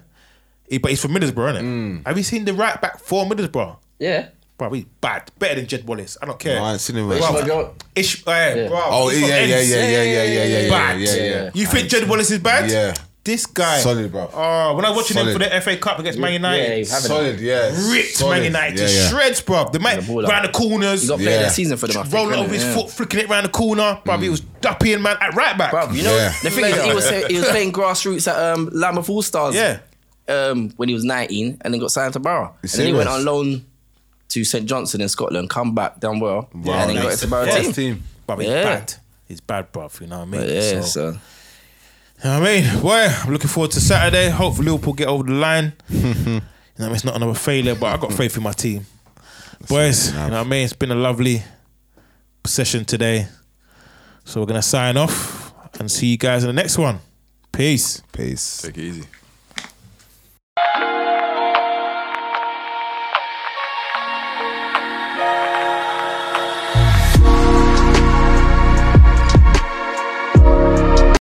Speaker 1: he, but he's from Middlesbrough, isn't
Speaker 2: Mm.
Speaker 1: it? Have you seen the right back for Middlesbrough?
Speaker 4: Yeah.
Speaker 1: Bro, he's bad, better than Jed Wallace. I don't care.
Speaker 2: No, I ain't seen him.
Speaker 4: But
Speaker 2: Bro.
Speaker 4: it's not-
Speaker 1: Ish, eh,
Speaker 4: Yeah.
Speaker 1: bro,
Speaker 2: Oh,
Speaker 1: he's from
Speaker 2: yeah, yeah,
Speaker 1: Ends.
Speaker 2: yeah, yeah, yeah, yeah, yeah, yeah,
Speaker 1: Bad.
Speaker 2: yeah, yeah.
Speaker 1: You think Jed Wallace is bad?
Speaker 2: Yeah.
Speaker 1: This guy,
Speaker 2: Solid, bro.
Speaker 1: Oh, when I was watching him for
Speaker 2: Solid.
Speaker 1: the FA Cup against Man United,
Speaker 4: Yeah, he's having it.
Speaker 2: Solid, yeah.
Speaker 1: ripped
Speaker 2: Solid.
Speaker 1: Man United
Speaker 2: Yeah,
Speaker 1: to
Speaker 2: yeah.
Speaker 1: shreds, bro. The man
Speaker 4: the ball, like-
Speaker 1: round the corners,
Speaker 4: He got played
Speaker 2: Yeah.
Speaker 4: that season for them. I think,
Speaker 1: rolling
Speaker 4: innit?
Speaker 1: over his
Speaker 4: Yeah.
Speaker 1: foot, flicking it round the corner, bro.
Speaker 2: Mm.
Speaker 1: He was dupping man at right back.
Speaker 4: Bruv, you know
Speaker 2: Yeah.
Speaker 4: the thing is, he was saying- he was playing grassroots at um, Lambeth All Stars.
Speaker 1: Yeah.
Speaker 4: Um, when he was 19, and then got signed to Borough, and then he
Speaker 2: serious?
Speaker 4: went on loan to St Johnson in Scotland. Come back, done well, and then got
Speaker 2: nice.
Speaker 4: into Borough
Speaker 1: Yeah.
Speaker 4: team.
Speaker 2: team.
Speaker 1: Bro, he's
Speaker 4: Yeah.
Speaker 1: bad. He's bad, bro. You know what I mean?
Speaker 4: But
Speaker 1: So-
Speaker 4: yeah, so.
Speaker 1: You know what I mean? Well, I'm looking forward to Saturday. Hopefully Liverpool get over the line. you know, it's not another failure, but I got faith in my team. Boys, you know what I mean? It's been a lovely session today. So we're gonna sign off and see you guys in the next one. Peace.
Speaker 2: Peace.
Speaker 3: Take it easy.